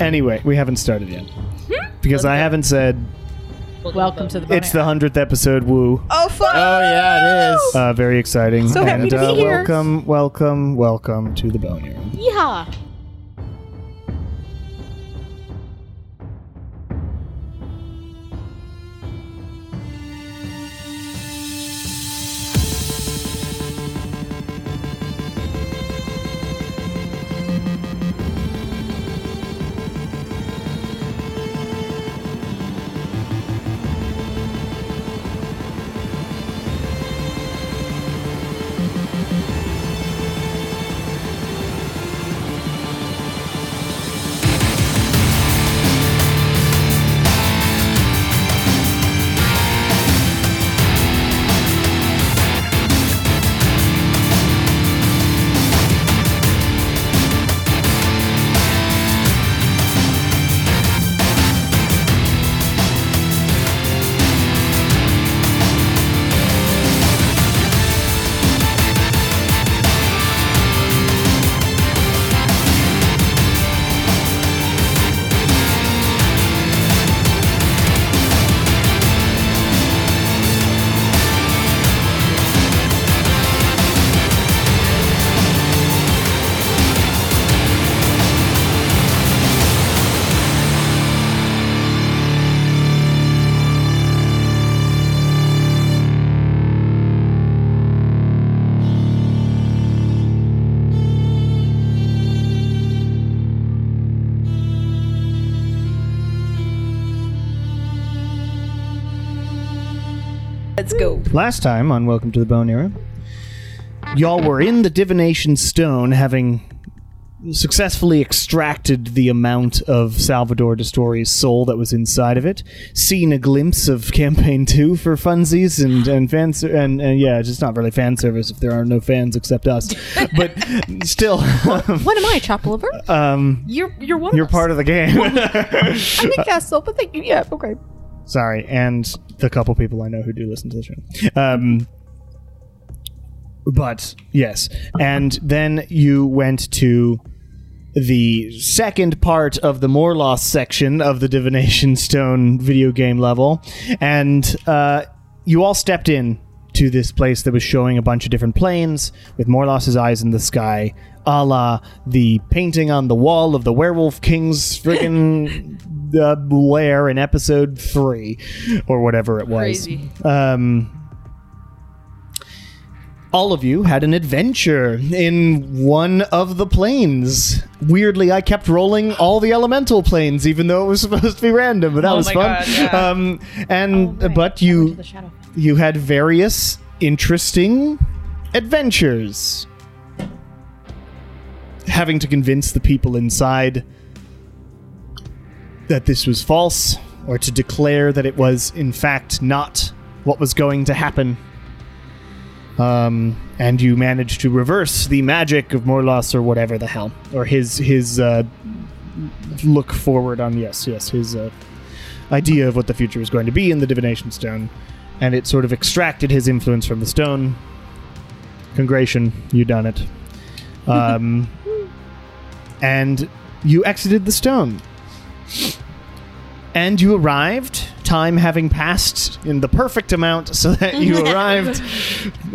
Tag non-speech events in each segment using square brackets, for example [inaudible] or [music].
Anyway, we haven't started yet Hmm? because I haven't said Welcome to the Bonnet it's the hundredth episode. Woo! Oh fuck! Oh yeah, it is. Uh, very exciting. So happy and, to be uh, here. Welcome, welcome, welcome to the Boneyard. Yeehaw! Let's go. Last time on Welcome to the Bone Era, y'all were in the divination stone, having successfully extracted the amount of Salvador Destori's soul that was inside of it, seen a glimpse of campaign two for funsies and and fan ser- and, and yeah, it's just not really fan service if there are no fans except us, but still, [laughs] What am I, chop liver? um, You're you're one. you're part of the game. [laughs] I think castle, but thank you. Yeah, okay. sorry, and the couple people I know who do listen to the show. Um, but yes, and then you went to the second part of the Morloss section of the Divination Stone video game level, and uh, you all stepped in to this place that was showing a bunch of different planes with Morloss's eyes in the sky, a la the painting on the wall of the Werewolf King's friggin' [laughs] uh, lair in episode three, or whatever it was. Crazy. Um, all of you had an adventure in one of the planes. Weirdly, I kept rolling all the elemental planes, even though it was [laughs] supposed to be random, but that Oh was my fun. God, yeah. Oh Um, and but you you had various interesting adventures, having to convince the people inside that this was false, or to declare that it was in fact not what was going to happen. Um, and you managed to reverse the magic of Morlos or whatever the hell, or his his uh, look forward on yes, yes, his uh, idea of what the future was going to be in the divination stone, and it sort of extracted his influence from the stone. Congration, you done it. Um, and you exited the stone. And you arrived, time having passed in the perfect amount so that [laughs] you arrived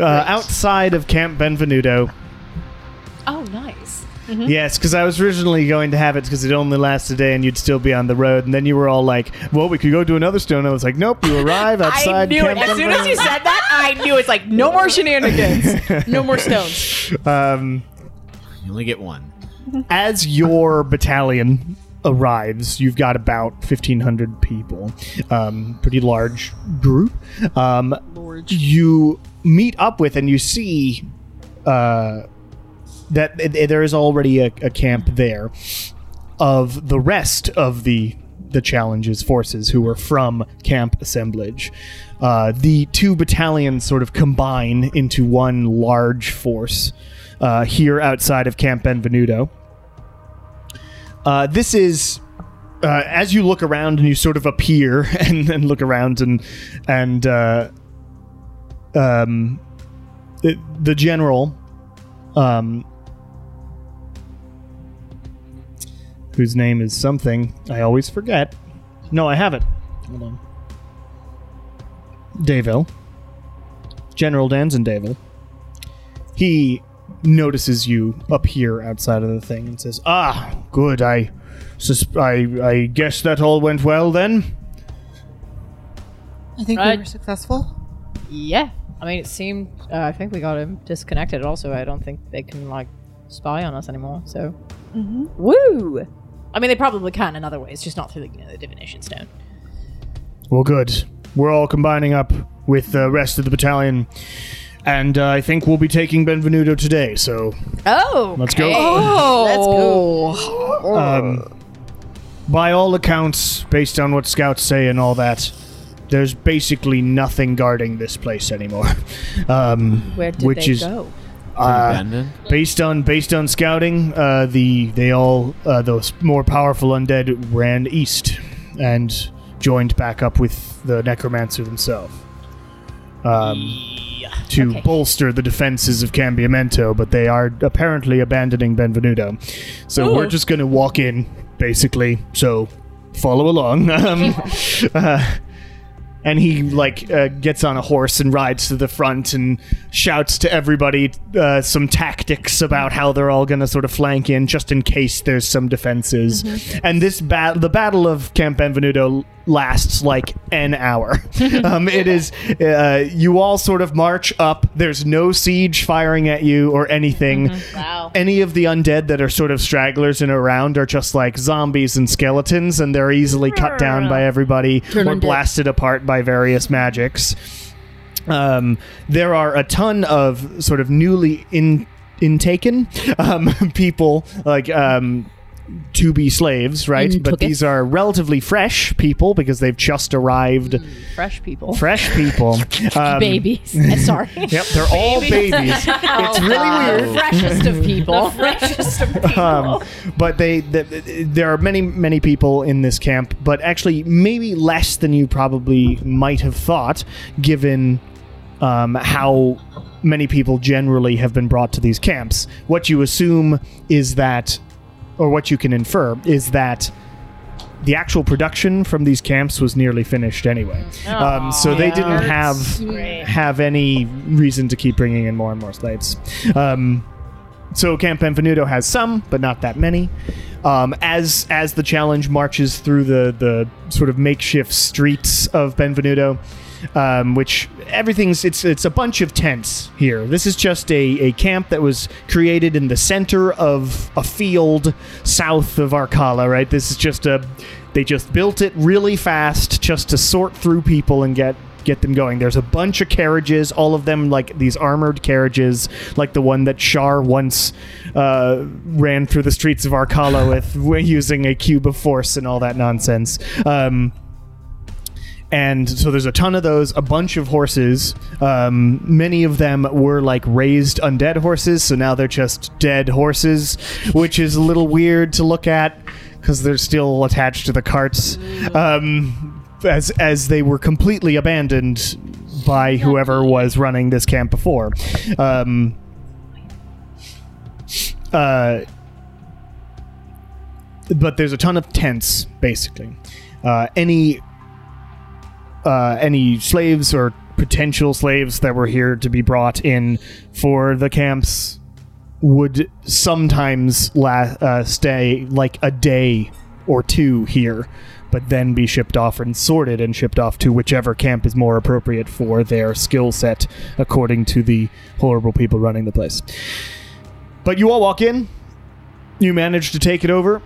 uh, outside of Camp Benvenuto. Oh, nice. Mm-hmm. Yes, because I was originally going to have it because it only lasts a day and you'd still be on the road. And then you were all like, well, we could go to another stone. I was like, nope, you arrive outside. [laughs] I knew it. Camp As soon as you said that, I knew it's like no more [laughs] shenanigans, no [laughs] more stones. Um, You only get one. as your battalion arrives, you've got about 1,500 people. Um, pretty large group. Um, You meet up with and you see uh, that th- th- there is already a, a camp there of the rest of the the challenges forces who were from camp assemblage uh, the two battalions sort of combine into one large force uh, here outside of camp benvenuto uh, this is uh, as you look around and you sort of appear [laughs] and, and look around and and uh, um, the, the general um, whose name is something I always forget. No, I haven't. Hold on. Davil. General Danzin Davil. He notices you up here outside of the thing and says, "Ah, good. I, sus- I, I guess that all went well then." I think Right. we were successful. Yeah. I mean, it seemed. Uh, I think we got him disconnected. Also, I don't think they can like spy on us anymore. So, Mm-hmm. woo. I mean, they probably can in other ways, just not through the, you know, the divination stone. Well, good. We're all combining up with the rest of the battalion, and uh, I think we'll be taking Benvenuto today. So Oh, Let's go. um, by all accounts, based on what scouts say and all that, there's basically nothing guarding this place anymore. [laughs] Um, Where did which they is go? Uh, Abandoned. based on based on scouting, uh, the they all uh, those more powerful undead ran east and joined back up with the necromancer themselves um, to Okay. bolster the defenses of Cambiamento. But they are apparently abandoning Benvenuto, so we're Ooh. just going to walk in basically. So follow along. [laughs] [laughs] Um, uh, and he like uh, gets on a horse and rides to the front and shouts to everybody uh, some tactics about how they're all going to sort of flank in just in case there's some defenses. And this battle, the battle of Camp Benvenuto, lasts like an hour. [laughs] um, it is uh, you all sort of march up. There's no siege firing at you or anything Wow. any of the undead that are sort of stragglers and around are just like zombies and skeletons, and they're easily cut down by everybody or undead. blasted apart by various magics. Um, there are a ton of sort of newly in intaken um, [laughs] people, like um, to be slaves, right? But these are relatively fresh people because they've just arrived. Fresh people. Fresh people, um, Babies. I'm sorry. Yep, they're all babies. It's really weird. [laughs] freshest [laughs] of people. Freshest of people. um, but they, th th there are many many people in this camp but actually maybe less than you probably might have thought given um, how many people generally have been brought to these camps what you assume is that or what you can infer is that the actual production from these camps was nearly finished anyway um, so they didn't have have any reason to keep bringing in more and more slaves. Um, so Camp Benvenuto has some, but not that many. Um, as as the challenge marches through the the sort of makeshift streets of Benvenuto, um, which everything's it's it's a bunch of tents here. This is just a, a camp that was created in the center of a field south of Arcala. Right, this is just a they just built it really fast just to sort through people and get get them going. There's a bunch of carriages, all of them like these armored carriages, like the one that Shar once uh, ran through the streets of Arcala with, [laughs] w- using a cube of force and all that nonsense. Um, and so there's a ton of those, a bunch of horses. Um, many of them were like raised undead horses, so now they're just dead horses, which is a little weird to look at because they're still attached to the carts. Um, as as they were completely abandoned by whoever was running this camp before. Um, uh, but there's a ton of tents, basically. Uh, any uh, any slaves or potential slaves that were here to be brought in for the camps would sometimes la- uh, stay like a day or two here, but then be shipped off and sorted and shipped off to whichever camp is more appropriate for their skill set, according to the horrible people running the place. But you all walk in, you manage to take it over.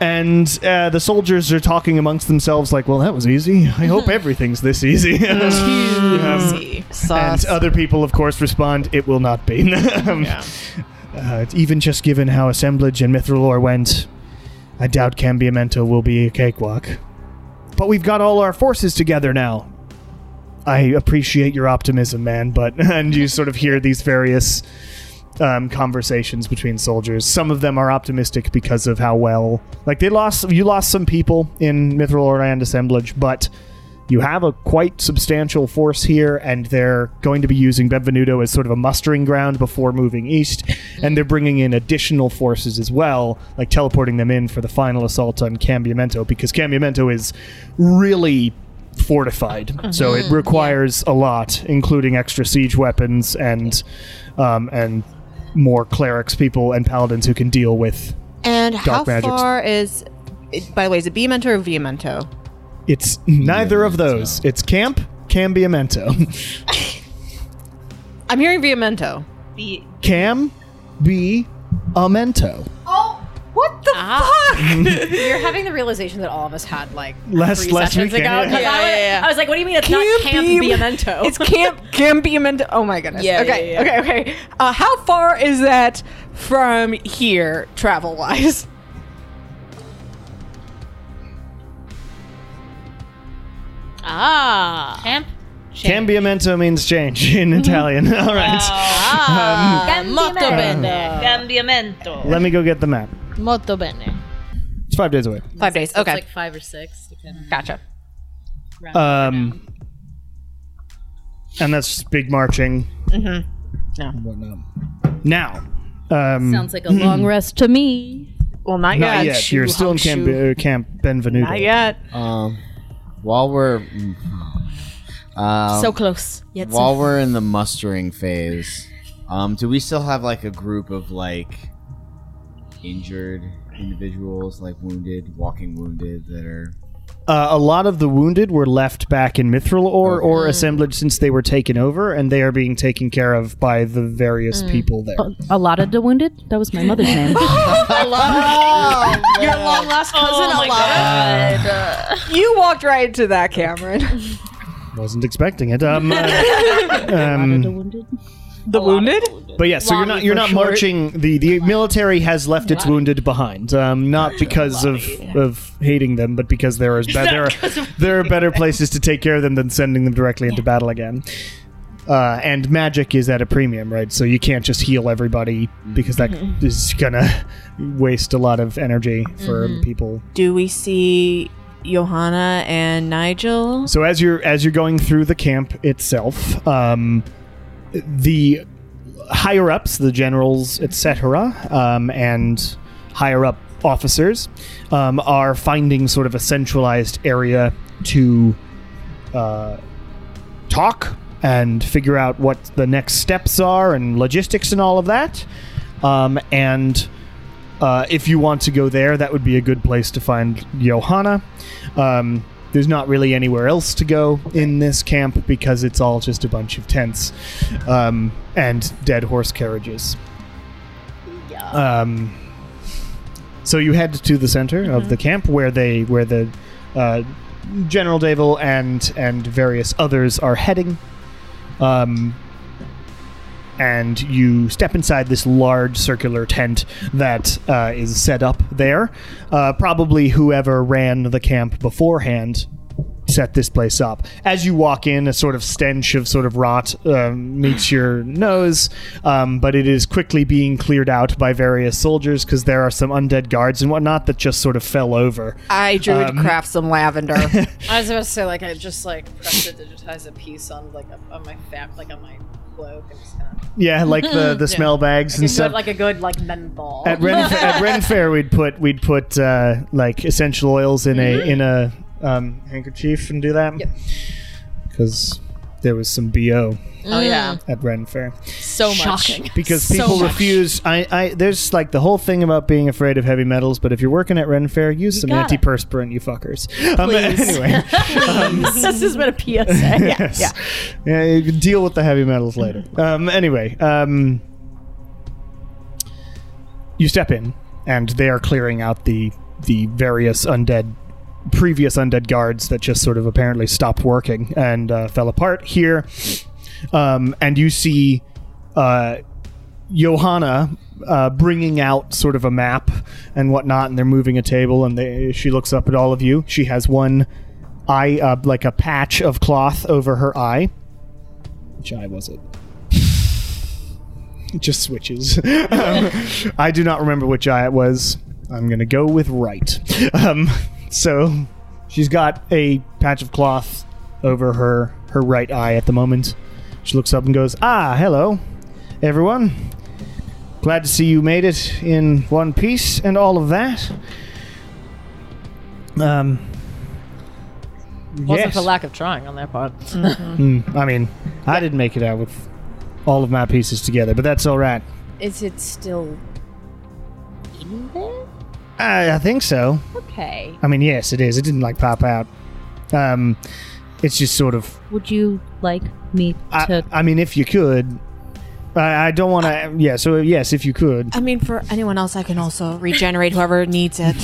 And uh, the soldiers are talking amongst themselves, like, well, that was easy. I hope everything's this easy. [laughs] Um, and other people, of course, respond, "It will not be." [laughs] Um, uh, even just given how assemblage and Mithrilor went, I doubt Cambiamento will be a cakewalk. But we've got all our forces together now. I appreciate your optimism, man. But [laughs] and you sort of hear these various um, conversations between soldiers. Some of them are optimistic because of how well, like they lost, you lost some people in Mithrilor and assemblage, but you have a quite substantial force here, and they're going to be using Benvenuto as sort of a mustering ground before moving east, and they're bringing in additional forces as well, like teleporting them in for the final assault on Cambiamento, because Cambiamento is really fortified, so it requires a lot, including extra siege weapons and um, and more clerics, people, and paladins who can deal with. And how magics. far is? it- By the way, is it Beamento or Viamento? It's neither of those. It's uh, camp Cambiamento. I'm hearing Viamento. The [laughs] Cam B Amento. oh, what the Ah. [laughs] You're having the realization that all of us had like Last- three last sessions weekend, ago. yeah. 'cause Yeah, I, was, yeah, yeah. I was like, "What do you mean it's not Camp Camp Beam- [laughs] Biamento?" It's Camp Camp Beamento. Oh my goodness. Yeah, Okay. yeah, yeah. Okay. Okay. Uh, how far is that from here, travel wise? ah? Camp. Cambiamento means change [laughs] in Italian. All right. Ah, Um, molto Cambiamento. bene. Cambiamento. Let me go get the map. molto bene. It's five days away. Five days. Okay. like five or six. Depending. gotcha. Um, and that's just big marching. Mm-hmm. Yeah. And whatnot. Now, um, Sounds like a long rest to me. Well, not, not yet. yet. You're still in Camp, uh, camp Benvenuto. Not yet. Um, while we're um, So close. Yet so while we're in the mustering phase, um, do we still have like a group of like injured individuals, like wounded, walking wounded, that are Uh, a lot of the wounded were left back in Mithril or or assemblage since they were taken over, and they are being taken care of by the various people there. A lot of the wounded? That was [laughs] my mother's name. Your long lost cousin, Oh my Alana. god. You walked right into that, Cameron. Wasn't expecting it. Um, uh, the um, wounded? The wounded? but yeah, so you're not you're not marching. The the military has left its wounded behind, um, not because of of hating them, but because there is be- there are there are better places to take care of them than sending them directly into battle again. Uh, and magic is at a premium, right? So you can't just heal everybody because that is gonna [laughs] waste a lot of energy for people Do we see Johanna and Nigel? So as you're as you're going through the camp itself, um, the higher ups, the generals, etc., um, and higher up officers um, are finding sort of a centralized area to uh, talk and figure out what the next steps are and logistics and all of that. Um, and uh, if you want to go there, that would be a good place to find Johanna. Um, there's not really anywhere else to go in this camp because it's all just a bunch of tents um, and dead horse carriages. Um, so you head to the center of the camp where they where the uh, General Davil and and various others are heading. Um, and you step inside this large circular tent that uh, is set up there. Uh, probably whoever ran the camp beforehand set this place up. As you walk in, a sort of stench of sort of rot um, meets your nose, um, but it is quickly being cleared out by various soldiers because there are some undead guards and whatnot that just sort of fell over. I drew and craft some lavender. I was about to say like I just like pressed to digitize a piece on like a, on my fat like on my cloak and just kind of Yeah, like the, the smell bags and stuff. like a good like men ball. at Ren at Ren Fair we'd put we'd put uh, like essential oils in Mm-hmm. a in a um, handkerchief and do that because there was some bo Oh, yeah. at Ren Fair So much. Shocking. because So people much. refuse. I, I there's like the whole thing about being afraid of heavy metals, but if you're working at Ren Fair, use some gotta. antiperspirant, you fuckers. Um, [laughs] anyway, um, this has been [laughs] a PSA. yes. yeah, you can deal with the heavy metals later. Um, anyway, um, you step in, and they are clearing out the the various undead, previous undead guards that just sort of apparently stopped working and uh, fell apart here. Um, and you see, uh, Johanna. Uh, bringing out sort of a map and whatnot, and they're moving a table, and they, she looks up at all of you. She has one eye, uh, like a patch of cloth over her eye. Which eye was it? it [laughs] just switches. Um, I do not remember which eye it was. I'm gonna go with right. Um, so she's got a patch of cloth over her her right eye at the moment. She looks up and goes, "Ah, hello, everyone. Glad to see you made it in one piece and all of that." Um. Wasn't yes. for lack of trying on their part. Mm, I mean, I didn't make it out with all of my pieces together, but that's all right. Is it still in there? I, I think so. Okay. I mean, yes, it is. It didn't like pop out. Um, it's just sort of. Would you like me I, to? I mean, if you could, I, I don't want to. Yeah. So yes, if you could. I mean, for anyone else, I can also regenerate whoever needs it.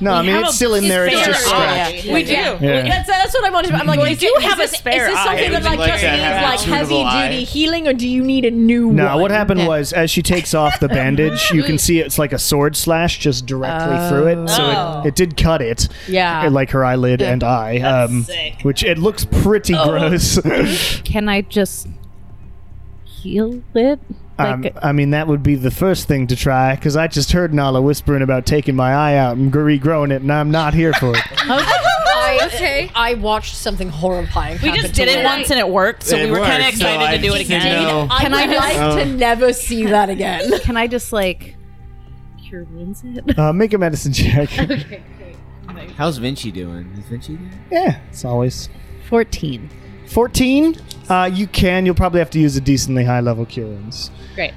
No, I mean it's still in there. It's just scratched. We do. Yeah. That's, that's what I wanted. to- I'm like, Well, is you it- have is a this, spare Is this something eye. that like Would you just like to needs have a like heavy tunable eye? duty healing, or do you need a new No, one? what happened was as she takes off the bandage, [laughs] you can see it's like a sword slash just directly through it. So Oh. it, it did cut it, Yeah. like her eyelid and eye, um, sick. which it looks pretty Oh. [laughs] gross. [laughs] Um, Can I just heal it? Um, I mean, that would be the first thing to try because I just heard Nala whispering about taking my eye out and gr- regrowing it, and I'm not here for [laughs] it. I, [laughs] okay. I watched something horrifying. We just did it once and it worked, so It we were kind of worked, so excited I to do it just again. didn't know. Can I like to never see that again? Can I just like cure wounds? It. Uh, make a medicine [laughs] check. How's Vinci doing? Is Vinci there? yeah, it's always [laughs] Fourteen. 14. Uh, you can. You'll probably have to use a decently high level cure wounds Great.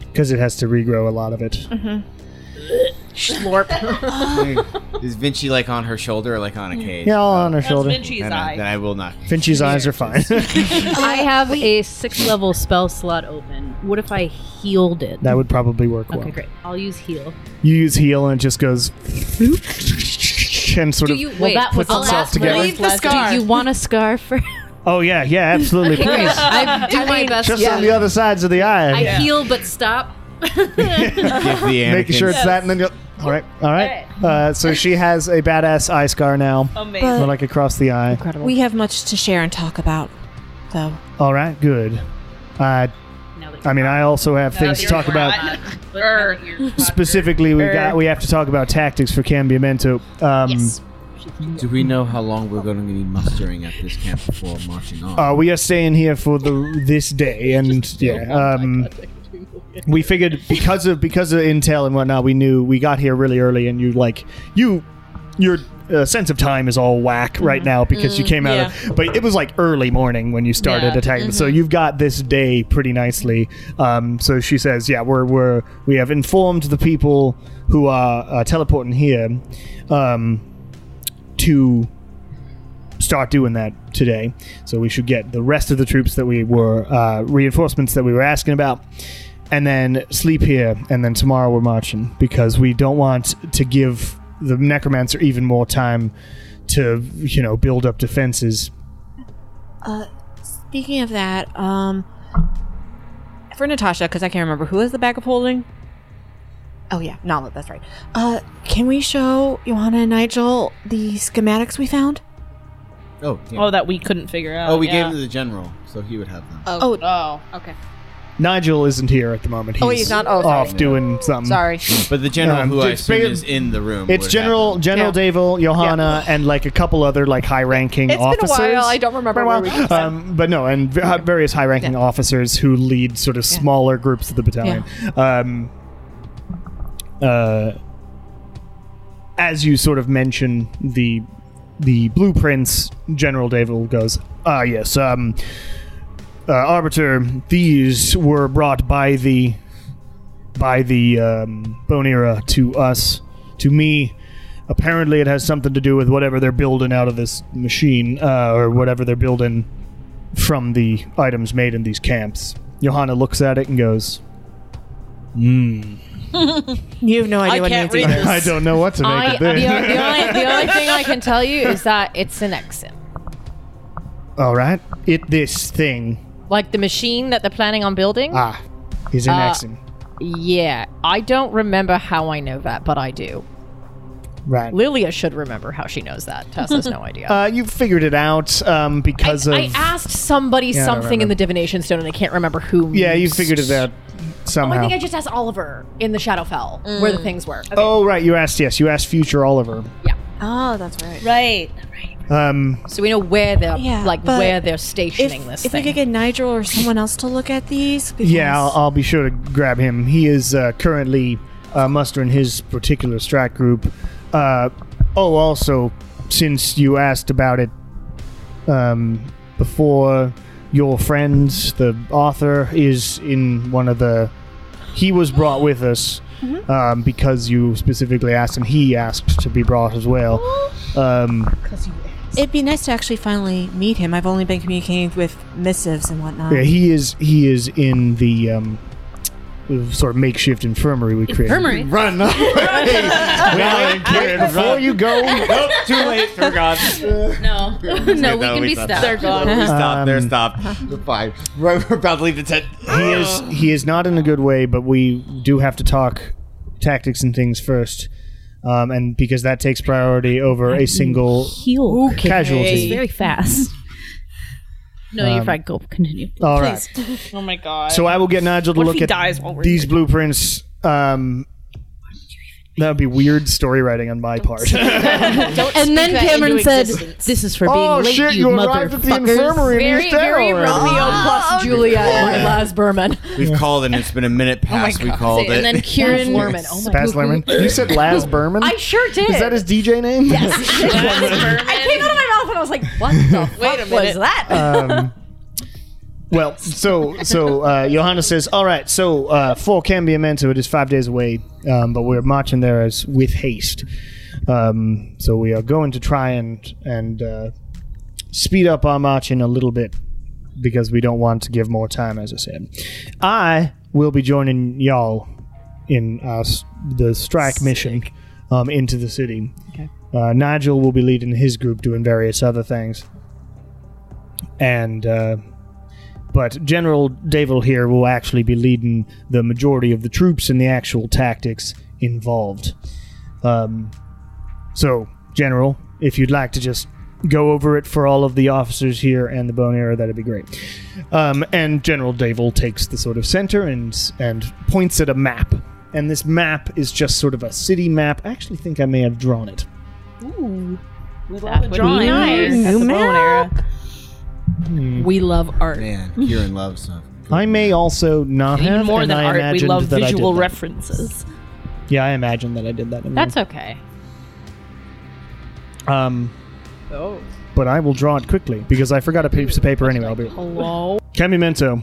because it has to regrow a lot of it. Is Vinci like on her shoulder or like on a Mm. cage? Yeah, all on her That's shoulder. Vinci's Then I, then eye. I will not. Finchie's eyes are fine. [laughs] I have a six level spell slot open. What if I healed it? that would probably work well. okay, great. I'll use heal. You use heal and it just goes and sort Do of. you wait? that was puts I'll itself ask together. Lily, Leave the scar. Do you want a scar for? oh yeah, yeah, absolutely. Please, [laughs] I do my best. just on the other sides of the eye. I heal, but stop. [laughs] Give [laughs] the making Anakin- sure it's that, and then go. All right, all right. Uh, so she has a badass eye scar now, Amazing. or like across the eye. We have much to share and talk about, though. All right, good. Uh, Now that I mean, I also have Now things that to you're talk about. fried. but now that you're- Specifically, we got we have to talk about tactics for Cambiamento. Um, Do we know how long we're going to be mustering at this camp before marching on? uh, we are staying here for the this day, and yeah, um, we figured because of because of intel and whatnot, we knew we got here really early, and you like you your uh, sense of time is all whack right now because you came out of but it was like early morning when you started Yeah. attacking so you've got this day pretty nicely um, so she says yeah we're we're we have informed the people who are uh, teleporting here um, to start doing that today. So we should get the rest of the troops that we were uh, reinforcements that we were asking about, and then sleep here, and then tomorrow we're marching because we don't want to give the necromancer even more time to you know build up defenses. Speaking of that, um, for Natasha, because I can't remember who is the bag of holding. Oh yeah, Nala, that's right. Uh, can we show Johanna and Nigel the schematics we found? oh, yeah. Oh, that we couldn't figure out. oh, we gave yeah. them to the general, so he would have them. Oh, Oh, Nigel isn't here at the moment. He's Oh, he's not? Oh, sorry. off doing something. sorry. But the general, Um, who I it's assume big- is in the room, It's would General have them. General Davil, Johanna, and like a couple other like high-ranking It's officers. been a while. I don't remember. Where we Meanwhile, um, but no, and v- various high-ranking officers who lead sort of smaller groups of the battalion. Um, uh, as you sort of mention the the blueprints, General Davil goes, "Ah, yes, um, uh, Arbiter. These were brought by the by the um, Bonera to us, to me." apparently it has something to do with whatever they're building out of this machine uh, or whatever they're building from the items made in these camps johanna looks at it and goes "Hmm." [laughs] you have no idea I what can't needs either. read this. i don't know what to make I, of the, o- this the only, the only thing I can tell you is that it's an exit. all right it this thing Like the machine that they're planning on building? ah is an Uh, accent yeah. I don't remember how I know that, but I do. right [laughs] Lilia should remember how she knows that. Tess has no [laughs] idea. uh, you figured it out um, because I of asked somebody I don't something in the divination stone, and I can't remember who. yeah you figured it out Oh, I somehow think I just asked Oliver in the Shadowfell where the things were. oh right you asked yes you asked future oliver Oh, that's right. right. Um, So we know where they're Yeah, like but where they're If, stationing this if we thing. could get Nigel or someone else to look at these, because yeah, I'll, I'll be sure to grab him. He is uh, currently uh, mustering his particular strike group. Uh, oh, also, since you asked about it um, before, your friend, the author, is in one of the. He was brought with us um, because you specifically asked, and he asked to be brought as well. Um, it'd be nice to actually finally meet him. I've only been communicating with missives and whatnot. Yeah, Um, he is. He is in the um, sort of makeshift infirmary we created. [laughs] [laughs] Infirmary. Run! No Wait, wait, before you go, nope, too [laughs] late. They're gone. [laughs] No, no, we can be stopped. They're stopped. They're Um, stopped. [laughs] We're fine. We're we're about to leave [laughs] the tent. he is. He is not in a good way, but we do have to talk tactics and things first, um, and because that takes priority over a single Healed. It's casualty. very fast. No, you're Um, fine. Go continue. All right. Oh my god. So I will get Nigel to What if look he at dies while we're these blueprints. Um, that would be weird story writing on my part. [laughs] And then that Cameron into said, existence. "This is for being oh late, shit! you, You arrived at the motherfuckers." infirmary. and very, he's dead very Romeo already. plus Juliet and Laz Berman. We've called and it's been a minute Oh past. we called it. And then Kieran, Berman. Oh my Bass Lerman. You said Laz Berman. I sure did. Is that his DJ name? [laughs] Yes. I came out of my mouth and I was like, [laughs] "What the Wait fuck was that?" um, well, so so uh, Johanna says, "All right, so uh, for Cambiamento, it is five days away, um, but we're marching there as with haste. Um, so we are going to try and and uh, speed up our march in a little bit because we don't want to give more time, as I said. I will be joining y'all in our, s- the strike mission um, into the city. Uh, Nigel will be leading his group doing various other things. And, uh, but General Davil here will actually be leading the majority of the troops and the actual tactics involved. Um, so, General, if you'd like to just go over it for all of the officers here and the bone arrow, that'd be great. Um, and General Davil takes the sort of center and and points at a map. And this map is just sort of a city map. I actually think I may have drawn it. That would be drawing. nice. Nice. That's the bone era. we love art. Man, Kieran loves stuff. I may also not Even have. more and than I art, we imagined love that I did visual that. references. Yeah, I imagine that I did that. in That's okay. there. um, Oh, but I will draw it quickly because I forgot a piece of paper anyway. I'll be hello. Camimento.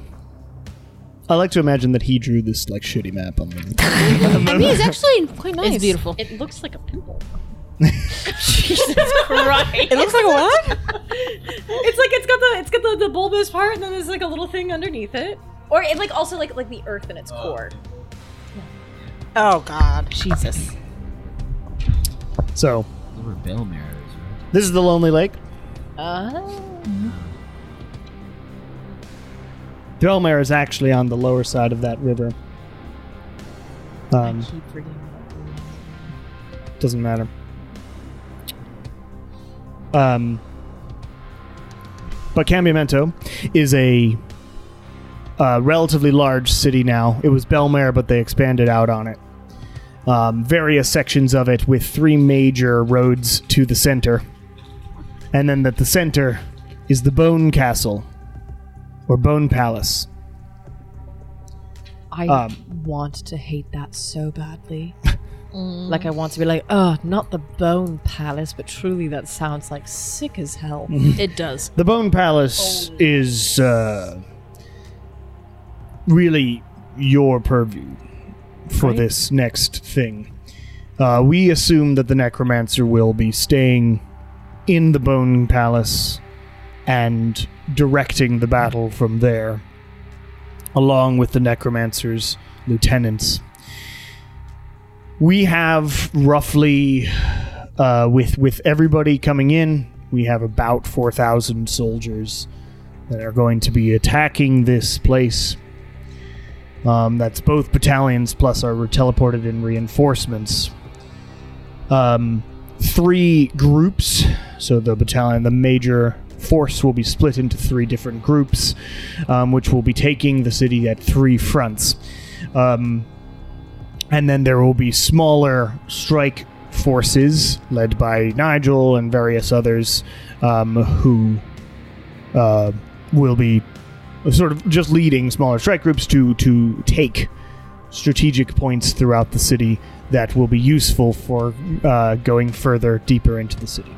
I like to imagine that he drew this like shitty map on the I mean, it's actually quite nice. It's beautiful. It looks like a [laughs] pimple. It looks like a what? [laughs] It's like it's got the it's got the, the bulbous part, and then there's like a little thing underneath it, or it like also like like the earth in its core. Oh God. Jesus. So Those were bell mirrors. this is the Lonely Lake. Belmare is actually on the lower side of that river. Um, doesn't matter. Um, but Cambiamento is a uh, relatively large city now. It was Belmare, but they expanded out on it. Um, various sections of it with three major roads to the center. And then at the center is the Bone Castle, or Bone Palace. I Um, want to hate that so [laughs] badly. Like I want to be like, oh, not the Bone Palace, but truly that sounds like sick as hell. It does. The Bone Palace is uh, really your purview for this next thing. Uh, we assume that the Necromancer will be staying in the Bone Palace and directing the battle from there, along with the Necromancer's lieutenants. We have roughly uh, with with everybody coming in, we have about four thousand soldiers that are going to be attacking this place. Um, that's both battalions plus our teleported in reinforcements. Um, three groups. So the battalion, the major force, will be split into three different groups, um, which will be taking the city at three fronts. Um, and then there will be smaller strike forces led by Nigel and various others um, who uh, will be sort of just leading smaller strike groups to to take strategic points throughout the city that will be useful for uh, going further deeper into the city.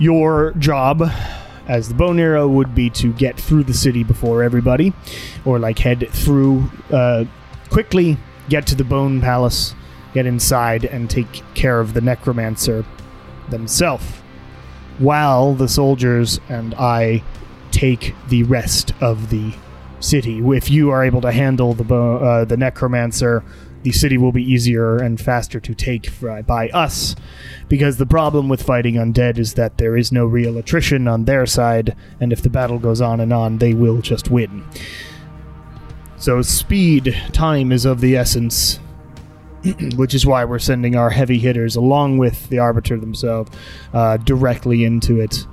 Your job as the bow Nero would be to get through the city before everybody, or like head through uh, quickly, get to the Bone Palace, get inside, and take care of the necromancer themselves, while the soldiers and I take the rest of the city. If you are able to handle the bo- uh, the necromancer, the city will be easier and faster to take fr- by us. Because the problem with fighting undead is that there is no real attrition on their side, and if the battle goes on and on, they will just win. So speed, time is of the essence. [clears throat] Which is why we're sending our heavy hitters, along with the Arbiter themselves, uh, directly into it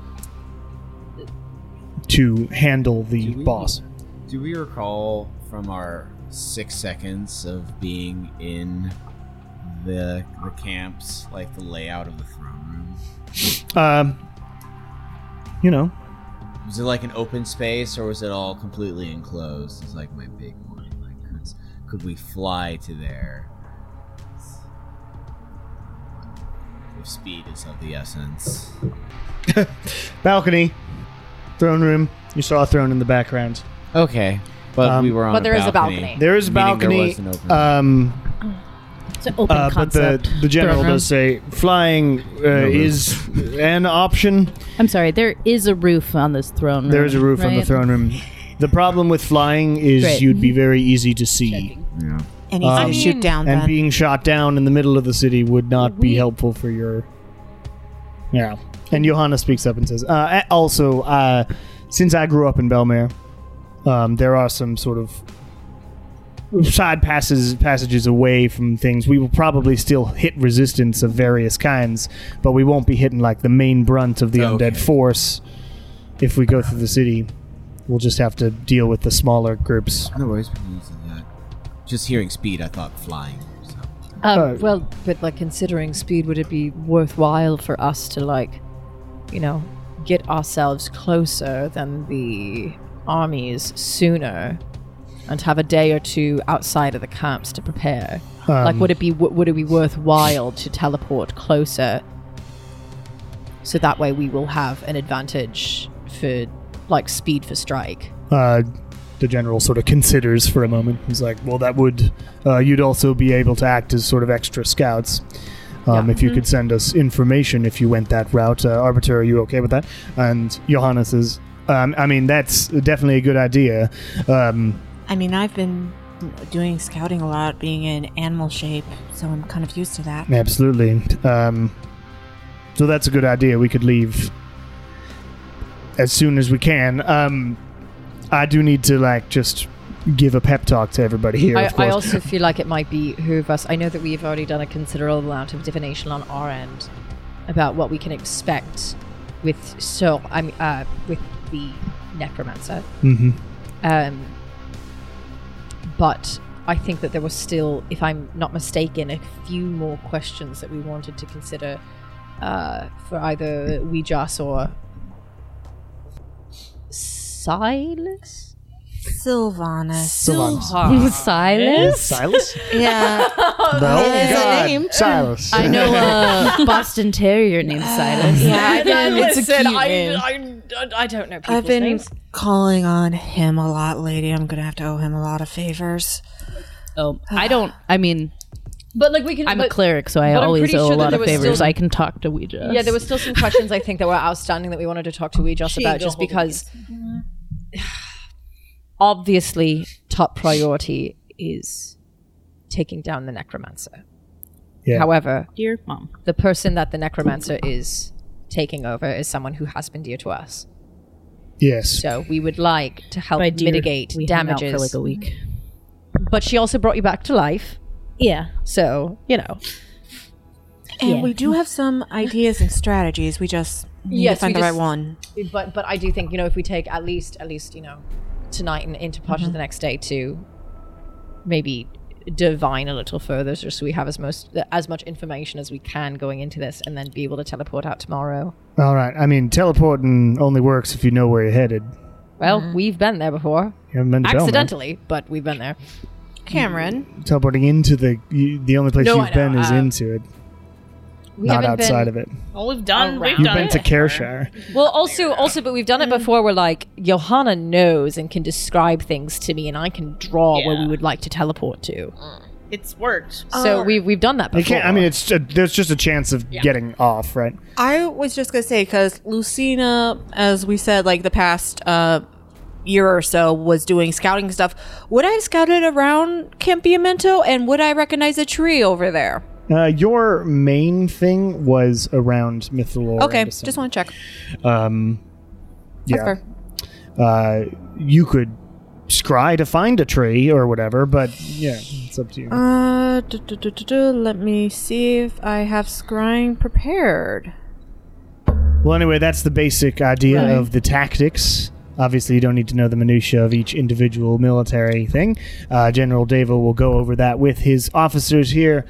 to handle the Do we- boss. Do we recall from our six seconds of being in the, the camps, like the layout of the throne room? Um, you know, Was it like an open space, or was it all completely enclosed? Is like my big one. Like, could, could we fly to there? If speed is of the essence, balcony, throne room. You saw a throne in the background. okay. But Um, we were on. but there is a balcony. There is a Meaning there balcony. was an open- um, It's an open uh, but concept. the the general Throne room. does say flying uh, is an option. I'm sorry. There is a roof on this throne. Room, There is a roof on the right? throne room. The problem with flying is Great. you'd be very easy to see, Yeah. And he's Um, gonna shoot down and then. being shot down in the middle of the city would not be helpful for your. Yeah, and Johanna speaks up and says, uh, a- "Also, uh, since I grew up in Belmare, um, there are some sort of side passes passages away from things. We will probably still hit resistance of various kinds, but we won't be hitting like the main brunt of the Okay. undead force if we go through the city. We'll just have to deal with the smaller groups. No worries. we can use that. Just hearing speed, I thought flying. So. Um, Uh, well, but like considering speed, would it be worthwhile for us to like, you know, get ourselves closer than the armies sooner, and have a day or two outside of the camps to prepare? like, Um, would it be w- would it be worthwhile to teleport closer, so that way we will have an advantage for like speed for strike? Uh, the general sort of considers for a moment. He's like, "Well, that would uh, you'd also be able to act as sort of extra scouts." Um, If you Mm-hmm. could send us information if you went that route. Uh, Arbiter, are you okay with that? And Johanna says, um, I mean, that's definitely a good idea. Um, I mean, I've been doing scouting a lot, being in animal shape, so I'm kind of used to that. absolutely. Um, so that's a good idea. We could leave as soon as we can. Um, I do need to, like, just give a pep talk to everybody here, I, of I course. also feel like it might be who of us. I know that we've already done a considerable amount of divination on our end about what we can expect with so I mean uh, with the necromancer. Mhm. Um, but I think that there was still, if I'm not mistaken, a few more questions that we wanted to consider uh, for either Weejas or Silas. Sylvanas. Sylvanas. [laughs] Silas. Silas? [laughs] Yeah. No, Is it God. named? Silas. I know a Boston Terrier named Silas. yeah, I've been, I, I, I don't know people's I've been names. calling on him a lot, lady. I'm gonna have to owe him a lot of favors. Oh, I don't. I mean, But like we can. I'm a but- cleric, so I but I'm always pretty owe sure that a lot there of was favors. still- I can talk to Ouija. Yeah, there were still some questions I think that were outstanding that we wanted to talk to Weejoss about, just because [sighs] obviously top priority is taking down the necromancer. Yeah. However, Dear mom. the person that the necromancer is taking over is someone who has been dear to us. Yes. So we would like to help By dear, mitigate we hung out damages. for like a week. but she also brought you back to life, Yeah. so you know. And Yeah. we do have some ideas and strategies. We just need Yes, to find we the just- right one. but but I do think you know if we take at least at least you know tonight and into part of the next day to maybe divine a little further, just so we have as most as much information as we can going into this, and then be able to teleport out tomorrow. All right. I mean, teleporting only works if you know where you're headed. Well, we've been there before, You haven't been to Belmont. accidentally, but we've been there. Cameron, Teleporting into the you, the only place No, I you've been know, is um, into it, We not haven't outside been, of it. All we've done, we've Around. You've done been it. to Careshire. Well, also, also, but we've done it before. Where like Johanna knows and can describe things to me, and I can draw where we Yeah. would like to teleport to. It's worked. So Oh. we we've done that before. You can't. I mean, it's uh there's just a chance of getting off, right? I was just gonna say because Lucina, as we said, like the past uh, year or so, was doing scouting stuff. Would I have scouted around Campiamento, and would I recognize a tree over there? Uh, your main thing was around Mythalore. Okay, and just want to check. Um, yeah. fair. Uh, you could scry to find a tree or whatever, but yeah, it's up to you. Uh, duh, duh, duh, duh, duh, let me see if I have scrying prepared. well, anyway, that's the basic idea of the tactics. Obviously, you don't need to know the minutia of each individual military thing. Uh, General Deva will go over that with his officers here.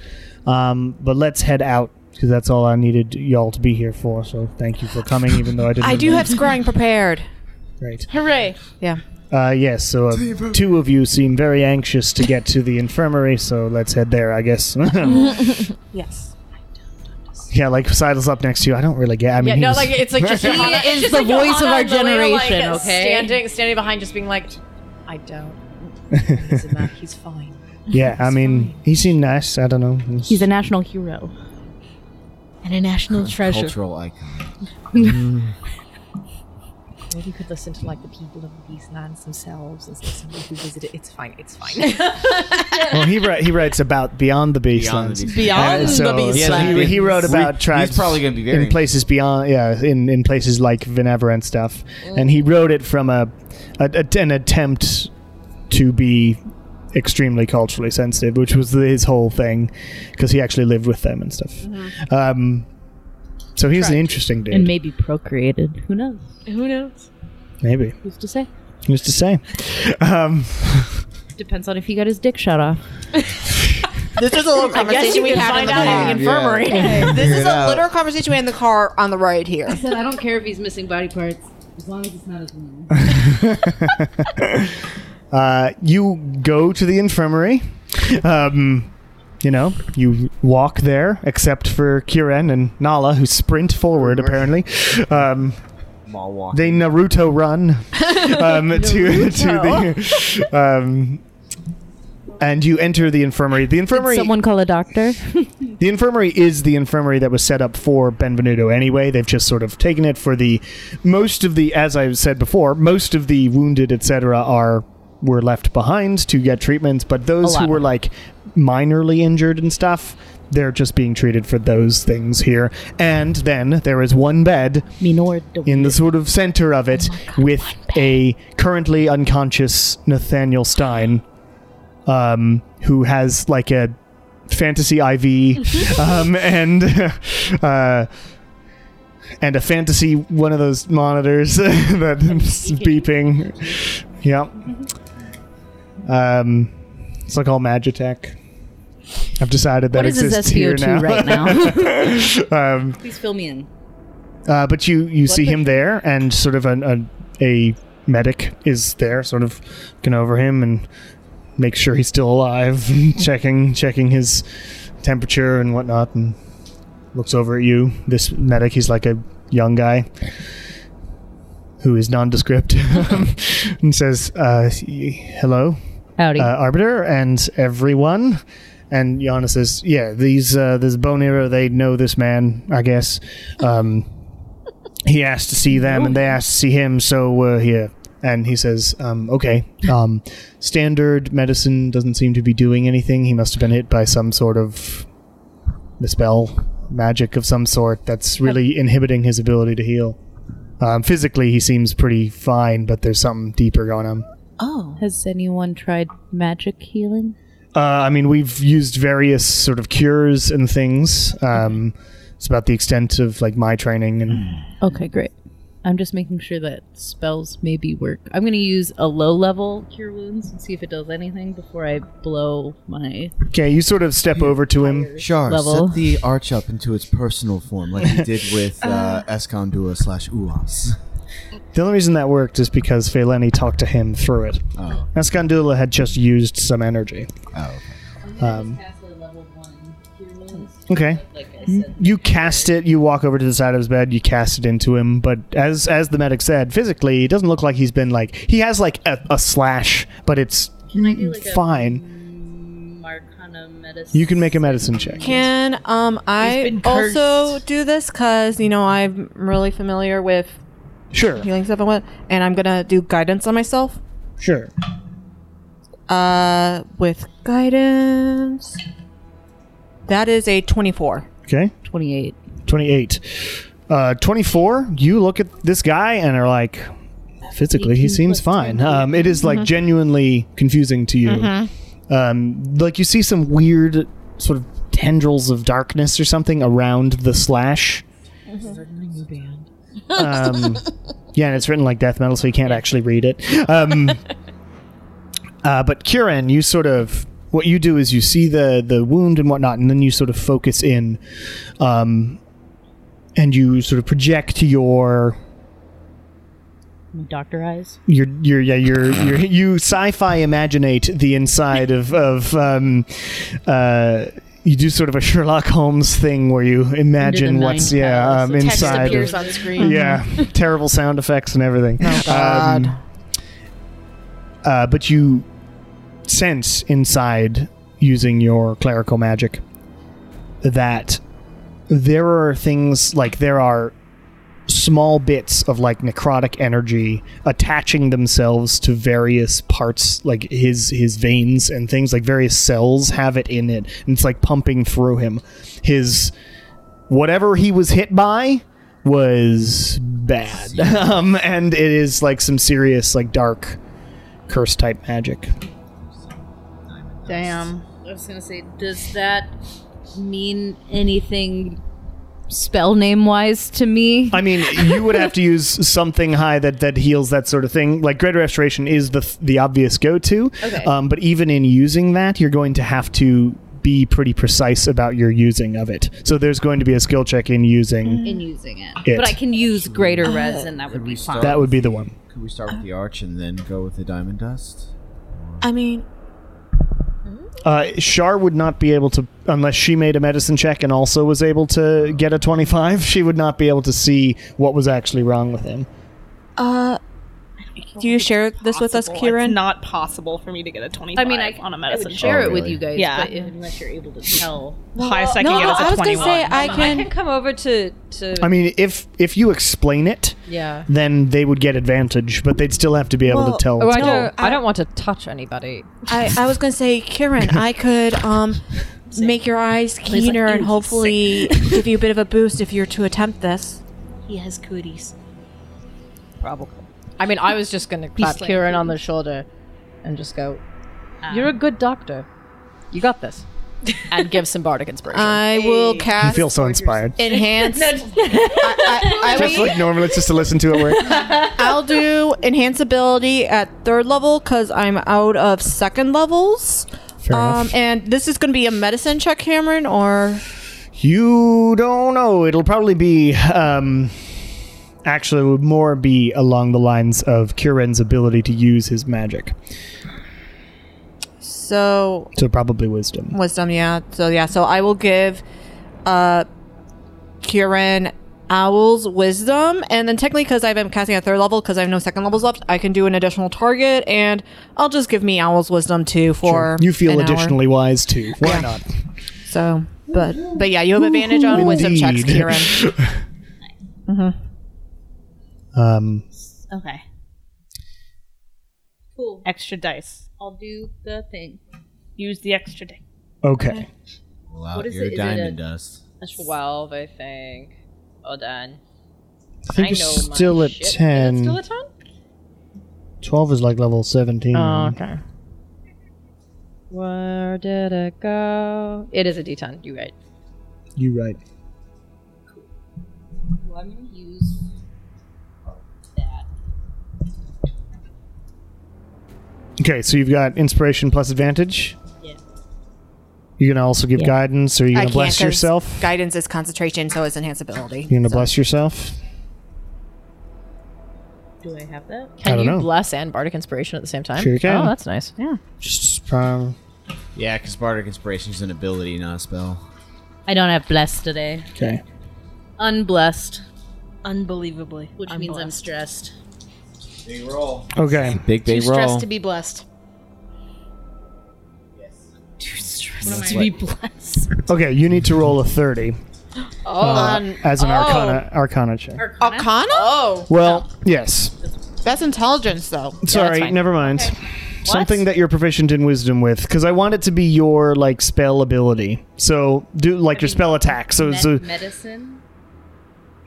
Um, but let's head out because that's all I needed y'all to be here for. So thank you for coming, even though I didn't. I do invite have scrying prepared. you. Great. Hooray. Yeah. Uh, yes, so uh, two of you seem very anxious to get to the infirmary, so let's head there, I guess. [laughs] Yes. yeah, like sidles up next to you. I don't really get. I mean, yeah, he no, was- like it's like [laughs] just He Johanna- is it's just the like voice Johanna of our on the way, like, generation, okay? Standing, standing behind, just being like, I don't. He's, in that. He's fine. yeah, I mean, he seemed nice. I don't know. He's a national hero and a national treasure. Cultural icon. Maybe you could listen to like the people of these lands themselves and somebody who visited. It's fine. It's fine. well, he wri- he writes about beyond the Beyond baselines. the beast. Uh, Beyond so the beast. Yeah, he, like- he wrote He's about tribes. probably gonna be very- in places beyond, yeah, in, in places like Venevra and stuff. And he wrote it from a, a, a- an attempt to be extremely culturally sensitive, which was his whole thing, because he actually lived with them and stuff. Um, so he's an interesting dude. And maybe procreated. Who knows? Who knows? maybe Who's to say? who's to say? Um, Depends on if he got his dick shot off. This is a little conversation we had in the car. infirmary. This is a literal conversation we had in the car on the ride [laughs] here. Said I don't care if he's missing body parts, as long as it's not his woman. uh, you go to the infirmary. Um, you know, you walk there, except for Kiren and Nala, who sprint forward, apparently. Um, Mall walk. they Naruto run um, to, to the. Um, and you enter the infirmary. The infirmary. Someone call a doctor. The infirmary is the infirmary that was set up for Benvenuto anyway. They've just sort of taken it for the most of the as I said before, most of the wounded etc are were left behind to get treatments, but those lot who of were them. like minorly injured and stuff, they're just being treated for those things here. And then there is one bed Minor. in the sort of center of it with a currently unconscious Nathaniel Stein, um, who has like a fantasy [laughs] IV um, and uh, and a fantasy one of those monitors [laughs] that's beeping. Yeah. Um, it's like all Magitech. I've decided that What is his exists here now. SPO2 right [laughs] now? um, Please fill me in. uh, but you you see the- him there, and sort of an, a a medic is there, sort of looking over him and make sure he's still alive, [laughs] checking checking his temperature and whatnot, and looks over at you. This medic, he's like a young guy who is nondescript, [laughs] and says, uh, "Hello." Howdy. uh, arbiter and everyone. And Yana says, "Yeah, these uh, this Bone Hero, they know this man, I guess. Um, he asked to see them, and they asked to see him. So we're here." And he says, um, "Okay, um, standard medicine doesn't seem to be doing anything. He must have been hit by some sort of misspell magic of some sort that's really inhibiting his ability to heal. Um, physically, he seems pretty fine, but there's something deeper going on." Has anyone tried magic healing? Uh, I mean, we've used various sort of cures and things. Um, it's about the extent of like my training, and Okay, great. I'm just making sure that spells maybe work. I'm going to use a low level cure wounds and see if it does anything before I blow my. Okay, you sort of step over to him. Shar, Level. set the arch up into its personal form like we did with uh, Escondua slash Uas. The only reason that worked is because Feleni talked to him through it. Oh, Escandula had just used some energy. oh, okay. Um, okay. You cast it. You walk over to the side of his bed. You cast it into him. But as as the medic said, physically, it doesn't look like he's been like he has like a, a slash, but it's fine. Marcana medicine. You can make a medicine check. Can um I been cursed. also do this because you know I'm really familiar with Sure, healing stuff and what, and I'm gonna do guidance on myself. sure. Uh, with guidance, that is a twenty-four. Okay, 28. twenty eight, uh, twenty four. You look at this guy and are like, physically, he seems fine. Um, it is like genuinely confusing to you. Um, like you see some weird sort of tendrils of darkness or something around the slash. um, yeah, and it's written like death metal, so you can't actually read it. Um, uh, but Kieran, you sort of what you do is you see the the wound and whatnot, and then you sort of focus in, um, and you sort of project your Doctor eyes. your your yeah your your you sci-fi imaginate the inside of of um, uh, you do sort of a Sherlock Holmes thing where you imagine nine what's yeah tiles. um, The Text inside. of- appears on screen. yeah, terrible sound effects and everything. God. Um, uh, but you sense inside using your clerical magic that there are things like there are small bits of like necrotic energy attaching themselves to various parts like his his veins and things like various cells have it in it and it's like pumping through him his whatever he was hit by was bad [laughs] um and it is like some serious like dark curse type magic Damn. I was going to say, does that mean anything spell name wise to me? I mean, you would [laughs] have to use something high that, that heals that sort of thing. Like Greater Restoration is the the obvious go to. Okay. Um, but even in using that, you're going to have to be pretty precise about your using of it. So there's going to be a skill check in using. in using it. It. But I can use greater res, and that would be fine. That would be the one. Could we start with the arch and then go with the diamond dust? I mean, Uh, Shar would not be able to unless she made a medicine check and also was able to get a 25. She would not be able to see what was actually wrong with him. uh, do you share this with us, Possible. Kieran? It's not possible for me to get a 25 I mean, I, on a I medicine would share Oh, it with really? you guys, Yeah. but unless you're able to tell. The highest I can no, get no, is a I was 21. gonna say [laughs] I can. I can come over to to. I mean, if if you explain it, Yeah. then they would get advantage, but they'd still have to be able Well, to tell. Oh, I No, don't. I- I don't want to touch anybody. I, I was gonna say, Kieran, I could um make your eyes keener and hopefully give you a bit of a boost if you're to attempt this. He has cooties. I mean, I was just going to clap slammed Kieran on the shoulder and just go, "You're a good doctor. You got this," Uh, and give some bardic inspiration. I will you [laughs] cast feel so inspired. [laughs] enhance. Just like normal, it's just to listen to it work. I'll do enhance ability at third level because I'm out of second levels. Fair Um, enough. and this is going to be a medicine check, Cameron, or You don't know. It'll probably be, um, actually, it would more be along the lines of Kieran's ability to use his magic. so So probably wisdom. wisdom. Yeah. So yeah. So I will give, uh, Kieran Owl's wisdom, and then technically because I'm casting at third level because I have no second levels left, I can do an additional target, and I'll just give me Owl's wisdom too for You feel an hour. additionally wise too. Why not? So, but but yeah, you have advantage on wisdom checks, Indeed. Kieran. Mm-hmm. [laughs] Um, Okay. Cool. extra dice. I'll do the thing. Use the extra dice. okay. Well, out What is your it? Is it a- diamond dust. Twelve, I think. Hold Mm. on. I think I you're know my still at shit. Is it 10. Still a ton? 12 is like level 17. Uh. Oh, okay. Where did it go? It is a D10. You right? You right. Well, I'm gonna use Okay, so you've got inspiration plus advantage. Yeah. You can also give guidance, or you I gonna can't bless 'cause yourself. Guidance is concentration, so it's enhanceability. you gonna bless yourself. Do I have that? Can I don't you know. bless and bardic inspiration at the same time? Sure you can. Oh, that's nice. Um, Yeah, because Bardic Inspiration is an ability, not a spell. I don't have blessed today. okay. Unblessed, Unbelievably. which means I'm stressed. Big roll. Okay. Big, Too big roll. stressed to be blessed. That's To what- be blessed. Okay. You need to roll a [gasps] thirty Oh, uh, as an arcana arcana check. Arcana? Oh. well, yes. That's intelligence, though. Sorry, never mind. Something that you're proficient in wisdom with, because I want it to be your like spell ability. So do like your spell attack. So so medicine.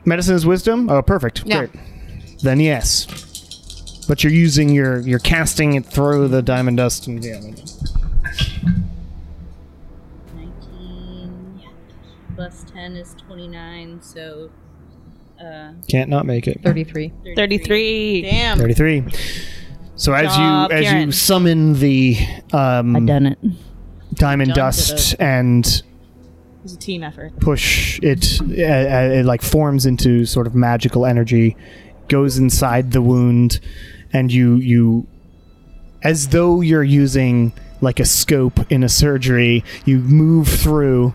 medicine is wisdom. Oh, perfect. Yeah. Great. Then yes. But you're using your you're casting it through the diamond dust and yeah. Nineteen plus ten is twenty-nine. So. Uh, Can't not make it. 33. 33. Damn. 33 so as Job, you as you Kieran. summon the um, done it. diamond dust and It was a team effort. push it uh, uh, it like forms into sort of magical energy goes inside the wound and you you as though you're using like a scope in a surgery you move through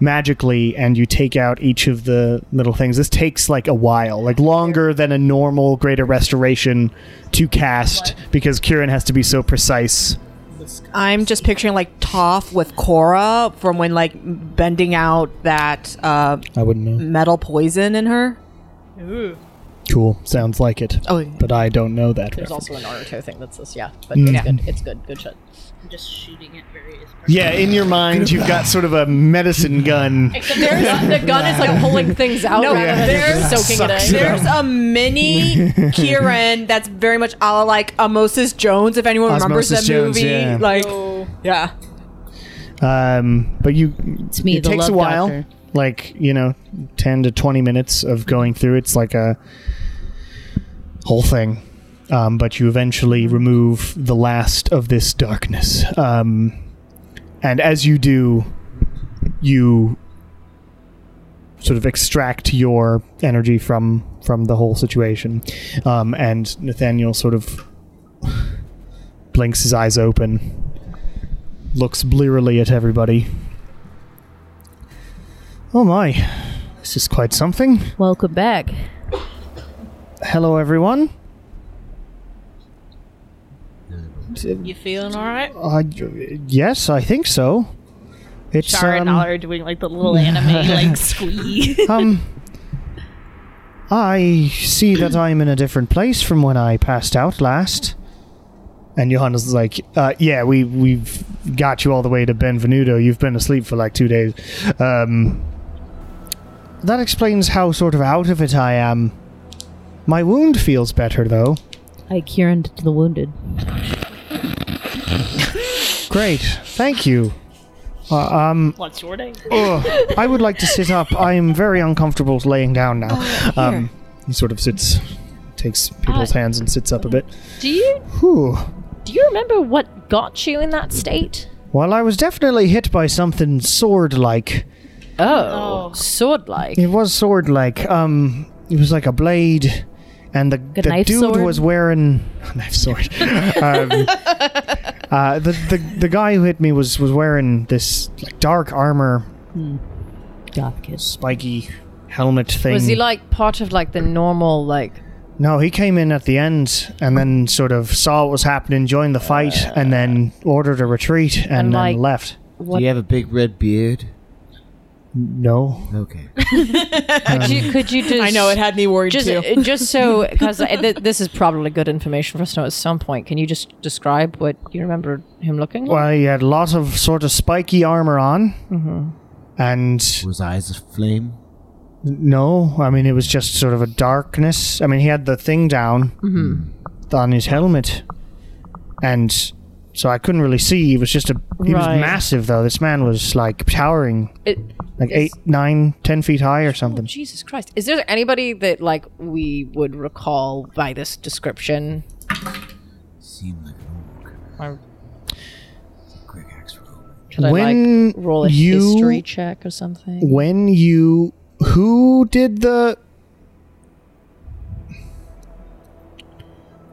magically and you take out each of the little things this takes like a while like longer than a normal greater restoration to cast because Kieran has to be so precise I'm just picturing like Toph with Cora from when like bending out that uh, I wouldn't know metal poison in her. cool sounds like it Oh, but I don't know that There's reference. also a Naruto thing that's this, yeah. But Mm. it's Yeah. good. It's good. Good shit. I'm just shooting at various parts. Yeah, in your mind, you've got sort of a medicine gun. the gun is like pulling things [laughs] out No, rather than there's- just soaking Sucks it it in. up. There's [laughs] a mini Kieran that's very much a la like Amosis Jones, if anyone remembers Osmosis that Jones, movie. yeah. Like, yeah. Um, but you, me, it the takes a love while, doctor. like you know, ten to twenty minutes of going through. It's like a whole thing. Um, but you eventually Mm-hmm. remove the last of this darkness. Um, and as you do, you sort of extract your energy from from the whole situation. Um, and Nathaniel sort of [sighs] blinks his eyes open, looks blearily at everybody. Oh my, this is quite something. Welcome back. Hello, everyone. You feeling all right? Uh, yes, I think so. It's Char and um, I are doing like the little anime [laughs] like squee. um I see that I'm in a different place from when I passed out last. And Johannes is like, uh, yeah, we we've got you all the way to Benvenuto. You've been asleep for like two days. Um, that explains how sort of out of it I am. My wound feels better though. I cured the wounded. Great, thank you. Uh, um, What's your name? Oh, ugh, I would like to sit up. I am very uncomfortable laying down now. um, he sort of sits, takes people's hands and sits up a bit. Do you Whew. do you remember what got you in that state? Well, I was definitely hit by something sword like. Oh, sword like. It was sword like. Um, it was like a blade, and the, a the knife dude sword? was wearing [laughs] knife sword. um, uh, the, the the guy who hit me was was wearing this like dark armor, Goth kiss. spiky helmet thing. Was he like part of like the normal like? No, he came in at the end and then sort of saw what was happening, joined the fight, and then ordered a retreat and, And, then like- left. Do you have a big [laughs] red beard? No. Okay. Could you could you just? I know, it had me worried Just too. uh, just so because th- this is probably good information for us to know at some point. Can you just describe what you remember him looking? like? Well, he had a lot of sort of spiky armor on. Mm-hmm. And Was eyes of flame? no, I mean, it was just sort of a darkness. I mean, he had the thing down Mm-hmm. on his helmet. And so I couldn't really see. He was just a. He was Right. massive, though. This man was like towering, It- like Yes. eight, nine, ten feet high or Oh, something. Jesus Christ! Is there anybody that like we would recall by this description? Seemed like an orc. My, Quick axe roll. could I When like roll a you- history check or something? when you who did the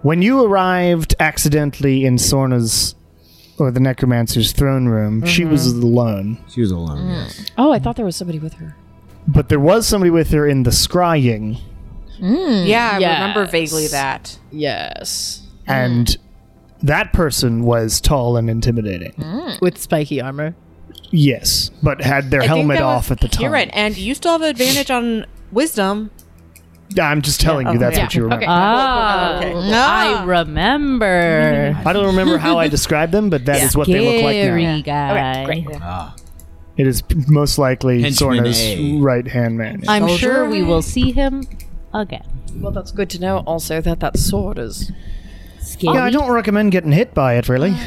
when you arrived accidentally in Sorna's or the necromancer's throne room, she was alone. She was alone. Mm. Yes. Oh, I thought there was somebody with her. But there was somebody with her in the scrying, yeah, I remember yes. vaguely that. Yes. and that person was tall and intimidating. With spiky armor. Yes, but had their I think helmet that was- off at the time. You're right, and you still have advantage on wisdom. I'm just telling you that's okay. what you remember. Ah, I Mm-hmm. remember. I don't remember how I described them, but that is what they look like now. Scary guy. Ah, It is p- most likely Henchman A. Sorna's right hand man. I'm sure we will see him again. Well, that's good to know also that that sword is. Scary. yeah, I don't recommend getting hit by it really. Uh,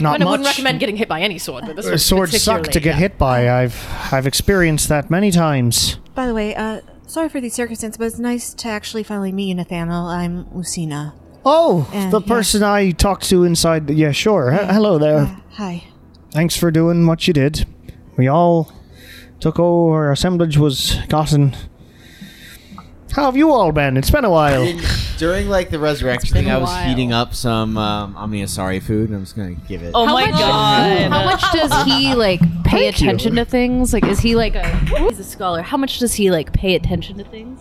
Not I much. wouldn't recommend getting hit by any sword, but this Uh, Swords suck to get hit by. I've I've experienced that many times. By the way, uh, sorry for the circumstance, but it's nice to actually finally meet you, Nathaniel. I'm Lucina. Oh, Uh, the yeah. person I talked to inside. The, yeah, sure. H- hello there. Hi. Thanks for doing what you did. We all took over. Our assemblage was gotten. How have you all been? It's been a while. During like the resurrection thing, I was heating up some um, Omniasari food, and I'm just gonna give it. Oh my god. How much [laughs] does he like pay attention to things? Like, is he like a he's a scholar? How much does he like pay attention [laughs] to things?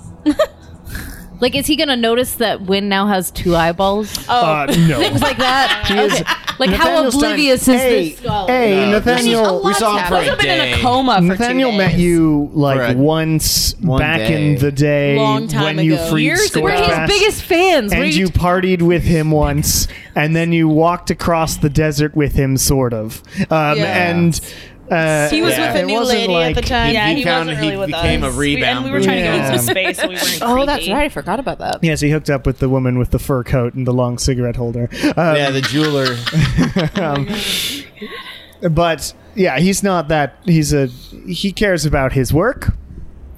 like, is he gonna notice that Win now has two eyeballs? Uh, no. Oh. [laughs] Things like that. He is- Like, how Nathaniel's time- oblivious is hey, this scholar? Hey, No, this is- Nathaniel. we saw him for a day. coma Nathaniel met you like For a- once one back day. in the day Long time when you ago. freed Years ago. We're his Scorchfast, biggest fans. What are and you partied [laughs] with him once, and then you walked across the desert with him, sort of. Um, Yeah. And uh, He was yeah, with it a new wasn't lady like, at the time. yeah, he he, found- wasn't he really with became us. a We- and rebound we were trying to boost. give him Yeah. some space. So we weren't Oh, that's creepy. right. I forgot about that. Yes, he hooked up with the woman with the fur coat and the long cigarette holder. Um, yeah, the jeweler. But yeah, he's not that. He's a he cares about his work.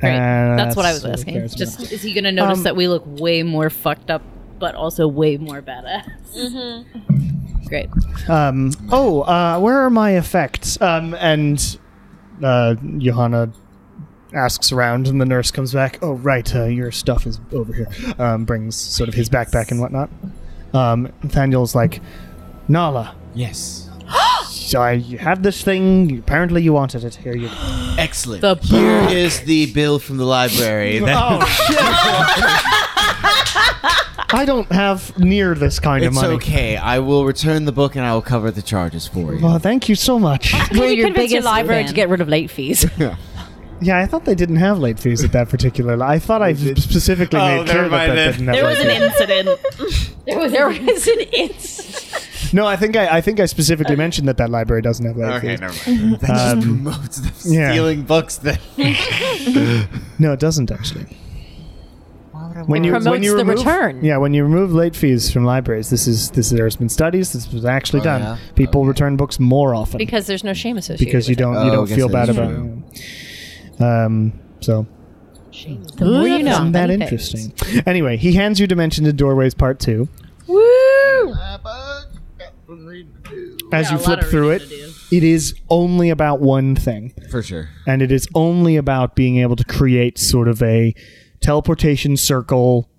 Right. Uh, that's what I was all he asking. cares Just about. is he going to notice Um, that we look way more fucked up, but also way more badass? Great. um, oh, uh, where are my effects? Um, and uh, Johanna asks around, and the nurse comes back. Oh, right, uh, your stuff is over here. Um, brings sort of his backpack and whatnot. Um, Nathaniel's like, Nala, yes. I have this thing. Apparently, you wanted it. Here you go. Excellent. The Here is the bill from the library. That- Oh shit! I don't have near this kind of it's money. okay. I will return the book and I will cover the charges for you. Well, thank you so [laughs] much. We're convince your your biggest library library to to get rid of late fees. yeah, I thought they didn't have late fees at that particular. Li- I thought I specifically Oh, made clear that never mind that then. didn't have There late was an fees. [laughs] incident. There was an incident. No, I think I, I think I specifically mentioned that that library doesn't have late [laughs] okay, fees. never mind. That just [laughs] promotes the yeah. stealing books. Then No, it doesn't actually. When you, Promotes the remove, return. Yeah, when you remove late fees from libraries, this is this there's been studies. This was actually Oh, done. yeah? People Okay. return books more often [laughs] Because there's no shame associated. because you with don't Oh, you I don't guess feel that bad is about true. it. Um, so The more you know. Isn't that Many interesting? Anyway, he hands you Dimension to Doorways Part 2. As you flip through it, it is only about one thing. for sure. And it is only about being able to create sort of a teleportation circle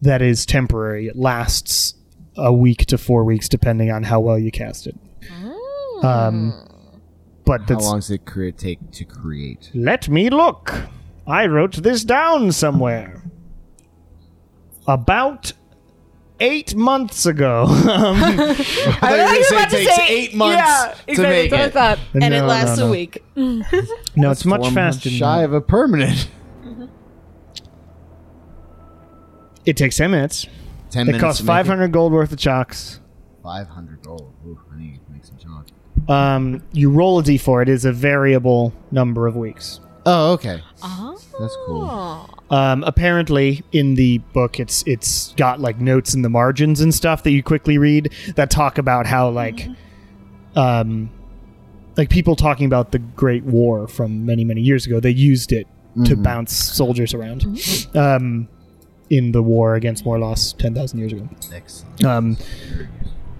that is temporary. It lasts a week to four weeks, depending on how well you cast it. Hmm. Um, but How that's long does it cre- take to create? Let me look. I wrote this down somewhere. About eight months ago. [laughs] Um, I thought you were gonna say it takes eight months to make it. [laughs] And it no, lasts no, a no. week. No, it's much Four months faster. than Shy that. of a permanent. It takes [laughs] ten minutes. Ten It costs five hundred gold worth of chocks. Five hundred gold. Ooh, I need to make some chalk. Um, you roll a d4. It is a variable number of weeks. Oh, okay. That's cool. Um, apparently, in the book, it's it's got like notes in the margins and stuff that you quickly read that talk about how like, um, like people talking about the Great War from many many years ago. They used it to bounce soldiers around, um, in the war against Morlos ten thousand years ago. Excellent. Um,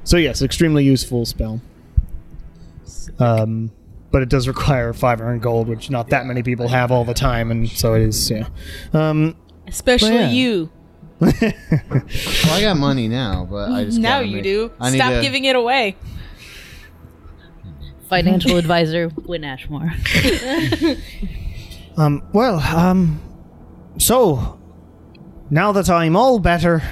So yes, extremely useful spell. Um, but it does require five earned gold, which not that many people have all the time, and so it is. Yeah. Um, Especially Well, yeah. you. Well, I got money now, but I just Now gotta you make- do. I need Stop to- giving it away. [laughs] Financial advisor, Win Ashmore. um, well. Um, so now that I'm all better,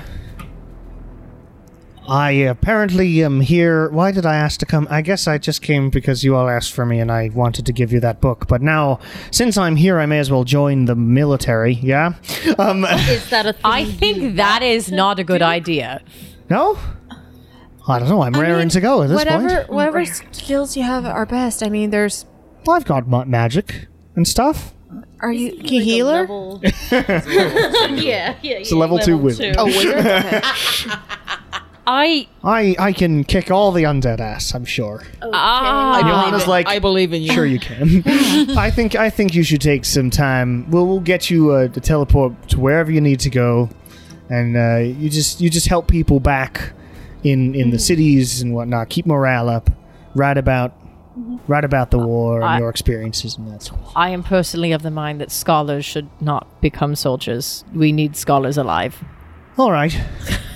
I apparently am here. Why did I ask to come? I guess I just came because you all asked for me, and I wanted to give you that book. But now, since I'm here, I may as well join the military. Yeah. Um, [laughs] is that a thing? I think that is not a good idea. no. I don't know. I'm raring to go at this point. whatever whatever skills you have are best. I mean, there's I've got ma- magic and stuff. are you a healer? Yeah, yeah. It's a level, two wizard. A wizard? Okay. Oh, I I I can kick all the undead ass. I'm sure. ah, Johanna's like, I believe in you. sure you can. [laughs] I think I think you should take some time. We'll we'll get you uh, to teleport to wherever you need to go, and uh, you just you just help people back in in the cities and whatnot. Keep morale up. Write about write about the war and I- your experiences and that sort of. I am personally of the mind that scholars should not become soldiers. We need scholars alive. All right,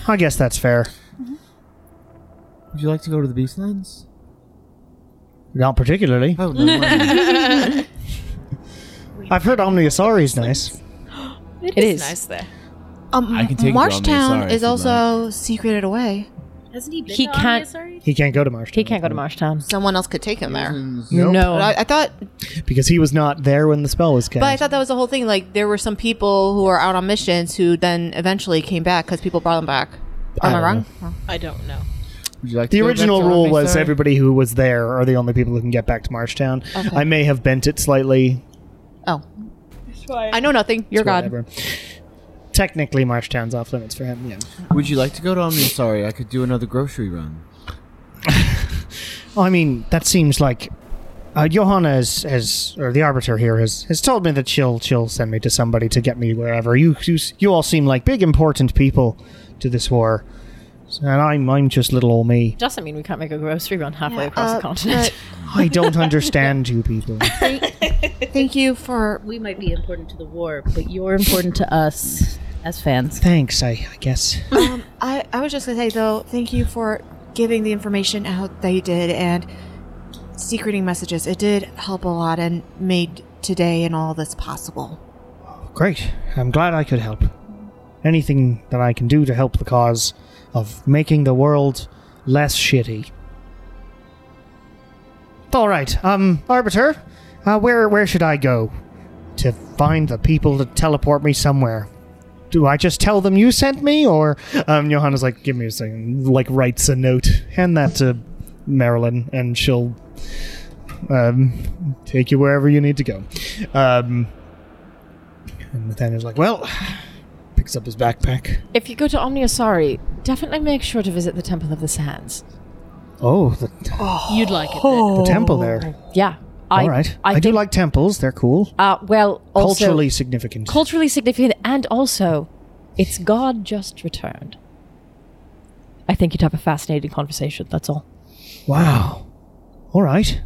I guess that's fair. Would you like to go to the Beastlands? Not particularly. Oh, no. mind. I've heard Omniasauri's nice. It is. there. Um, I can take you on this, Marshtown sorry, is if you'd also secreted away. hasn't he been He to can't- Omniasari? He can't go to Marsh. He can't go to Marshtown. Someone else could take him there. Nope. But No. I, I thought, because he was not there when the spell was cast. but I thought that was the whole thing. Like there were some people who were out on missions who then eventually came back because people brought them back. I Am I don't wrong? I don't know. Would you like to the go back original to rule Omnisari? was everybody who was there are the only people who can get back to Marshtown. I may have bent it slightly. Oh, I know nothing. You're God. Whatever. Technically, Marshtown's off limits for him. Yeah. Would you like to go to Omnisari? I could do another grocery run. I mean, that seems like uh, Johanna has, has, or the arbiter here has, has told me that she'll she'll send me to somebody to get me wherever. You you, s- you all seem like big important people to this war, and I'm I'm just little old me. Doesn't mean we can't make a grocery run halfway Yeah, across uh, the continent. I don't understand you people. Thank you for. We might be important to the war, but [laughs] you're important to us as fans. Thanks, I, I guess. Um, I I was just gonna say though, thank you for giving the information out that you did and secreting messages. It did help a lot and made today and all this possible. Great. I'm glad I could help. Anything that I can do to help the cause of making the world less shitty. All right, um, Arbiter, uh, where where should I go to find the people to teleport me somewhere? Do I just tell them you sent me, or um, Johanna's like, give me a second, like writes a note, hand that to Marilyn, and she'll um, take you wherever you need to go. Um, and Nathaniel's like, well, [sighs] picks up his backpack. [laughs] if you go to Omniasari, definitely make sure to visit the Temple of the Sands. Oh, the, You'd like it. Oh. Then. the temple there. Yeah. All right. I, do think- like temples. They're cool. Uh, well, also, Culturally significant. culturally significant, and also, it's God just returned. I think you'd have a fascinating conversation. That's all. wow. All right.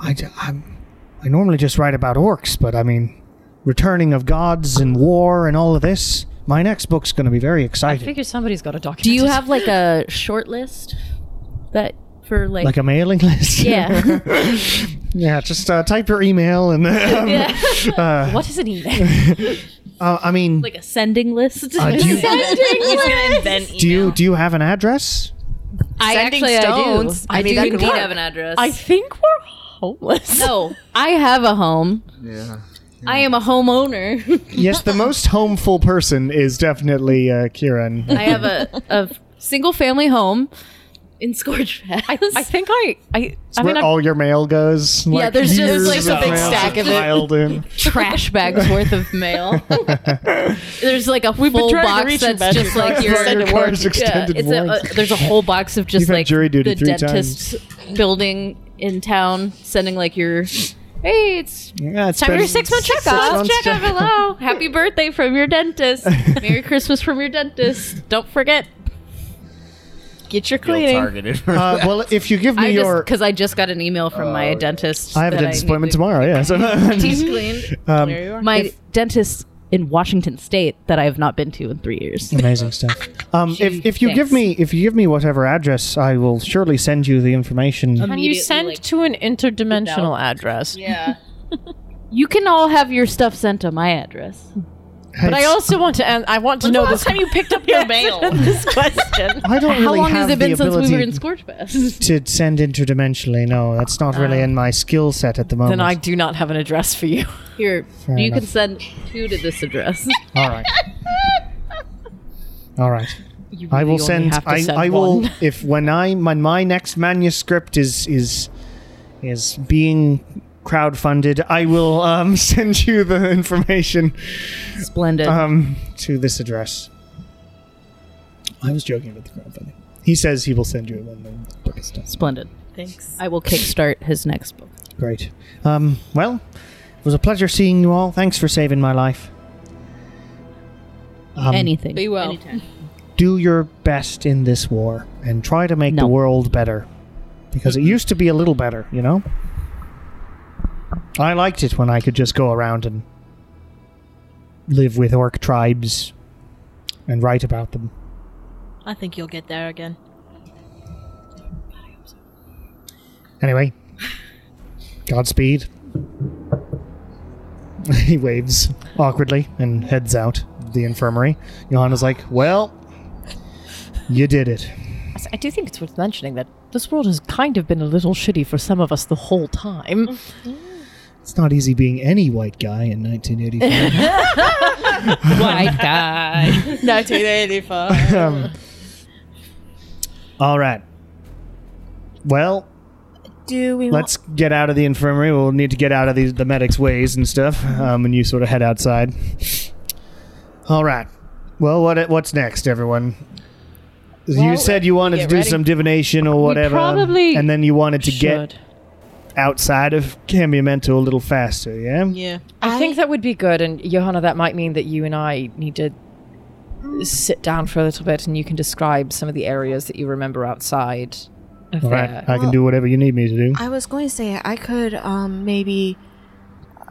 I, d- I'm- I normally just write about orcs, but I mean, returning of gods and war and all of this. My next book's going to be very I exciting. figure somebody's got a document. Do you have like a short list that for like, Like a mailing list. yeah? [laughs] yeah. Just uh, type your email and. [laughs] Um, what is an [laughs] email? uh, I mean, like a [laughs] sending list? uh, do you He's gonna invent email. do you do you have an address? I Sending actually stones. I do. I, I mean, do that could indeed work. have an address. I think we're homeless. [laughs] no, I have a home. Yeah. I am a homeowner. Yes, the most homeful person is definitely uh, Kieran. I have a, a single family home in Scorchfest. I [laughs] think I. I, I where mean, I'm all your mail goes. Yeah, there's just, years like, of a big mail stack of it. piled in. trash bags worth of mail. [laughs] there's like a full trying to box reach you, that's Matthew. just like your Your car's extended it's a, warranty. a- there's a whole box of You've just had like jury duty the three dentist building in town sending like your hey it's Yeah, it's time for been your six month six checkup months Six-month checkup check- hello happy birthday [laughs] from your dentist merry christmas from your dentist don't forget Get your Feel cleaning. targeted. for [laughs] Uh, that. well, if you give me I your, just because I just got an email from my dentist. Uh, I have a that dentist need appointment to- tomorrow. Yeah, [laughs] so Teeth cleaned. um, My dentist in Washington State that I have not been to in three years. amazing stuff. Um, if if you give thanks. me if you give me whatever address, I will surely send you the information. Um, Can you send to an interdimensional [laughs] address? Yeah. You can all have your stuff sent to my [laughs] address. But I also want to. And I want to know this. time you [laughs] picked up your mail. [laughs] [laughs] I don't really How long have has it been the since ability we were in Scorchfest? to send interdimensionally. No, that's not Ah. really in my skill set at the moment. Then I do not have an address for you. [laughs] Here, you enough. can send two to this address. All right. All right. You I really will only send. have to I, send I will one. [laughs] if when I when my next manuscript is is is being crowdfunded, I will um, [laughs] send you the information Splendid. um, to this address. I was joking about the crowdfunding. He says he will send you one. when the book is done. Splendid. Uh, Thanks. I will kickstart his next book. Great. Um, well, it was a pleasure seeing you all. Thanks for saving my life. Um, Anything. Be well. do your best in this war and try to make the No. world better because it used to be a little better, you know. I liked it when I could just go around and live with orc tribes and write about them. I think you'll get there again. Anyway, Godspeed. [laughs] he waves awkwardly and heads out of the infirmary. Johanna's like, "Well, you did it." I do think it's worth mentioning that this world has kind of been a little shitty for some of us the whole [laughs] time. It's not easy being any white guy in 1985. [laughs] White guy. 1985. um, all right. Well, Do we let's get out of the infirmary. We'll need to get out of the, the medics' ways and stuff. Um, and you sort of head outside. All right. Well, what what's next, everyone? you said you wanted to do some divination or whatever, um, probably and then you wanted to Should. get outside of Camiamento a little faster. Yeah. yeah. I think that would be good, and Johanna, that might mean that you and I need to sit down for a little bit, and you can describe some of the areas that you remember outside. Of All right. there. I can do whatever you need me to do. I was going to say I could um, maybe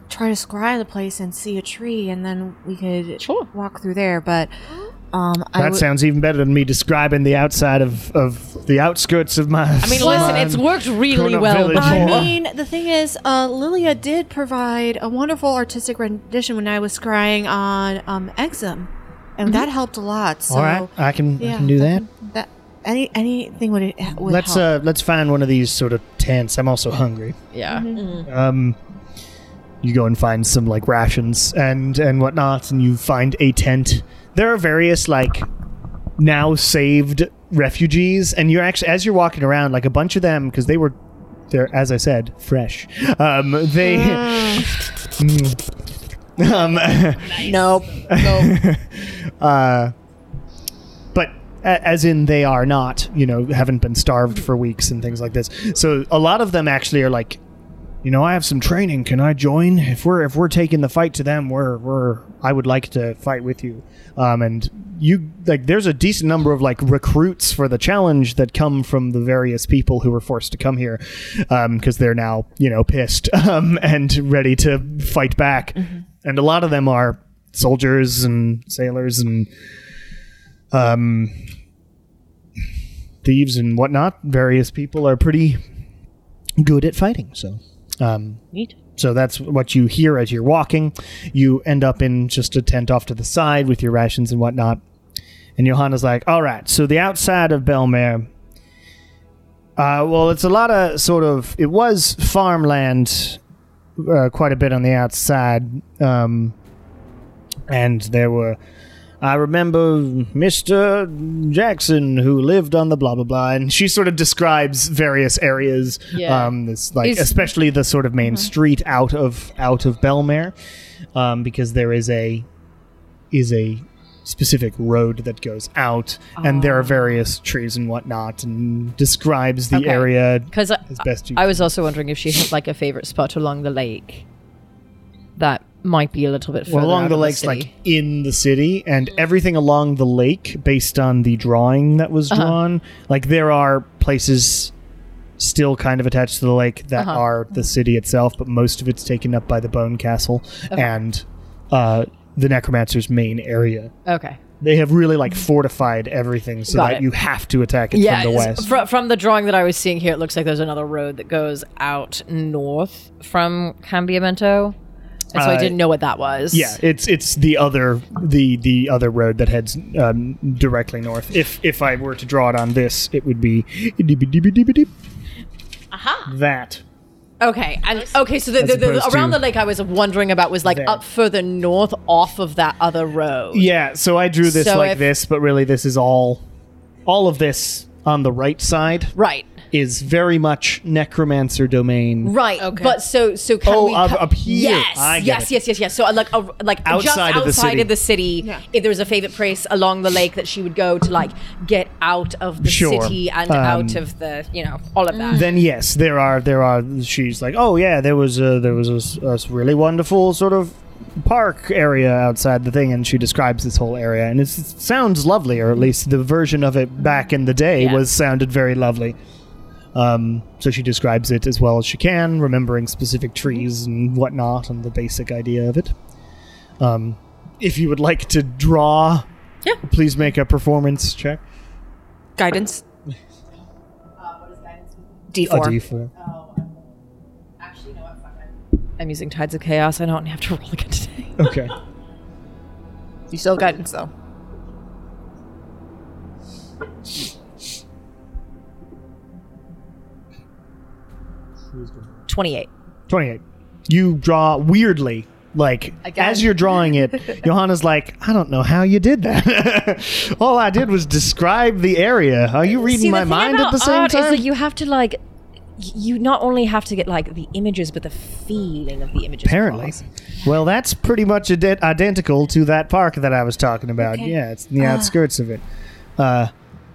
try to scry the place and see a tree, and then we could Sure. walk through there. But um, I That would- sounds even better than me describing the outside of, of the outskirts of my. I mean, listen, it's worked really grown-up well. um, village. I more. mean, the thing is, uh, Lilia did provide a wonderful artistic rendition when I was scrying on um, Exum, and that helped a lot. So Mm-hmm. All right, I can, I yeah, can do that. that any anything would, would Let's help. uh, let's find one of these sort of tents. I'm also hungry. Yeah. Um, you go and find some like rations and and whatnot, and you find a tent. There are various like now saved refugees, and you're actually as you're walking around, like a bunch of them because they were they're as I said fresh. Um, they. Mm. [laughs] um, nope. [laughs] uh, but a- as in they are not, you know, haven't been starved for weeks and things like this. So a lot of them actually are like, you know, I have some training. Can I join? If we're if we're taking the fight to them, we're we're I would like to fight with you. Um, and you like there's a decent number of like recruits for the challenge that come from the various people who were forced to come here because they're now you know pissed [laughs] um, and ready to fight back. And a lot of them are soldiers and sailors and um, thieves and whatnot. Various people are pretty good at fighting, so um, So that's what you hear as you're walking. You end up in just a tent off to the side with your rations and whatnot. And Johanna's like, "All right, so the outside of Belmare." Uh, well, it's a lot of sort of. It was farmland, uh, quite a bit on the outside, um, and there were I remember Mr. Jackson who lived on the blah blah blah, and she sort of describes various areas. Yeah. Um, this like Is- especially the sort of main street out of out of Belmare, um, because there is a is a specific road that goes out, and Oh. there are various trees and whatnot, and describes the Okay. area Because I, as best you. I was also wondering if she had like a favorite spot along the lake that might be a little bit further Well, along out the of lake's city. like in the city, and everything along the lake, based on the drawing that Uh-huh. was drawn, like there are places still kind of attached to the lake that Uh-huh. are the city itself, but most of it's taken up by the Bone Castle and uh, the Necromancer's main area. okay. They have really like fortified everything so Got that it. you have to attack it Mm-hmm. Yeah, from the west. From, from the drawing that I was seeing here, it looks like there's another road that goes out north from Cambiamento. And so I Uh, didn't know what that was. yeah, it's it's the other the the other road that heads um, directly north. If if I were to draw it on this, it would be deep. Aha. that. Okay. And okay, so the, the, As the- opposed around to- the lake I was wondering about was like There. up further north off of that other road. Yeah, so I drew this So like if- this, but really this is all all of this on the right side Right. is very much necromancer domain. Right. Okay. But so so can Oh, we up- co- up here. Yes. I get yes, it. yes, yes, yes. So uh, like uh, like just Outside outside of the city. of the city, if there was a favorite place along the lake that she would go to like get out of the Sure. city and Um, out of the, you know, all of that. Then yes, there are there are she's like, "Oh yeah, there was a, there was a s- a, s- really wonderful sort of park area outside the thing and she describes this whole area and it's, it sounds lovely or at least the version of it back in the day was sounded very lovely. Um, so she describes it as well as she can, remembering specific trees and whatnot and the basic idea of it. Um, if you would like to draw, Yeah. please make a performance check. Guidance. D4. A D4. I'm using Tides of Chaos. I don't have to [laughs] roll again today. Okay. You still have guidance, though. Twenty-eight. 28. You draw weirdly. Like, as you're [laughs] drawing it, Johanna's like, I don't know how you did that. [laughs] All I did was describe the area. Are you reading See, my the thing mind at about the same art time? Is that you have to like, y- you not only have to get like the images, but the feeling of the images. Apparently. across. Well, that's pretty much ident- identical to that park that I was talking about. Yeah, it's Ah. in the outskirts of it. Uh,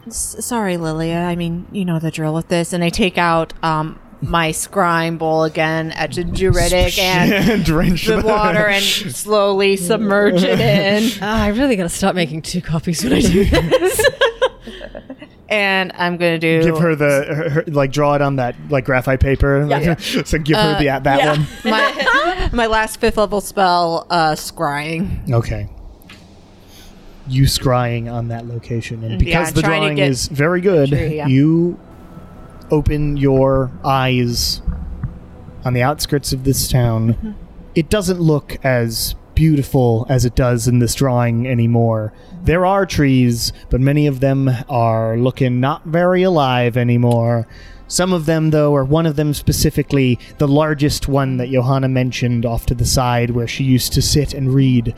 S- sorry, Lilia. I mean, you know the drill with this. And I take out um, my scrime bowl again at Juridic [laughs] and drenched the [laughs] water and slowly submerge it [laughs] in. Ah, I really gotta stop making two copies when [laughs] I do that. And I'm going to do Give her the, her, her- like, draw it on that, like, graphite paper. [laughs] so give Uh, her the, that one. my, my last fifth level spell, uh, scrying. Okay. You scrying on that location, and Yeah, because the trying to drawing get- is very good, True, yeah. you open your eyes on the outskirts of this town. Mm-hmm. It doesn't look as beautiful as it does in this drawing anymore. There are trees, but many of them are looking not very alive anymore. Some of them, though, or one of them specifically, the largest one that Johanna mentioned off to the side where she used to sit and read,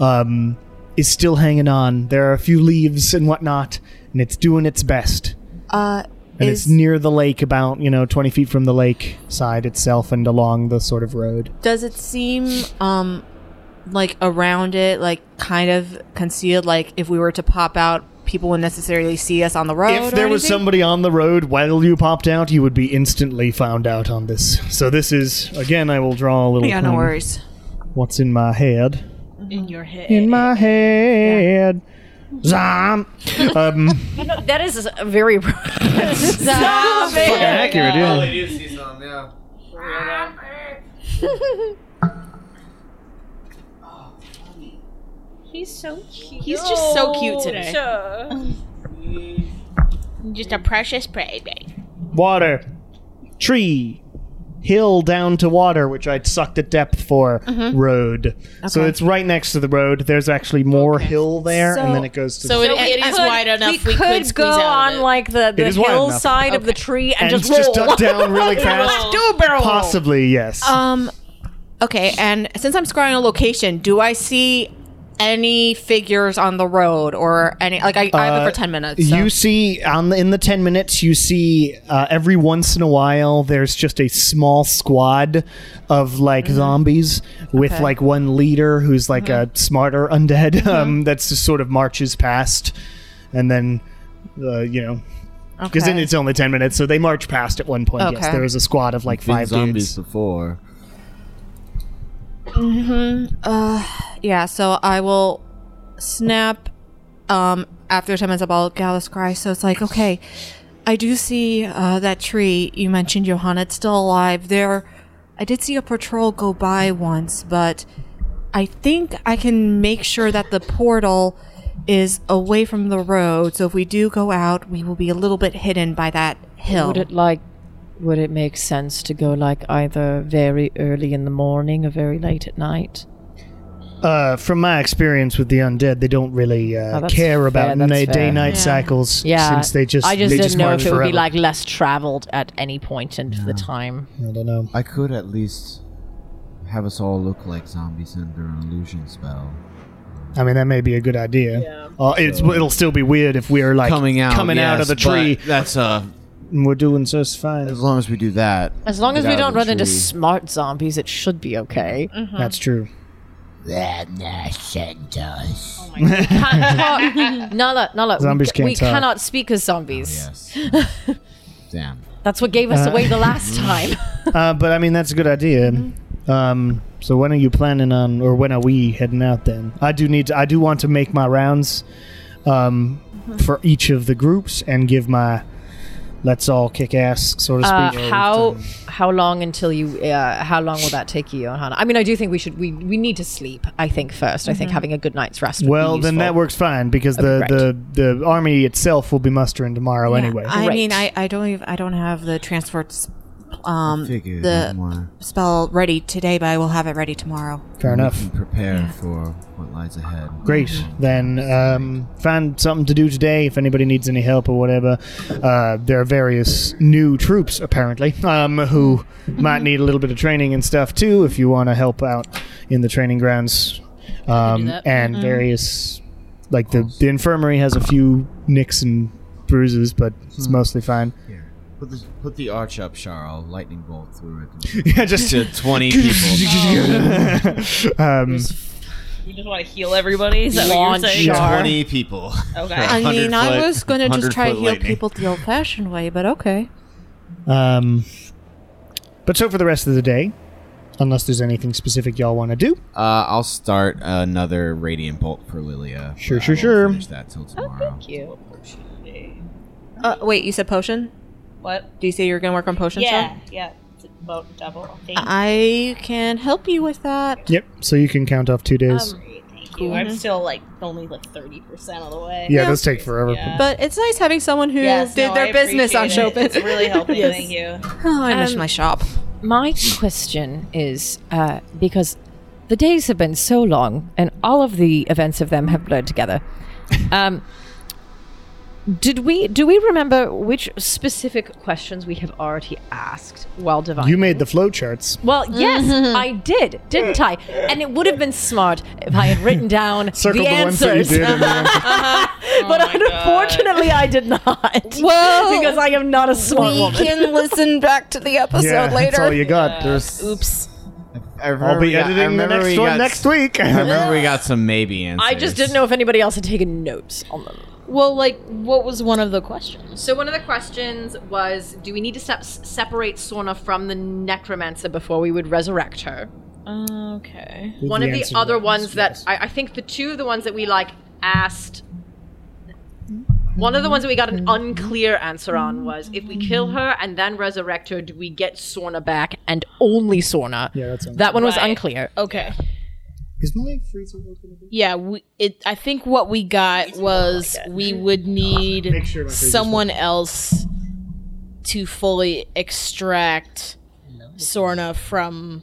um, is still hanging on. There are a few leaves and whatnot, and it's doing its best Uh, and is, it's near the lake about you know 20 feet from the lake side itself and along the sort of road does it seem um, like around it, like kind of concealed? Like if we were to pop out, people would necessarily see us on the road. if there was somebody on the road while you popped out you would be instantly found out on this so this is again i will draw a little yeah, no thing. worries. what's in my head In your head. in my head Zom. Um, [laughs] that is a very. [laughs] fucking accurate, yeah. do see some, yeah. He's so cute. He's just so cute today. Just a precious prey babe. Water, tree, hill down to water, which I'd sucked at depth for. Mm-hmm. Road, so it's right next to the road. There's actually more hill there, and then it goes to. the So it, it is wide enough. We, could, squeeze go out on of it. like the, the is wide enough. hillside of the tree and, and just just, roll. duck down [laughs] really fast. Possibly, yes. Um, okay, and since I'm scrying a location, do I see any figures on the road or any? Like I, I have Uh, it for ten minutes. so- you see, on the, in the ten minutes, you see uh, every once in a while there's just a small squad of like Mm-hmm. zombies with like one leader who's like a smarter undead [laughs] Mm-hmm. um, that's just sort of marches past, and then uh, you know. Because then Okay. it's only ten minutes, so they march past at one point. Yes, Okay. there is a squad of like Been five zombies dudes. before. Uh, yeah. So I will snap. Um, after ten minutes, I'll Gallus cry. So it's like, okay, I do see uh, that tree you mentioned, Johanna. It's still alive. There, I did see a patrol go by once, but I think I can make sure that the portal is away from the road. So if we do go out, we will be a little bit hidden by that hill. Would it like would it make sense to go like either very early in the morning or very late at night? Uh, from my experience with the undead, they don't really Oh, uh, that's care about fair, that's na- day fair. night Yeah. cycles since they just I just they didn't know march if it would be forever. like less traveled at any point in the time. I don't know. I could at least have us all look like zombies under an illusion spell. I mean, that may be a good idea. Uh, it's, it'll still be weird if we're like coming out, coming out of yes, the tree. but That's uh, And we're doing just fine. as long as we do that. As long as we Get out of don't the run into tree. smart zombies, it should be okay. That's true. Can't talk. Nala, Nala, Zombies we, ca- we can't talk. cannot speak as Oh, zombies. Yes. [laughs] Damn. That's what gave us Uh, away the last [laughs] time. Uh, but I mean, that's a good idea. Mm-hmm. Um, so when are you planning on, or when are we heading out then? I do need to, I do want to make my rounds um, Mm-hmm. for each of the groups and give my let's all kick ass, so to Uh, speak. how how long until you? Uh, how long will that take you, Hannah? I mean, I do think we should. We we need to sleep. I think 1st I think having a good night's rest. Would Well, be then that useful. works fine because That'd the, be the, the army itself will be mustering tomorrow anyway. I Right. mean, I, I don't even I don't have the transfer s- um Figured the more. spell ready today, but I will have it ready tomorrow. Fair enough. We can prepare for what lies ahead. Great. Then um, find something to do today if anybody needs any help or whatever. Uh, there are various new troops, apparently, um, who might need a little bit of training and stuff too if you want to help out in the training grounds. Um, and various, like the, the infirmary has a few nicks and bruises, but it's mostly fine. Here. Put the, put the arch up, Charl. Lightning bolt through [laughs] it. yeah, just to [laughs] 20 people. um, You just want to heal everybody? Is that Launch what you're saying? Char. 20 people. Okay. [laughs] I mean, I 100 foot- was gonna just 100 try to foot heal lightning. people the old-fashioned way, but okay. um, but so for the rest of the day, unless there's anything specific y'all want to do, Uh, I'll start another radiant bolt for Lilia. but Sure, I sure, won't sure. Finish that till tomorrow. you. Uh, wait, you said potion? What? Do you say you were gonna work on potion? Yeah, yeah. It's about double. I think. I can help you with that. Yep. So you can count off two days. Great, thank you. I'm still like only like 30% of the way. yeah, those take forever. Yeah. But it's nice having someone who Yes, did no, their I business on appreciate it. Chopin. It's really [laughs] helping. Thank you. oh, [laughs] I miss Um, my shop. My question is uh, because the days have been so long, and all of the events of them have blurred together. Um, did we do we remember which specific questions we have already asked while divining? You made the flow charts. Well, yes, I did, didn't I? And it would have been smart if I had written [laughs] down Circle the the, ones that you answers, did. And then, but unfortunately, I did [laughs] not. [laughs] Well, because I am not a smart we woman. can listen back to the episode yeah, that's all later. you got. There's, Oops. I remember I'll we be got- I editing the remember next we one got next s- week. [laughs] I remember we got some maybe answers. I just didn't know if anybody else had taken notes on them. Well, like, what was one of the questions? So one of the questions was, do we need to sep- separate Sorna from the necromancer before we would resurrect her? Okay. one of the answer to other that was ones that yes. I, I think the two of the ones that we like asked one of the ones that we got an unclear answer on was if we kill her and then resurrect her, do we get Sorna back and only Sorna? Yeah, that's un- that one was Right. unclear. Okay. Is my freezer open? Yeah, we, it. I think what we got was we would need Make sure my freezer's someone else to fully extract Sorna from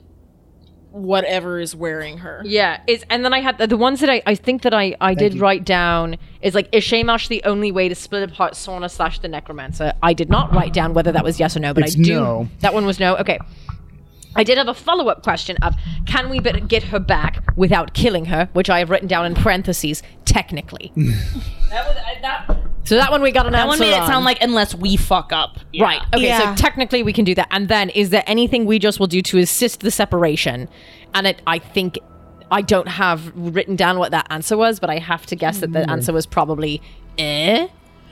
whatever is wearing her. Yeah, it's, and then I had the, the ones that I, I think that I, I did write down is like is Shamash the only way to split apart Sauna slash the Necromancer? I did not write down whether that was yes or no, but It's I do no. that one was no. Okay, I did have a follow up question of can we be- get her back without killing her, which I have written down in parentheses [laughs] technically. That was, I, that, so that one we got an that one answer made it on. sound like unless we fuck up. Right. Okay. Yeah. So technically, we can do that. And then, is there anything we just will do to assist the separation? And it, I think I don't have written down what that answer was, but I have to guess that Mm. the answer was probably, eh,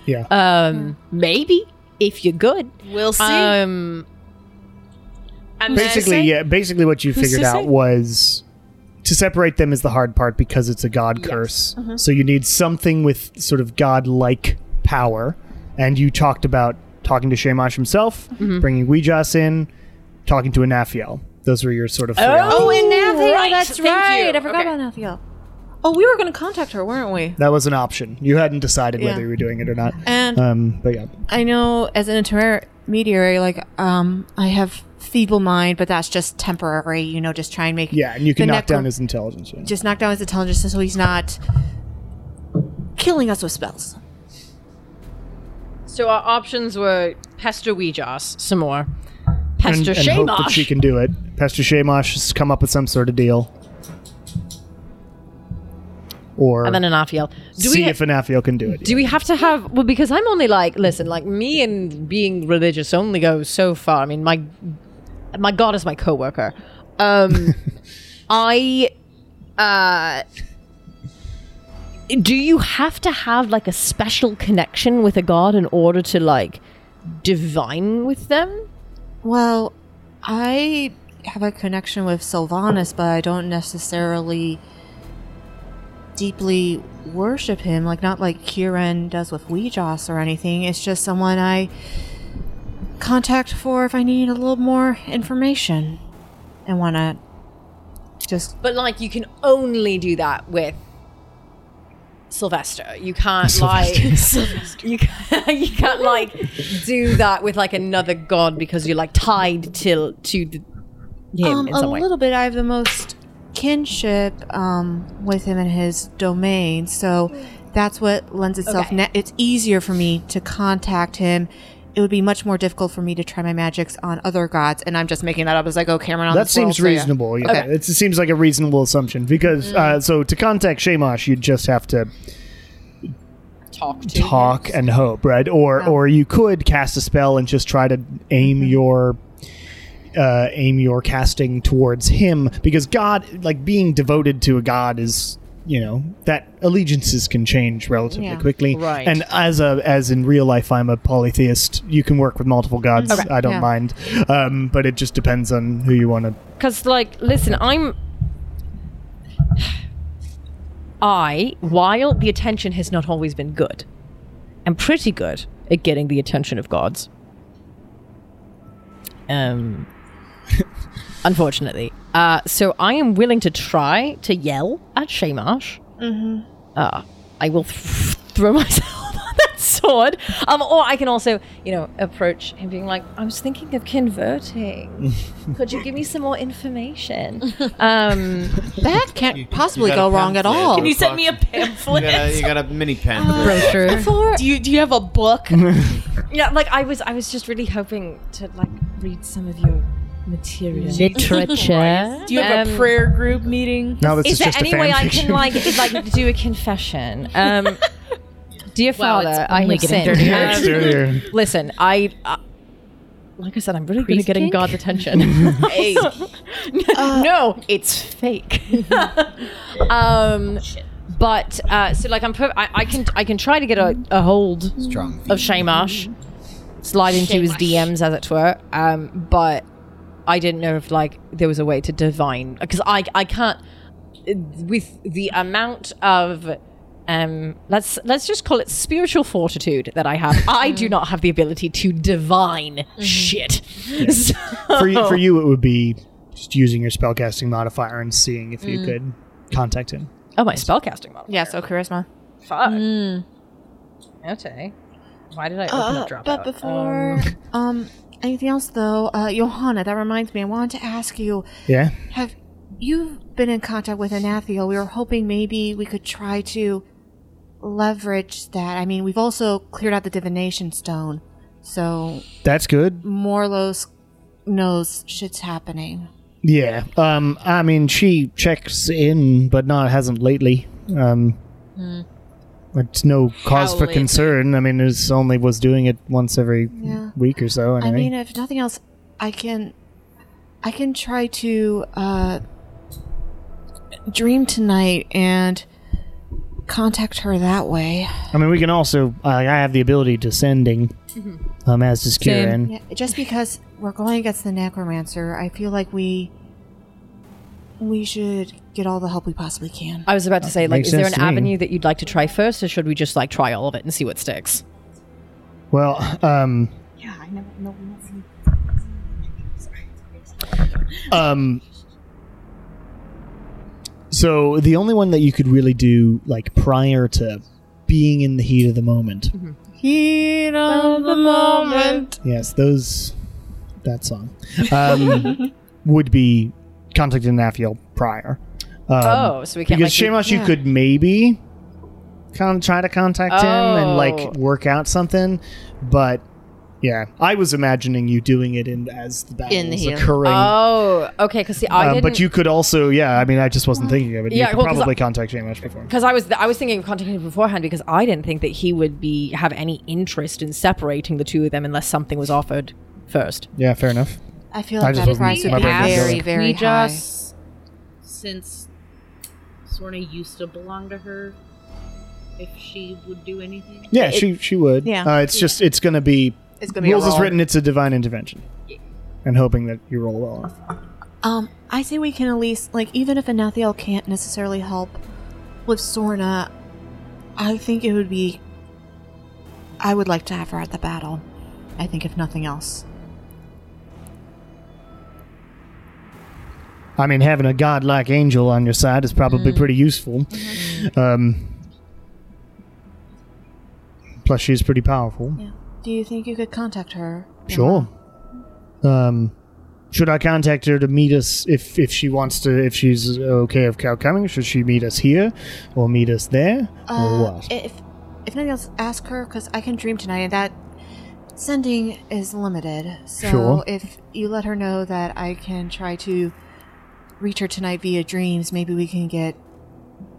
Yeah. um, maybe if you're good. We'll see. Um, and then- basically, yeah. Basically, what you figured out was to separate them is the hard part because it's a god curse. Uh-huh. So you need something with sort of god-like power. And you talked about talking to Shamash himself, Mm-hmm. bringing Weejas in, talking to Anaphiel. Those were your sort of three options. Oh, and Nathiel, that's Thank you. right. I forgot Okay. about Nathiel. Oh, we were going to contact her, weren't we? That was an option. You hadn't decided Yeah. whether you were doing it or not. And Um, but yeah, I know as an intermediary, like um, I have feeble mind, but that's just temporary. You know, just try and make yeah, and you can the knock down necro- his intelligence. yeah. just knock down his intelligence so he's not killing us with spells. So our options were pester Weejas some more, and, pester and hope that Shamash. she can do it. Pastor Shamash has come up with some sort of deal, or and then Anaphiel. Do see we ha- if Anafio can do it. do we have to have well because I'm only like listen like me and being religious only goes so far. I mean my my god is my coworker. Um, I uh, do you have to have like a special connection with a god in order to like divine with them? Well, I have a connection with Sylvanas, but I don't necessarily deeply worship him. Like, not like Kieran does with Weejoss or anything. It's just someone I contact for if I need a little more information and want to just. But like you can only do that with Sylvester. You can't like [laughs] [laughs] you can't, you can't like do that with like another god because you're like tied till to th- him Um, in a some way. little bit. I have the most kinship um, with him in his domain, so that's what lends itself. na- it's easier for me to contact him. It would be much more difficult for me to try my magics on other gods, and I'm just making that up as I go, Cameron. On That this world, seems so yeah. reasonable. Yeah, It's- it seems like a reasonable assumption because uh, Mm. so to contact Shamash, you'd just have to talk to talk and hope, right? Or or you could cast a spell and just try to aim Mm-hmm. your uh, aim your casting towards him because God, like being devoted to a god, is you know that allegiances can change relatively Yeah. quickly. Right. And as a as in real life, I'm a polytheist. You can work with multiple gods. I don't Yeah. mind, um, but it just depends on who you want to. because like listen i'm i while the attention has not always been good i'm pretty good at getting the attention of gods um unfortunately uh so i am willing to try to yell at shamash mm-hmm. uh i will th- throw [laughs] myself on that sword um or i can also you know approach him being like i was thinking of converting could you give me some more information? Um, That can't possibly go wrong at all. you send me a pamphlet? You got a, you got a mini Uh, pamphlet. [laughs] brochure. Do you do you have a book? [laughs] Yeah, like I was, I was just really hoping to like read some of your material. Literature. Do you have Um, a prayer group meeting? Now this is, Is there just any a fan way I can fiction. [laughs] like like do a confession? Um, dear Wow, it's Father, I only have getting sinned. Um, [laughs] dirtier. It's dirtier. Listen, I, uh, like I said, I'm really good at Priest getting kink? [laughs] God's attention. no, it's fake. [laughs] um, but uh, so like I'm, per- I, I can I can try to get a, a hold [laughs] Strong. of Shamash, slide into his DMs as it were. Um, but I didn't know if like there was a way to divine because I I can't with the amount of um let's let's just call it spiritual fortitude that I have. I do not have the ability to divine shit. [laughs] So- for you, Oh. for you, it would be just using your spellcasting modifier and seeing if you Mm. could contact him. oh my spellcasting model. yeah, so charisma. Fuck. Okay. Why did I open up drop Uh, Uh, but before um, anything else, though, uh, Johanna, that reminds me, I wanted to ask you. Yeah. Have you been in contact with Anathiel? We were hoping maybe we could try to leverage that. I mean, we've also cleared out the divination stone, so That's good. Morlos knows shit's happening. Yeah. Um. I mean, she checks in, but not hasn't lately. Um. Hmm. It's no cause for concern. I mean, it's only was doing it once every Yeah. week or so. Anyway. I mean, if nothing else, I can, I can try to uh, dream tonight and contact her that way. I mean, we can also. I I have the ability to sending. Um, as does Kieran. Mm-hmm. Yeah, just because we're going against the necromancer, I feel like we we should get all the help we possibly can. I was about to say, like, makes is there an sense to me. avenue that you'd like to try first, or should we just like try all of it and see what sticks? Well, um. Yeah, I never know. Um. So the only one that you could really do, like prior to being in the heat of the moment, Heat Mm-hmm. of the moment. yes, those that song [laughs] um, would be contacting Naphiel prior. Um, oh, so we can't. because like, Shamos, you could maybe con- try to contact him and like Oh. work out something, but yeah, I was imagining you doing it in as the battle In the was heat. occurring. Oh, okay. Because see, I Um, didn't. but you could also, yeah. I mean, I just wasn't thinking of it. Yeah, you could well, 'cause probably contact Shamash before. because I was I was thinking of contacting him beforehand because I didn't think that he would be have any interest in separating the two of them unless something was offered first. Yeah, fair enough. I feel I like just that wasn't- price would my be brain wasn't very, going. very we high. just since Sorna used to belong to her, if she would do anything. Yeah, she she would. yeah. Uh, it's just it's gonna be it's gonna be a rules is roll. written. It's a divine intervention, and hoping that you roll well enough. Um, I say we can at least, like, even if Anathiel can't necessarily help with Sorna, I think it would be. I would like to have her at the battle. I think, if nothing else. I mean, having a godlike angel on your side is probably pretty useful. Um, plus, she's pretty powerful. Yeah. Do you think you could contact her? Sure. Um, should I contact her to meet us if if she wants to? If she's okay of cow coming, should she meet us here or meet us there or Uh, what? if if nothing else, ask her because I can dream tonight, and that sending is limited. So Sure. if you let her know that I can try to reach her tonight via dreams, maybe we can get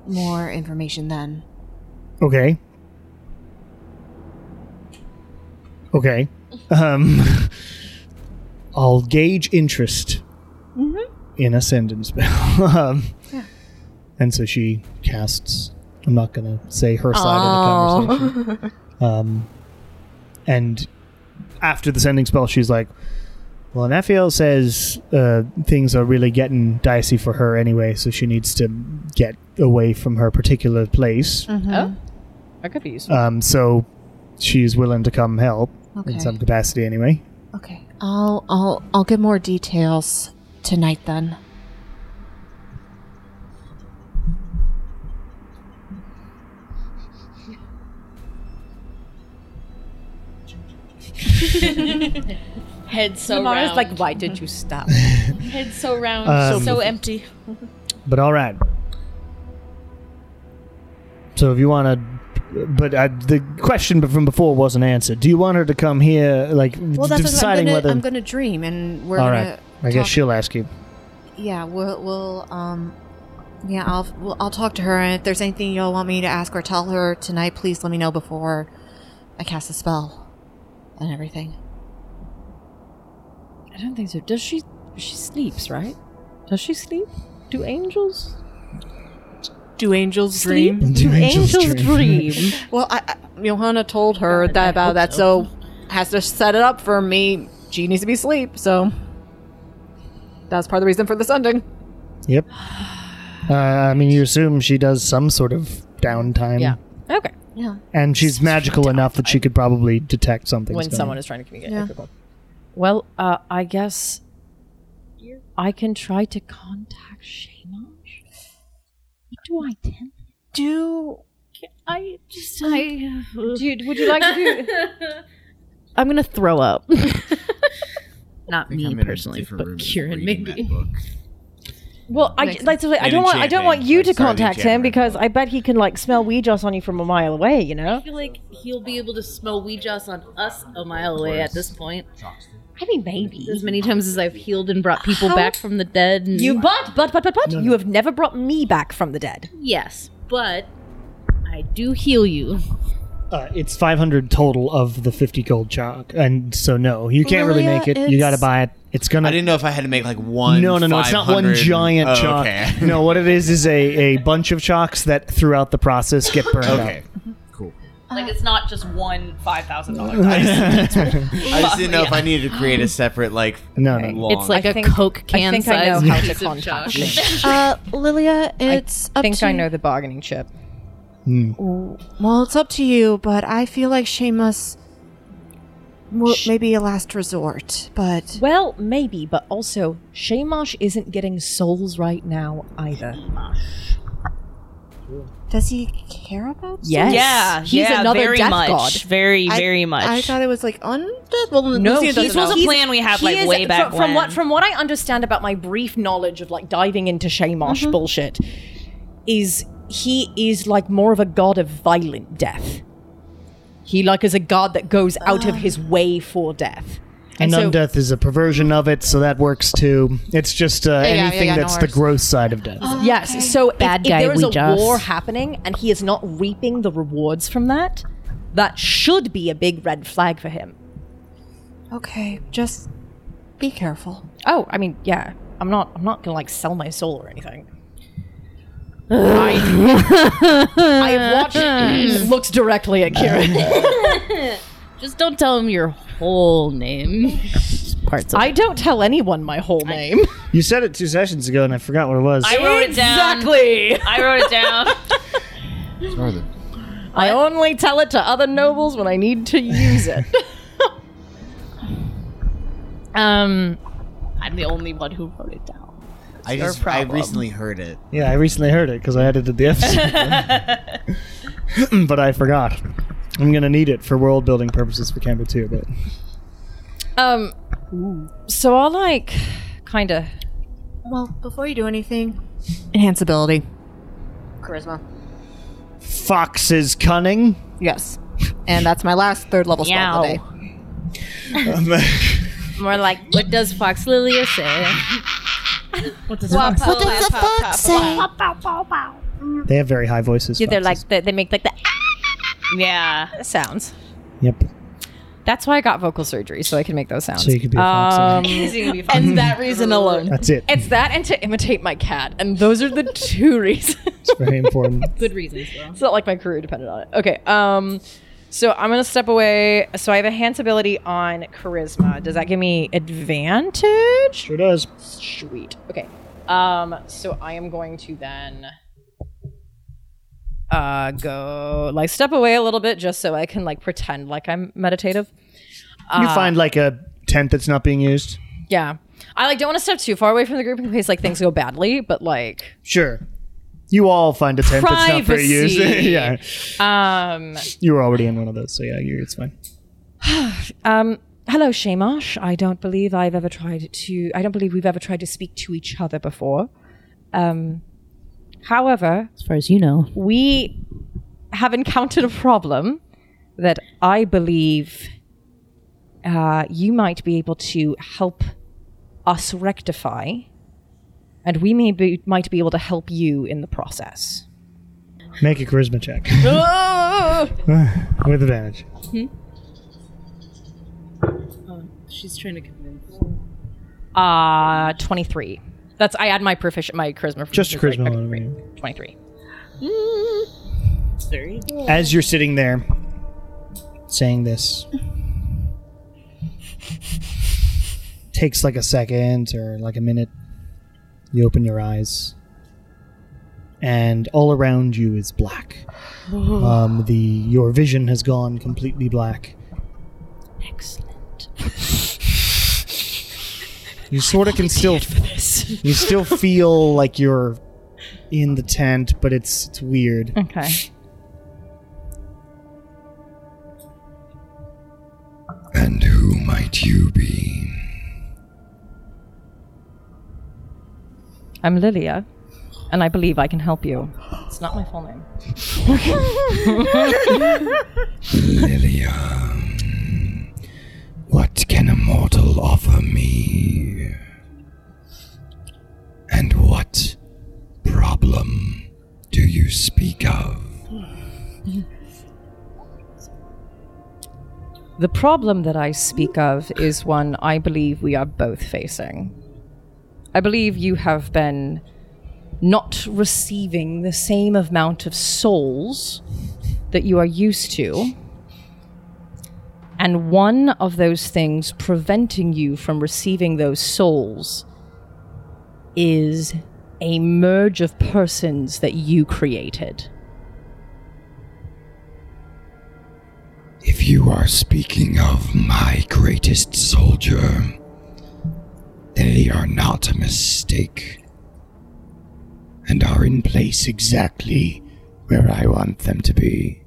more information then. Okay. Okay. Um, [laughs] I'll gauge interest in ascendant spell. [laughs] um, And so she casts. I'm not gonna say her side of the conversation. Um, and after the sending spell, she's like, "Well, Nephiel says uh, things are really getting dicey for her anyway, so she needs to get away from her particular place." That could be useful. Um, so she's willing to come help Okay. in some capacity anyway. Okay. I'll I'll I'll get more details tonight then. Head so Samara's round. like, why did you [laughs] stop? head so round, Um, so empty. But all right. So if you want to, but I, the question from before wasn't answered. Do you want her to come here, like Well, that's what I'm deciding gonna whether? I'm gonna dream, and we're all gonna. right. I guess talk- she'll ask you. Yeah, we'll we'll um, yeah, I'll we'll, I'll talk to her, and if there's anything y'all want me to ask or tell her tonight, please let me know before I cast the spell and everything. I don't think so. Does she? She sleeps, right? Does she sleep? Do angels Do angels dream? Do angels dream? Well, I, I, Johanna told her that about that, so has to set it up for me. She needs to be asleep, so that's part of the reason for this ending. yep. Uh, I mean, you assume she does some sort of downtime. Yeah. [laughs] Okay. Yeah. And she's magical enough that she could probably detect something. when someone is trying to communicate. Yeah. Okay, cool. Well, uh, I guess I can try to contact Shamash. What do I tell? Do I just I uh, Dude, would you like to do? I'm gonna throw up. Not think I'm me in a personally, different room but Kieran [laughs] reading maybe. that book. [laughs] Well, I like to say, I An don't want I don't want enchantment. you to Like, sorry, contact him enchantment. because I bet he can like smell weed joss on you from a mile away. You know. I feel like he'll be able to smell weed joss on us a mile away at this point. I mean, maybe. As many times as I've healed and brought people back from the dead. And You but but but but but you have never brought me back from the dead. Yes, but I do heal you. Uh, it's 500 total of the 50 gold chalk, and so no, you can't really Lilia, make it. You it's- got to buy it. It's gonna. I didn't know if I had to make like one. no, no, no. It's not one 500 giant oh, chalk. Okay. [laughs] no, what it is is a, a bunch of chalks that throughout the process get burned [laughs] okay. up. Cool. Like it's not just one five thousand dollar. I just didn't know if I needed to create a separate like. [laughs] No, no. long- It's like I a think- Coke I can think I know size. how to contact. them. Uh, Lilia, it's I up think to I know the bargaining chip. Well, it's up to you, but I feel like Seamus well, maybe a last resort, but Well, maybe, but also Shamash isn't getting souls right now either. does he care about? Yes. Yeah, He's yeah, another very death much, god. very, I- very much. I [laughs] thought it was like undead. Well, No, Lucia he's- doesn't this was know. a plan we had He like is- way back from, from when. what from what I understand about my brief knowledge of like diving into Shamash Mm-hmm. bullshit is he is like more of a god of violent death. He like is a god that goes out of Ah. his way for death. And so- undeath is a perversion of it, so that works too. It's just uh, anything yeah, no that's the worries. Uh, gross side of death. Yes. So if- Bad if, guy, there is we a just- war happening and he is not reaping the rewards from that, that should be a big red flag for him. Okay, just be careful. Oh, I mean, yeah. I'm not. I'm not gonna like sell my soul or anything. I, I [laughs] have watched. looks directly at [laughs] Kieran. Just don't tell him your whole name. Just Parts of I don't tell anyone my whole [laughs] name. You said it two sessions ago, and I forgot what it was. I wrote it down. Exactly. I wrote it down. I only tell it to other nobles when I need to use [laughs] it. Um, I'm the only one who wrote it down. I just I recently heard it. yeah, I recently heard it because I edited the episode, [laughs] but I forgot. I'm gonna need it for world building purposes for Canva too. But Um, so I'll like, kind of. Well, before you do anything, enhance ability. Charisma. fox is cunning. Yes, and that's my last third level spell of the day. more like what does Fox Lilia say? What does the fox say? they have very high voices. Do they foxes. like the, they make like the Yeah. sounds. Yep. That's why I got vocal surgery so I can make those sounds. So you could be a fox. Um, and that reason alone. That's it. It's that and to imitate my cat, and those are the two [laughs] reasons. It's very important. Good reasons, though. it's not like my career depended on it. Okay, um, so I'm gonna step away. So I have enhance ability on charisma. Does that give me advantage? Sure does. Sweet. Okay. Um, so I am going to then uh go like step away a little bit just so I can like pretend like I'm meditative. you find like a tent that's not being used. Yeah. I like don't want to step too far away from the group in case like things go badly, but like Sure. You all find a tent that's not being used. [laughs] Privacy. yeah. um You were already in one of those, so yeah, you it's fine. Um, hello, Shamash. I don't believe I've ever tried to. I don't believe we've ever tried to speak to each other before. Um, however, As far as you know, we have encountered a problem that I believe uh, you might be able to help us rectify, and we may be, might be able to help you in the process. Make a charisma check. [laughs] With advantage. She's trying to convince. Uh, twenty-three. That's I add my proficient, my charisma. Just a proficiency, [laughs] charisma like, alone, okay, Twenty-three. As you're sitting there saying this, takes like a second or like a minute. You open your eyes, and all around you is black. Um, the your vision has gone completely black. Excellent. You sort of can still you still feel like you're in the tent, but it's it's weird. Okay. And who might you be? I'm Lilia, and I believe I can help you. It's not my full name. Lilia. What can a mortal offer me? And what problem do you speak of? The problem that I speak of is one I believe we are both facing. I believe you have been not receiving the same amount of souls that you are used to, and one of those things preventing you from receiving those souls is a merge of persons that you created. If you are speaking of my greatest soldier, they are not a mistake and are in place exactly where I want them to be.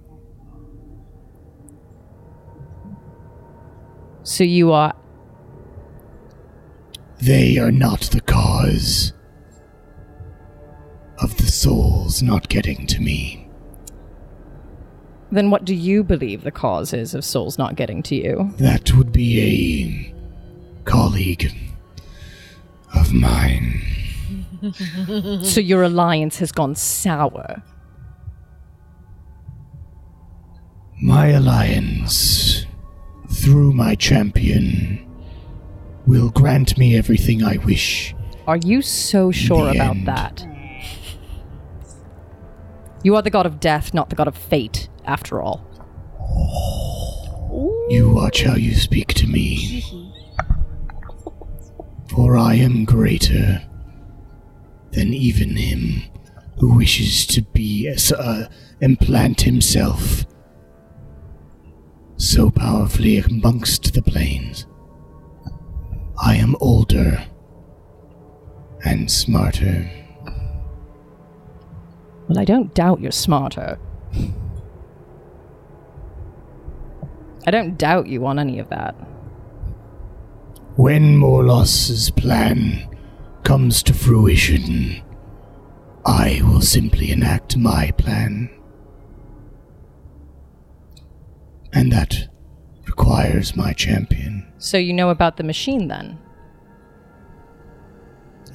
So you are They are not the cause of the souls not getting to me. then what do you believe the cause is of souls not getting to you? That would be a colleague of mine. so your alliance has gone sour. My alliance, through my champion, will grant me everything I wish. Are you so sure The about end. that? You are the god of death, not the god of fate, after all. You watch how you speak to me. For I am greater than even him who wishes to be as uh, implant himself so powerfully amongst the planes. I am older and smarter. Well, I don't doubt you're smarter. I don't doubt you on any of that. When Morlos's plan comes to fruition, I will simply enact my plan. And that requires my champion. So you know about the machine then?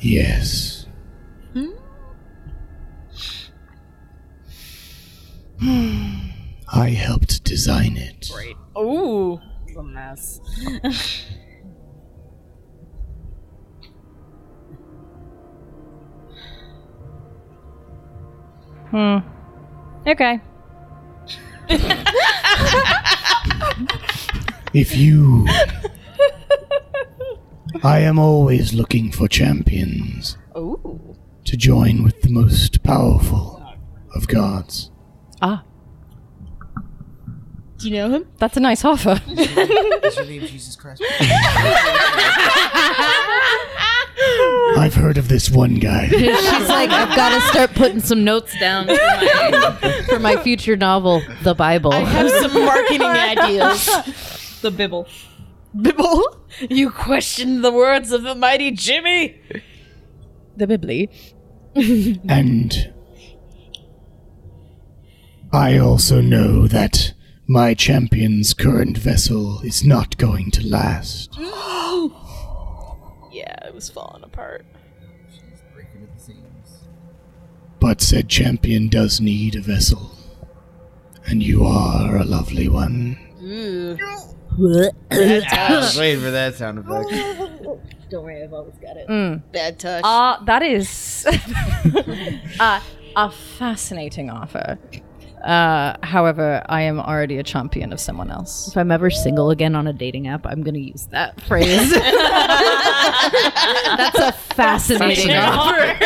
Yes. [sighs] I helped design it. Ooh, a mess. Hmm. Okay. If you. I am always looking for champions. To join with the most powerful of gods. Ah, Do you know him? that's a nice offer. Is your name Jesus Christ? I've heard of this one guy. She's like, I've got to start putting some notes down for my, for my future novel, The Bible. Some [laughs] marketing ideas. The bibble. Bibble, you questioned the words of the mighty Jimmy. the Bibli. And I also know that my champion's current vessel is not going to last. [gasps] Yeah, it was falling apart. But said champion does need a vessel. And you are a lovely one. I was waiting for that sound effect. Bad touch. Ah, that [laughs] is uh, a fascinating offer. Uh, however, I am already a champion of someone else. If I'm ever single again on a dating app, I'm going to use that [laughs] phrase. That's a fascinating [laughs] offer.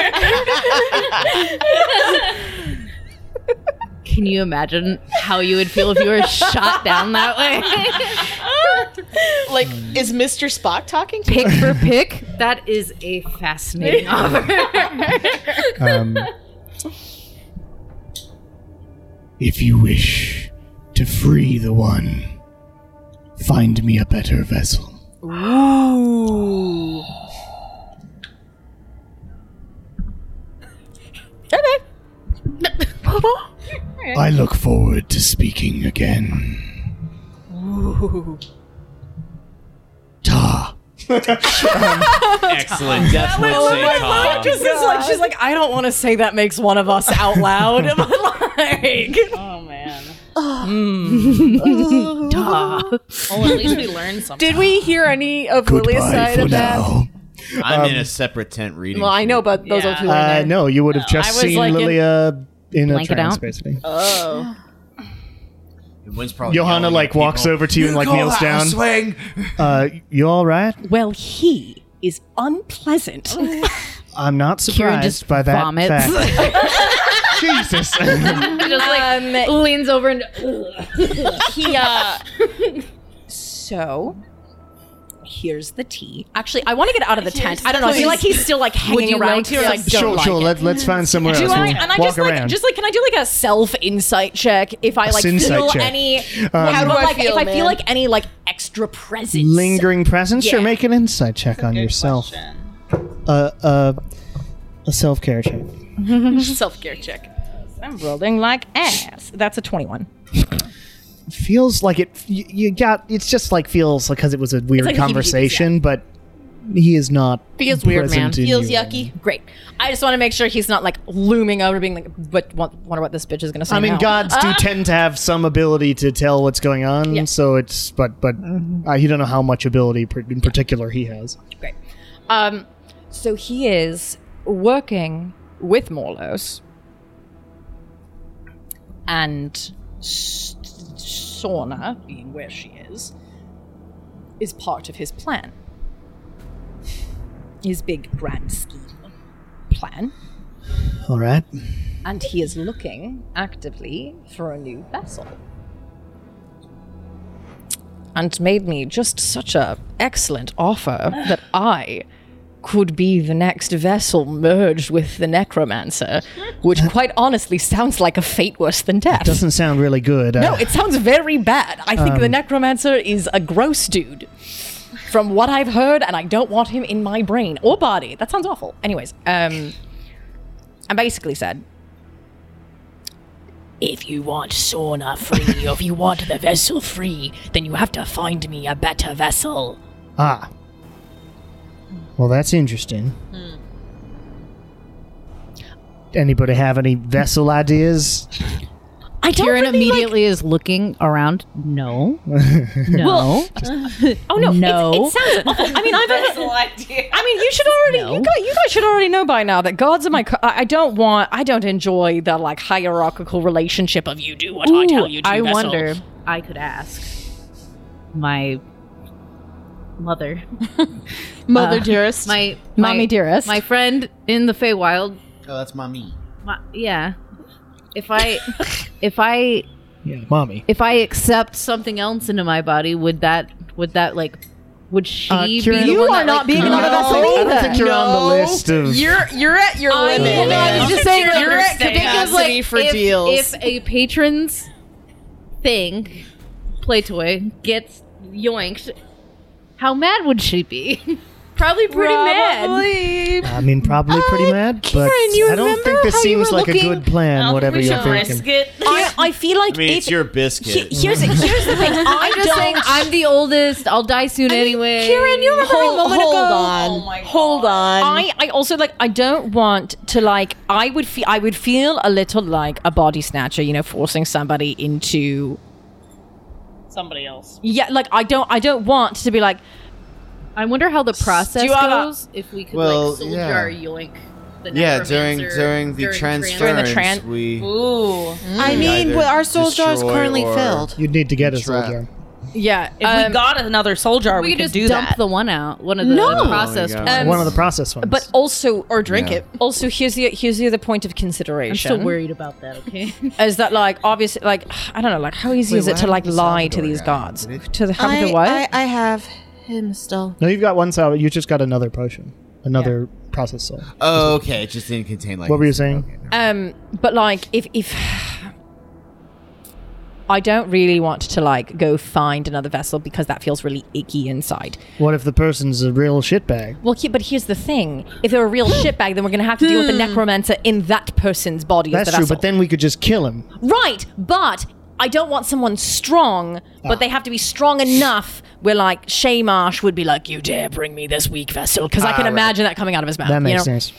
Can you imagine how you would feel if you were shot down that way? like, is Mr. Spock talking to pick for pick? That is [laughs] a fascinating offer. Um, If you wish to free the one, find me a better vessel. Ooh. I look forward to speaking again. Ta. Excellent. Definitely say Tom. It's like she's like, I don't want to say that makes one of us out loud. [laughs] like, Oh man. Oh, at least we learned something. Did we hear any of Lilia's Goodbye side for of that? now. I'm in Um, a separate tent reading. Well, I know, but those are Yeah. two are uh, there. no, you would have just was seen like in- Lilia in, a Blank it trance, out? basically. Oh. The wind's probably Johanna yelling like at walks people, over to you and "You like call kneels that a down. swing? Uh, you all right? Well, he is unpleasant. [laughs] I'm not Kieran surprised just by that vomits. fact. [laughs] Jesus. just like leans over and Um, he [laughs] uh so here's the tea actually i want to get out of the tent i don't know i feel like he's still like Would hanging you around like [laughs] here and I some- don't sure, like sure. it. Let, let's find somewhere do else. I, We'll and I walk just around. like just like can I do like a self insight check if I A like insight feel check. any Um, how do How do I I like feel, if I feel man? like any like extra presence lingering presence. Sure, Yeah. make an insight check on yourself. Uh, uh, a self care check. Self care check. I'm rolling like ass. That's a 21. Feels like it. You, you got. It's just like feels because it was a weird like a heebie-jeebies, conversation, but he is not. present in you. yucky. Great. I just want to make sure he's not like looming over, being like, "But what, wonder what this bitch is gonna say." I mean, now. gods do Ah! tend to have some ability to tell what's going on, so it's but but uh, you don't know how much ability pr- in particular he has. Great. Um, so he is working with Morlos and S- Sauna, being where she is, is part of his plan. His big grand scheme plan. All right. And he is looking actively for a new vessel. And made me just such a excellent offer that I could be the next vessel merged with the necromancer, which quite honestly sounds like a fate worse than death. Doesn't sound really good. No, uh, it sounds very bad. I think the Um, necromancer is a gross dude. From what I've heard, and I don't want him in my brain or body. That sounds awful. Anyways, um I basically said If you want sauna free, or if you want the vessel free, then you have to find me a better vessel. ah. Well, that's interesting. Anybody have any vessel ideas? I Kieran immediately is looking around. [laughs] No. No. Well, oh no. No. It sounds awful. I mean, I've Vessel idea. I mean, you should already. You, guys, you guys should already know by now that gods are my. Co- I I don't want. I don't enjoy the like hierarchical relationship of you do what I tell you. to, I vessel. wonder. I could ask. My mother. [laughs] Mother dearest. Uh, My, my Mommy dearest. My friend in the Feywild. Oh, that's mommy. My, yeah. If I if I Yeah, mommy. if I accept something else into my body, would that would that like would she Uh, be Kieran- the You one are that, not like, being comes another up? vessel I don't either. think you're on the list [laughs] of- You're you're at Um, your I limit. know, I was just saying that you're at because like for if, deals. if a patron's thing play toy gets yoinked, how mad would she be? [laughs] Probably pretty mad. I mean, probably pretty mad, but you I don't think this seems like a good plan. Whatever you're thinking. I, I feel like I mean, it's if- your biscuit. he- here's here's the thing. I I'm just don't- saying I'm the oldest. I'll die soon anyway. Kieran, you remember hold, a moment hold ago? on. [laughs] hold on. I, I also like I don't want to like I would feel I would feel a little like a body snatcher, you know, forcing somebody into Somebody else. yeah, like I don't I don't want to be like I wonder how the process Do you have a- goes. if we could Well, like soldier yeah. our yoink the Yeah, during necromancer during the trans- transference, we Ooh. I Uh, we mean, either well, our soul jar is destroy currently or- filled. You'd need to get a soul jar. Yeah, um, if we got another soul jar, we, we could could just do dump that. the one out, one of the No. processed Oh my ones. God. one of the process ones. But also, or drink Yeah. it. Also, here's the here's the other point of consideration. I'm still worried about that. [laughs] Okay. Is that like obviously like [sighs] I don't know like how easy Wait, is it what to like happened to lie to Salvador these guy? gods? To the how I, to what? I, I have him still. no, you've got one soul. You just got another potion, another process soul. Oh, okay. It just didn't contain like. what were you saying? um, but like if if [sighs] I don't really want to like go find another vessel because that feels really icky inside. What if the person's a real shitbag? Well, he, but here's the thing: if they're [gasps] a real shitbag, then we're gonna have to deal with the necromancer in that person's body. as Hmm. That's the true, vessel. but then we could just kill him. Right, but I don't want someone strong, but Ah. they have to be strong enough where like Shay Marsh would be like, You dare bring me this weak vessel because I Ah, can right. imagine that coming out of his mouth. that you makes know? sense.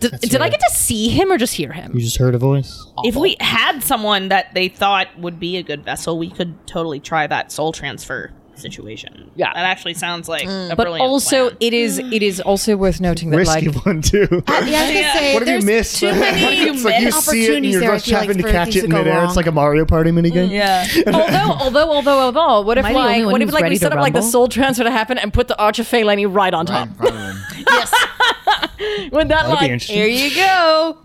Did, That's did I right. get to see him or just hear him? You just heard a voice. If we had someone that they thought would be a good vessel, we could totally try that soul transfer. situation. Yeah, that actually sounds like a but brilliant. also, it is it is also worth noting that Risky like one too. Yeah, I was gonna say, what have there's you missed? too [laughs] many it's like you see it and opportunities you're there, I just feel like, having for to catch things it to in go midair. wrong. It's like a Mario Party minigame. Yeah. uh, although, although, although, although, what if Am I the only like, one what if who's like we ready to set up like the rumble? soul transfer to happen and put the Archer Phalanx right on [laughs] top? yes. That'd Would that be like interesting. here you go?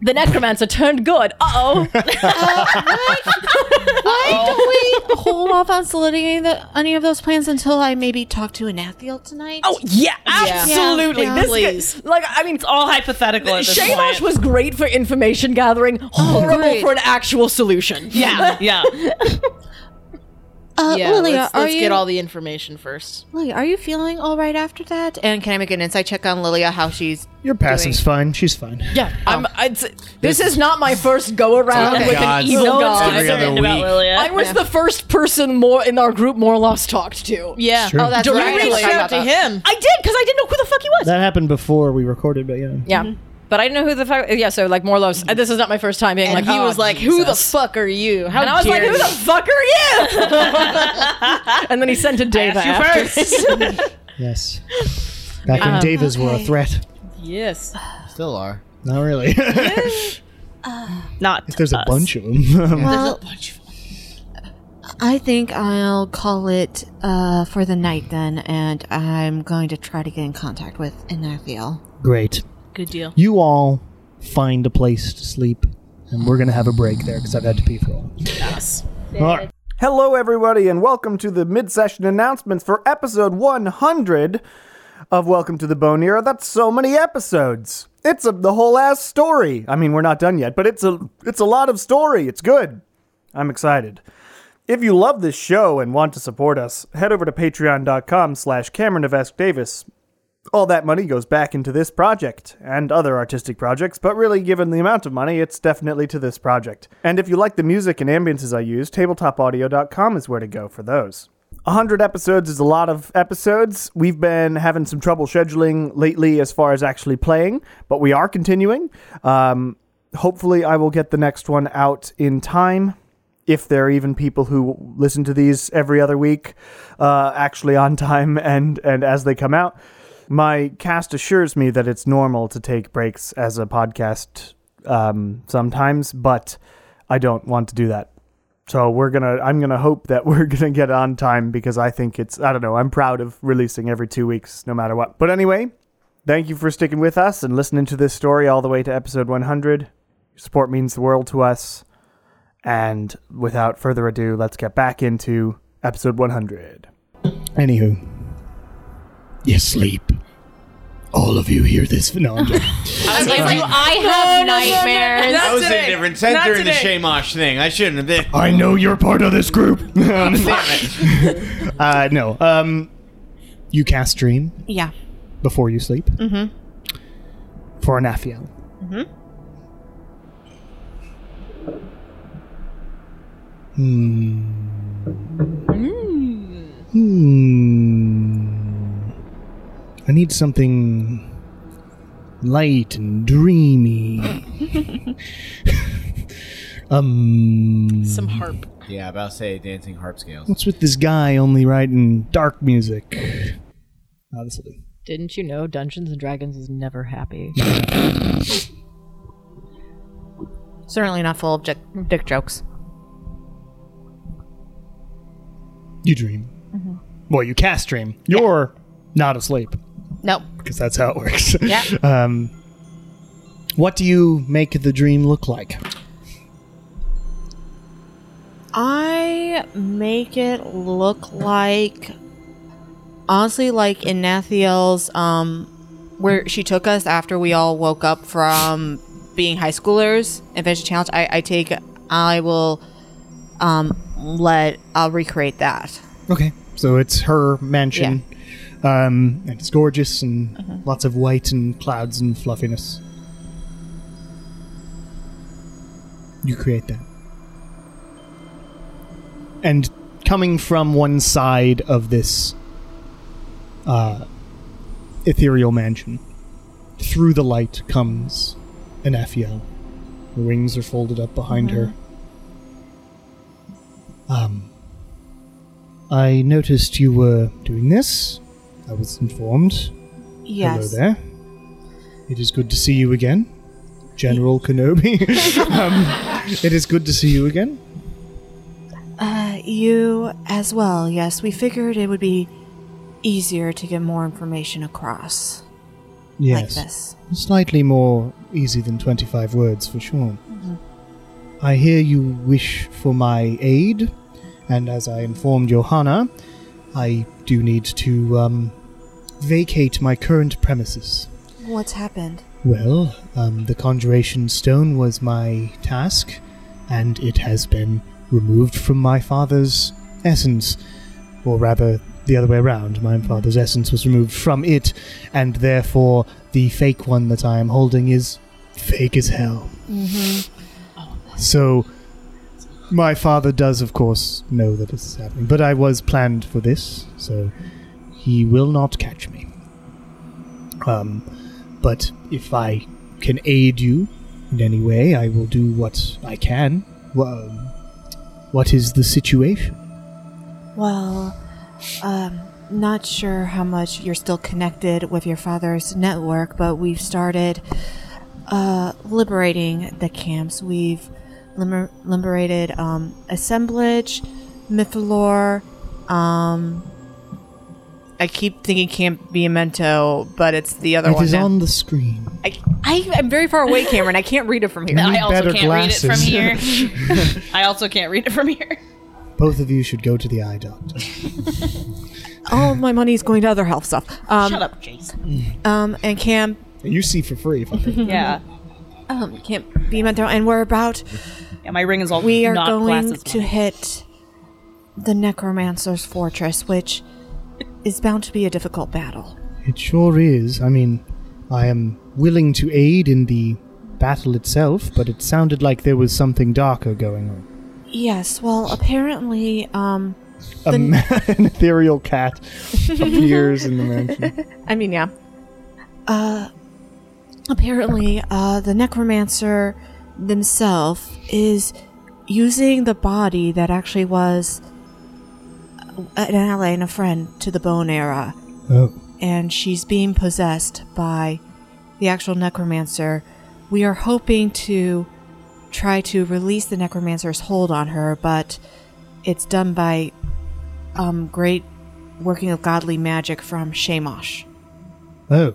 The necromancer turned good. [laughs] Uh oh. Oh. Why don't we hold off on solidifying the, any of those plans until I maybe talk to Anathiel tonight? Oh yeah, absolutely. absolutely. Yeah. this Please. Could, like I mean, it's all hypothetical at this point. Shamash was great for information gathering, Oh, horrible great. for an actual solution. [laughs] Yeah, yeah. Uh, yeah, Lilia, let's, are let's you- get all the information first. Lily, are you feeling all right after that? And can I make an insight check on Lilia how she's Your passive's fine. She's fine. Yeah, I'm. It's, this, is not my first go It's around like with God's an evil No one's god. every other concerned about week. Lilia. I was Yeah. the first person more in our group Morlos talked to. Yeah. Sure. Oh, that's Directly. right. I reached out to him. I did because I didn't know who the fuck he was. That happened before we recorded, but yeah. Yeah. But I didn't know who the fuck. Yeah, so like Morlos. uh, This is not my first time being Mm-hmm. And like. he "Oh, was like, "Who the Jesus." fuck are you?" How and I was like, dare "Who the you?" fuck [laughs] are you?" and then he sent a Dave asked [laughs] you after. Yes. Back when Um, Davis were a okay. threat. yes. Still are. Not really. [laughs] Not. if there's a bunch of [laughs] them. Well, I think I'll call it uh, for the night then, and I'm going to try to get in contact with Anathiel. Great. Good deal. You all find a place to sleep, and we're going to have a break there because I've had to pee for a while. Yes. Hello, everybody, and welcome to the mid session announcements for episode 100 of Welcome to the Bone Era. That's so many episodes. It's a, the whole ass story. I mean, we're not done yet, but it's a it's a lot of story. It's good. I'm excited. If you love this show and want to support us, head over to patreon.com slash Cameron of Ask Davis. All that money goes back into this project and other artistic projects, but really, given the amount of money, it's definitely to this project. And if you like the music and ambiences I use, tabletopaudio.com is where to go for those. 100 episodes is a lot of episodes. We've been having some trouble scheduling lately as far as actually playing, but we are continuing. Um, hopefully, I will get the next one out in time if there are even people who listen to these every other week, uh, actually on time and and as they come out. My cast assures me that it's normal to take breaks as a podcast um, sometimes, but I don't want to do that. So we're gonna. I'm gonna hope that [laughs] we're gonna get on time because I think it's. I don't know. I'm proud of releasing every two weeks, no matter what. But anyway, thank you for sticking with us and listening to this story all the way to episode 100. Your support means the world to us. And without further ado, let's get back into episode 100. Anywho. You sleep. All of you hear this? No, I'm joking. I was like, I have nightmares. I was indifferent. Said Not during the today. Shamash thing. I shouldn't have been. I know you're part of this group. [laughs] uh, no. Um, you cast Dream Yeah. before you sleep Mm-hmm. for Anaphiel. Mm-hmm. Hmm. Hmm. I need something light and dreamy. um. Some harp. Yeah, about to say dancing [laughs] harp scales. What's with this guy only writing dark music? Ah, this will do. Didn't you know Dungeons and Dragons is never happy? Certainly not full of dick, dick jokes. You dream. Well, you cast dream. You're not asleep No. because that's how it works. Yeah. [laughs] um, what do you make the dream look like? I make it look like honestly like in Nathiel's um where she took us after we all woke up from being high schoolers and finished the challenge. I, I take I will um let I'll recreate that. Okay. So it's her mansion. Um, and it's gorgeous and lots of white and clouds and fluffiness. You create that. And coming from one side of this uh, ethereal mansion, through the light comes an Aphiel. Her wings are folded up behind her. Um, I noticed you were doing this. I was informed. Yes. Hello there. It is good to see you again, General [laughs] Kenobi. um, it is good to see you again. Uh, you as well, yes. We figured it would be easier to get more information across. Yes. this. Slightly more easy than 25 words for sure. Mhm. I hear you wish for my aid, and as I informed Johanna, I do need to um, vacate my current premises. What's happened? Well, um, the Conjuration Stone was my task, and it has been removed from my father's essence. Or rather, the other way around. My father's essence was removed from it, and therefore the fake one that I am holding is fake as hell. Mm-hmm. So, my father does, of course, know that this is happening, but I was planned for this, so he will not catch me. Um, but if I can aid you in any way, I will do what I can. Well, what is the situation? Well, um, not sure how much you're still connected with your father's network, but we've started uh, liberating the camps. We've limer- liberated um, Assemblage, Mythalore. Um, I keep thinking Camp Biamento, but it's the other It one. is now. on the screen. I, [laughs] I am very far away, Cameron. I can't read it from here. You need better glasses. [laughs] from here. [laughs] I also can't read it from here. Both of you should go to the eye doctor. All of my money is going to other health stuff. Um, Shut up, Jason. Um, and Camp [laughs] You see for free. If I think. Yeah. um, Camp be mental, and we're about. Yeah, my ring is all We are not going glasses to money. hit the Necromancer's fortress, which is bound to be a difficult battle. [laughs] It sure is. I mean, I am willing to aid in the battle itself, but it sounded like there was something darker going on. Yes. Well, apparently, um, A ma- [laughs] an ethereal cat appears in the mansion. [laughs] I mean, yeah. Uh, apparently, uh, the necromancer themselves is using the body that actually was uh, an ally and a friend to the Bone Era, [laughs] Oh. and she's being possessed by the actual necromancer. We are hoping to try to release the necromancer's hold on her, but it's done by um, great working of godly magic from Shamash. Oh.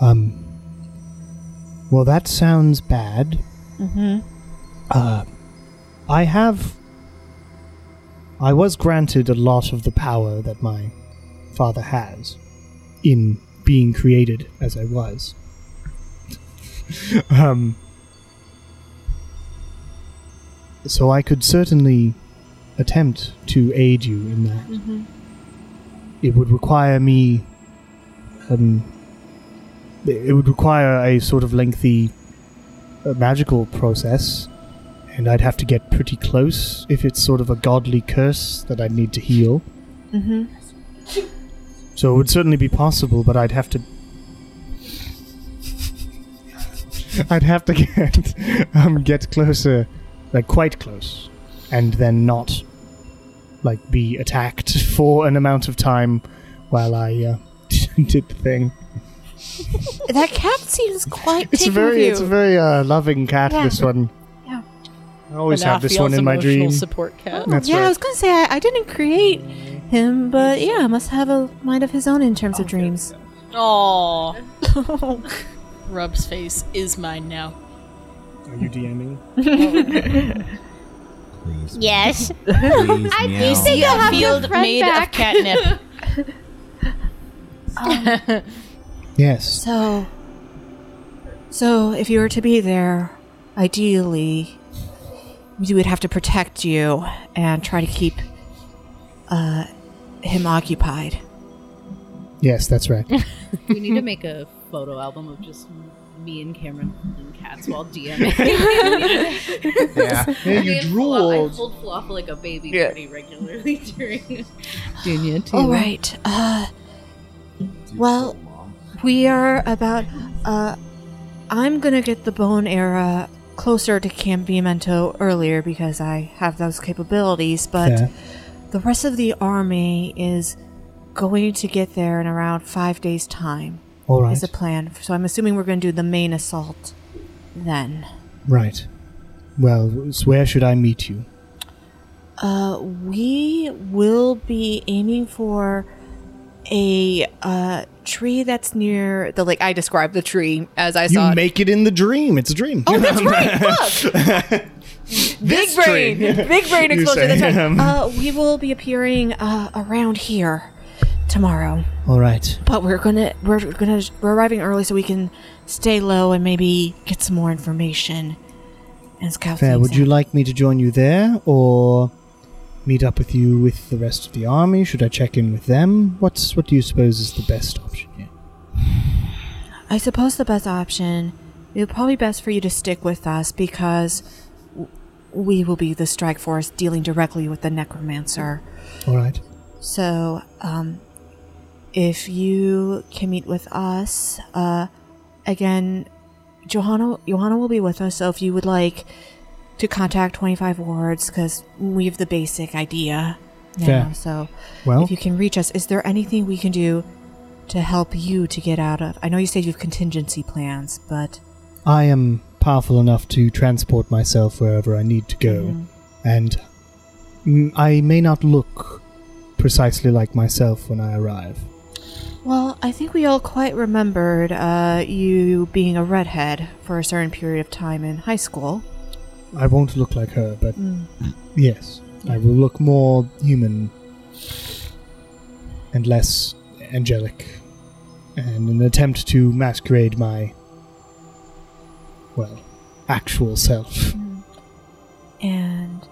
Um. Well, that sounds bad. Mm-hmm. Uh, I have. I was granted a lot of the power that my father has in being created as I was. um, so I could certainly attempt to aid you in that. Mm-hmm. it would require me um it would require a sort of lengthy uh, magical process and i'd have to get pretty close if it's sort of a godly curse that i'd need to heal Mm-hmm. so it would certainly be possible but i'd have to i'd have to [laughs] get um, get closer like quite close and then not like be attacked [laughs] for an amount of time while I uh, [laughs] did the thing. That cat seems quite. It's a taken very, with you. it's a very uh, loving cat. Yeah. This one. Yeah. I always have this Anafiel's one in my emotional dream. support cat. Oh, That's yeah, right. I was gonna say I, I didn't create him, but yeah, must have a mind of his own in terms of dreams. Oh. [gasps] Rub's face is mine now. Are you DMing? Yes. Please, I meow. do think see I'll a have your field friend made back. of catnip. Yes. So, so if you were to be there, ideally, we would have to protect you and try to keep uh, him occupied. Yes, that's right. we need to make a photo album of just me and Cameron and cats [laughs] while [laughs] DMing. Yeah. Yeah, you I drooled. I drooled. pulled fluff like a baby Yeah. pretty regularly [laughs] during. [laughs] Oh, Junior Oh, All right. Uh, well, we are about. Uh, I'm gonna get the bone era closer to Camp Biamento earlier because I have those capabilities, but Fair. The rest of the army is going to get there in around five days' time. All Is right. the plan. So I'm assuming we're going to do the main assault then. Right. Well, s- where should I meet you? Uh, we will be aiming for a uh, tree that's near the lake. I described the tree as I saw you it. make it in the dream. It's a dream. [laughs] Oh, that's right. This big brain, tree. [laughs] [laughs] big brain You explosion. say, That's right. um, Uh, we will be appearing uh, around here tomorrow, All right. but we're gonna we're gonna we're arriving early so we can stay low and maybe get some more information and scout Fair. things Would you like me to join you there or meet up with you with the rest of the army? Should I check in with them? What's what do you suppose is the best option here? I suppose the best option it would probably best for you to stick with us because w- we will be the strike force dealing directly with the necromancer. All right. So, um, if you can meet with us, uh, again, Johanna, Johanna will be with us. So, if you would like to contact 25 wards, because we have the basic idea now. Fair. So, Well- if you can reach us, is there anything we can do to help you to get out of? I know you said you have contingency plans, but I am powerful enough to transport myself wherever I need to go, Mhm. and mm, I may not look precisely like myself when I arrive. Well, I think we all quite remembered uh, you being a redhead for a certain period of time in high school. I won't look like her, but Mm. yes, I will look more human and less angelic, and an attempt to masquerade my, well, actual self. [laughs] And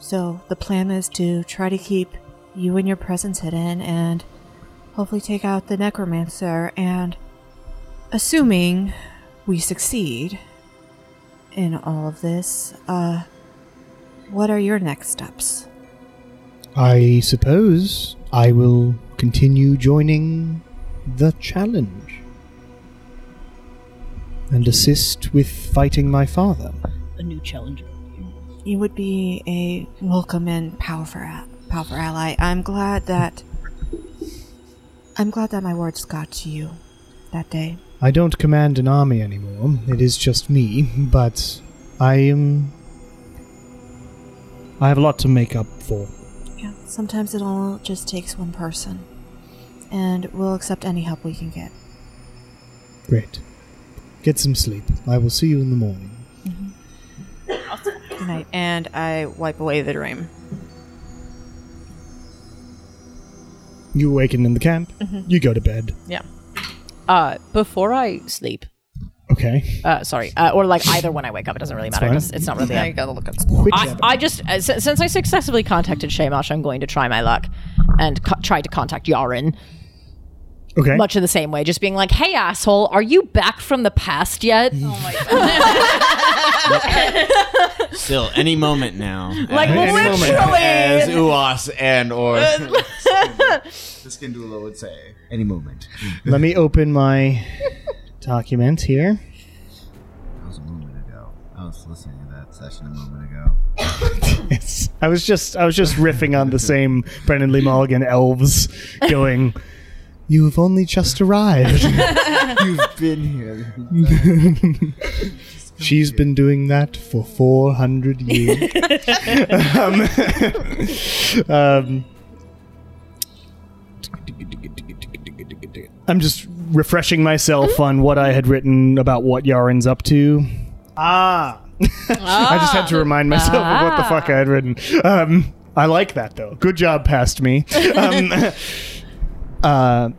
so the plan is to try to keep you and your presence hidden and hopefully take out the necromancer. And assuming we succeed in all of this, uh, what are your next steps? I suppose I will continue joining the challenge and assist with fighting my father. A new challenger. You would be a welcome and powerful, a- powerful ally. I'm glad that. I'm glad that my words got to you that day. I don't command an army anymore, it is just me, but I am. I have a lot to make up for. Yeah, sometimes it all just takes one person. And we'll accept any help we can get. Great. Get some sleep. I will see you in the morning. Good night. And I wipe away the dream. You awaken in the camp, Mhm. you go to bed. Yeah. Uh, before I sleep, Okay. uh, sorry, uh, or like either when I wake up, it doesn't really matter. fine. It does- It's not really. Yeah, you gotta look at. I, Whichever. I just uh, si- since I successfully contacted Shamash, I'm going to try my luck and co- try to contact Yarin. Okay. Much of the same way, just being like, "Hey, asshole, are you back from the past yet?" Mm-hmm. Oh my Still, any moment now. Like, As- literally. As Uas and or. god. Skindula would say. Any moment. Let me open my document here. That was a moment ago. I was listening to that session a moment ago. Yes. [laughs] I was just I was just riffing on the same Brendan Lee Mulligan elves going You have only just arrived. You've been here. She's been doing that for 400 years. um, [laughs] um, I'm just refreshing myself on what I had written about what Yarin's up to. Ah. [laughs] I just had to remind myself of what the fuck I had written. Um, I like that though. Good job, past me. Um, uh,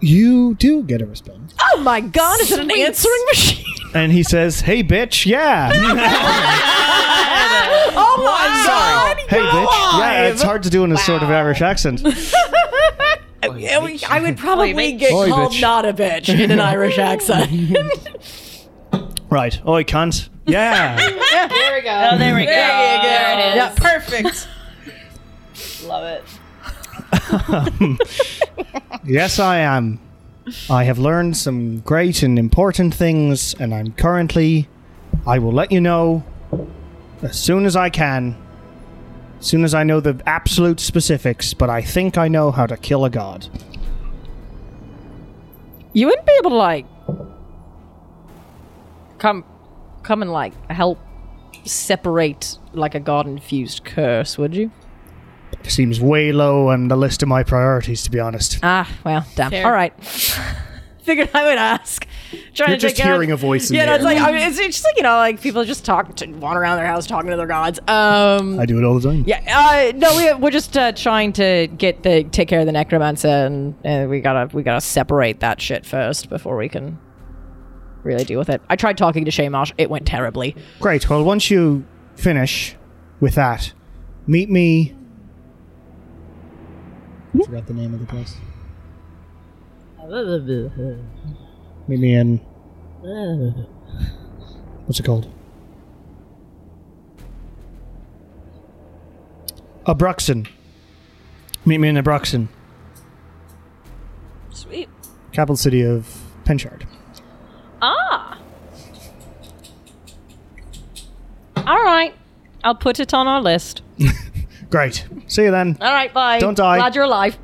you do get a response, Oh my god! Is it an answering machine? [laughs] and he says, "Hey, bitch, yeah." oh my god! hey, bitch, yeah. It's hard to do in a sort of Irish accent. I would probably get Oi, called bitch. not a bitch in an [laughs] Irish accent. Right. Oh, I can't. Yeah. there we go. Oh, [laughs] there we go. There, you go. There it is. Yeah, [laughs] perfect. Love it. yes, I am. I have learned some great and important things, and I'm currently. I will let you know as soon as I can. As soon as I know the absolute specifics, but I think I know how to kill a god. You wouldn't be able to like come come and like help separate like a god infused curse, would you? Seems way low on the list of my priorities, to be honest. Ah, well, damn. Fair. All right. [laughs] Figured I would ask. Trying You're to just take out- hearing a voice in yeah, the no, it's air. like I mean, it's, it's just like you know, like people just talk, to, wander around their house talking to their gods. Um, I do it all the time. yeah, uh, no, we, we're just uh, trying to get the take care of the necromancer, and uh, we gotta we gotta separate that shit first before we can really deal with it. I tried talking to Shamash; it went terribly. Great. Well, once you finish with that, meet me. I forgot the name of the place. Meet me in. What's it called? Abruxen. Meet me in Abruxen, Sweet. capital city of Penchard. Ah. All right. I'll put it on our list. Great. See you then. All right, bye. Don't die. Glad you're alive.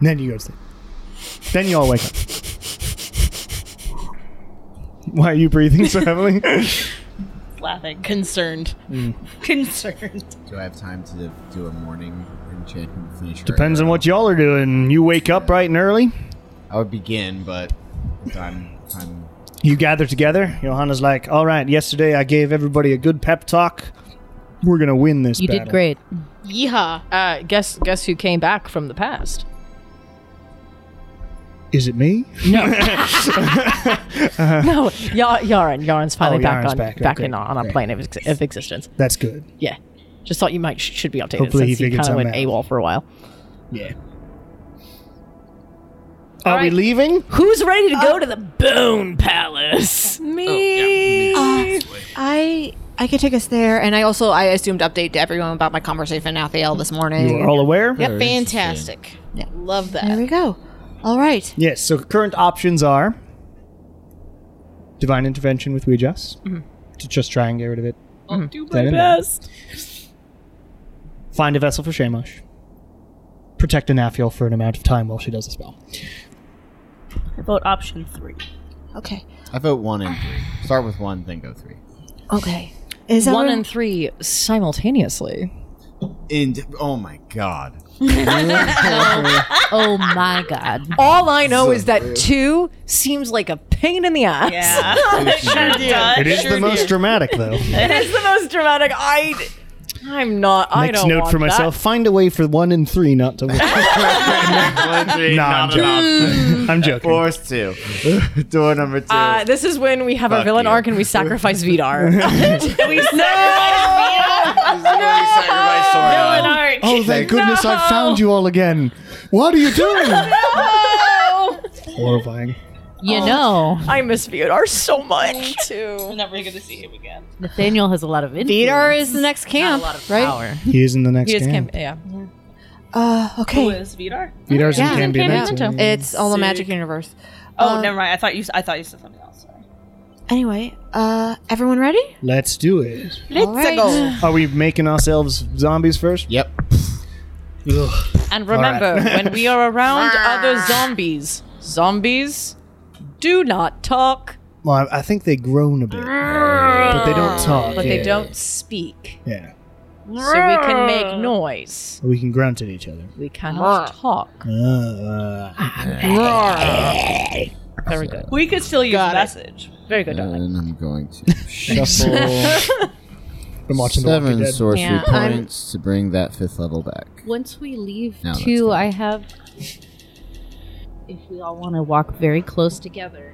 Then you go to sleep. Then you all wake up. Why are you breathing so heavily? Laughing. Concerned. Mm. Concerned. Do I have time to do a morning enchantment finisher? Depends on what y'all are doing. You wake up bright and early. I would begin, but if I'm, if I'm You gather together. Johanna's like, "All right, yesterday I gave everybody a good pep talk. We're gonna win this. You did battle." great. Yeehaw. Uh, guess guess who came back from the past? Is it me? [laughs] No. [laughs] no, Yar- Yarin. Yarin's finally Oh, back Yaren's on back. back, Okay, in on our great. plane of, ex- of existence. That's good. Yeah, just thought you might sh- should be updated Hopefully he since he figured kind of went something AWOL for a while. Yeah. Are we leaving? Who's ready to go to the Bone Palace. Me. I I could take us there, and I also I assumed update to everyone about my conversation with Nathiel this morning. You are all aware. Yeah, fantastic. Love that. There we go. All right. Yes. So current options are divine intervention with Ouijas Mhm. to just try and get rid of it. Mm-hmm. I'll do Is that in there? Find a vessel for Shamash. Protect Anaphiel for an amount of time while she does the spell. I vote [laughs] option three. Okay. I vote one and three. Start with one, then go three. Okay. Is that one where- and three simultaneously? And oh my god. oh my god. All I know is that two seems like a pain in the ass. Yeah. Sure It is Sure the most dramatic, though. it is the most dramatic. I, I'm not. I Next don't note want for myself: find a way for one and three not to. Work. Nah, Three, I'm not joking. enough. I'm joking. Force two. [laughs] Door number two. [laughs] That. Uh, this is when we have our Fuck villain you. arc and we sacrifice Vidar. [laughs] we Villain arc. Oh, thank goodness I found you all again. What are you doing? no. Horrifying. You Oh. know, I miss Vidar so much. We're never going to see him again. Nathaniel has a lot of influence. Vidar is the next camp, right? He is in the next He is game. camp. Yeah. Uh, okay. Who is Vidar? Vidar's in Yeah. Camp Diamante. It's all the Sick. magic universe. Oh, Um, never mind. I thought you. I thought you said something else. Anyway, uh, everyone ready? Let's do it. Let's go. Are we making ourselves zombies first? Yep. Ugh. And remember, All right. when we [laughs] are around other zombies, zombies do not talk, Well, I I think they groan a bit, but they don't talk. but Yeah. they don't speak. Yeah, So we can make noise. we can grunt at each other. We cannot talk. Uh, [laughs] Very good. We could still use Got it. message. Very good. darling. And I'm [laughs] going to shuffle Been watching The Walking seven Dead. sorcery Yeah. I'm- points to bring that fifth level back. Once we leave No, that's too, good. I have. If we all want to walk very close together,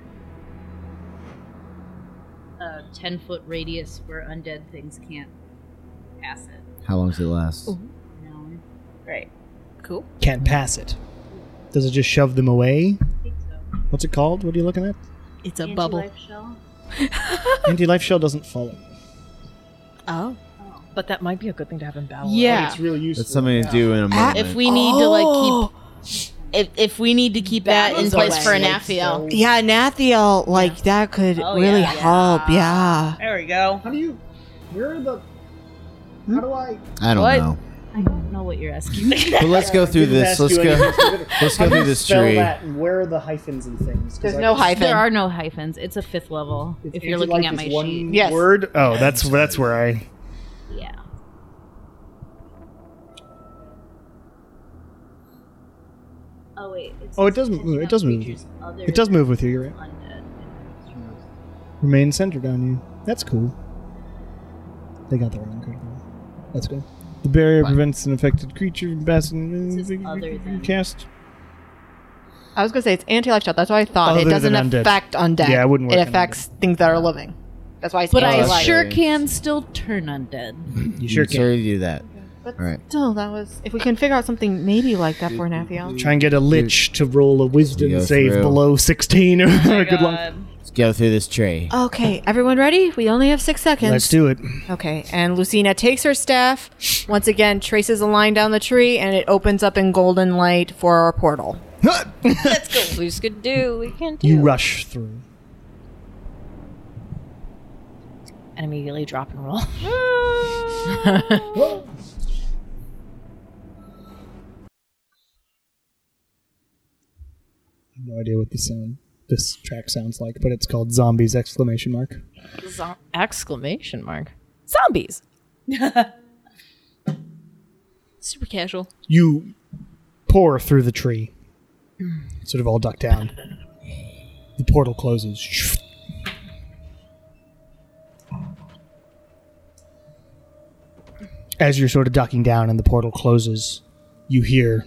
a ten foot radius where undead things can't pass it. How long does it last? Oh. Great. Cool. Can't pass it. Does it just shove them away? What's it called? What are you looking at? It's a bubble. [laughs] [laughs] Anti life shell doesn't follow. Oh. But that might be a good thing to have in battle. Yeah. Uh, It's really useful. That's something to do in a moment. Oh, If we need to like keep if, if we need to keep that, in place for Anaphiel. Yeah, Nathiel, like that could Oh, really yeah. help. Yeah. There we go. How do you? Where are the? Hmm? How do I? I don't What? know. I don't know what you're asking. But let's go [laughs] through Didn't ask this. Let's you go. [laughs] anything. Let's How go do you through this spell tree. that and where are the hyphens and things? 'Cause I- There are no hyphens. It's a fifth level. if you're looking Anti-life at my is one sheet. Word. Oh, that's that's where I. Yeah. Oh wait. It's Oh, it does. not It does move. It does move with you. You're right. Remain centered on you. That's cool. They got the wrong card. Let's go. The barrier prevents an affected creature from passing. Cast. I was gonna say it's anti-life shot. That's what I thought. it Other doesn't than undead. affect undead. Yeah, it wouldn't work It on affects things that are living. That's why I But I anti-life. sure can still turn undead. You sure can. Sorry to do that. But All right. Oh, still, that was if we can figure out something maybe like that for Nathiel. Try and get a lich to roll a wisdom Go save through. below sixteen. [laughs] Oh Good luck. Let's go through this tree. Okay, everyone ready? We only have six seconds. Let's do [laughs] it. Okay, and Lucina takes her staff. Once again, traces a line down the tree, and it opens up in golden light for our portal. Let's go. We could do. We can You rush through. And immediately drop and roll. [laughs] I have no idea what the sound this track sounds like, but it's called Zombies exclamation mark. Zo- exclamation mark. Zombies. Super casual. You pour through the tree. Sort of all duck down. The portal closes. As you're sort of ducking down and the portal closes, you hear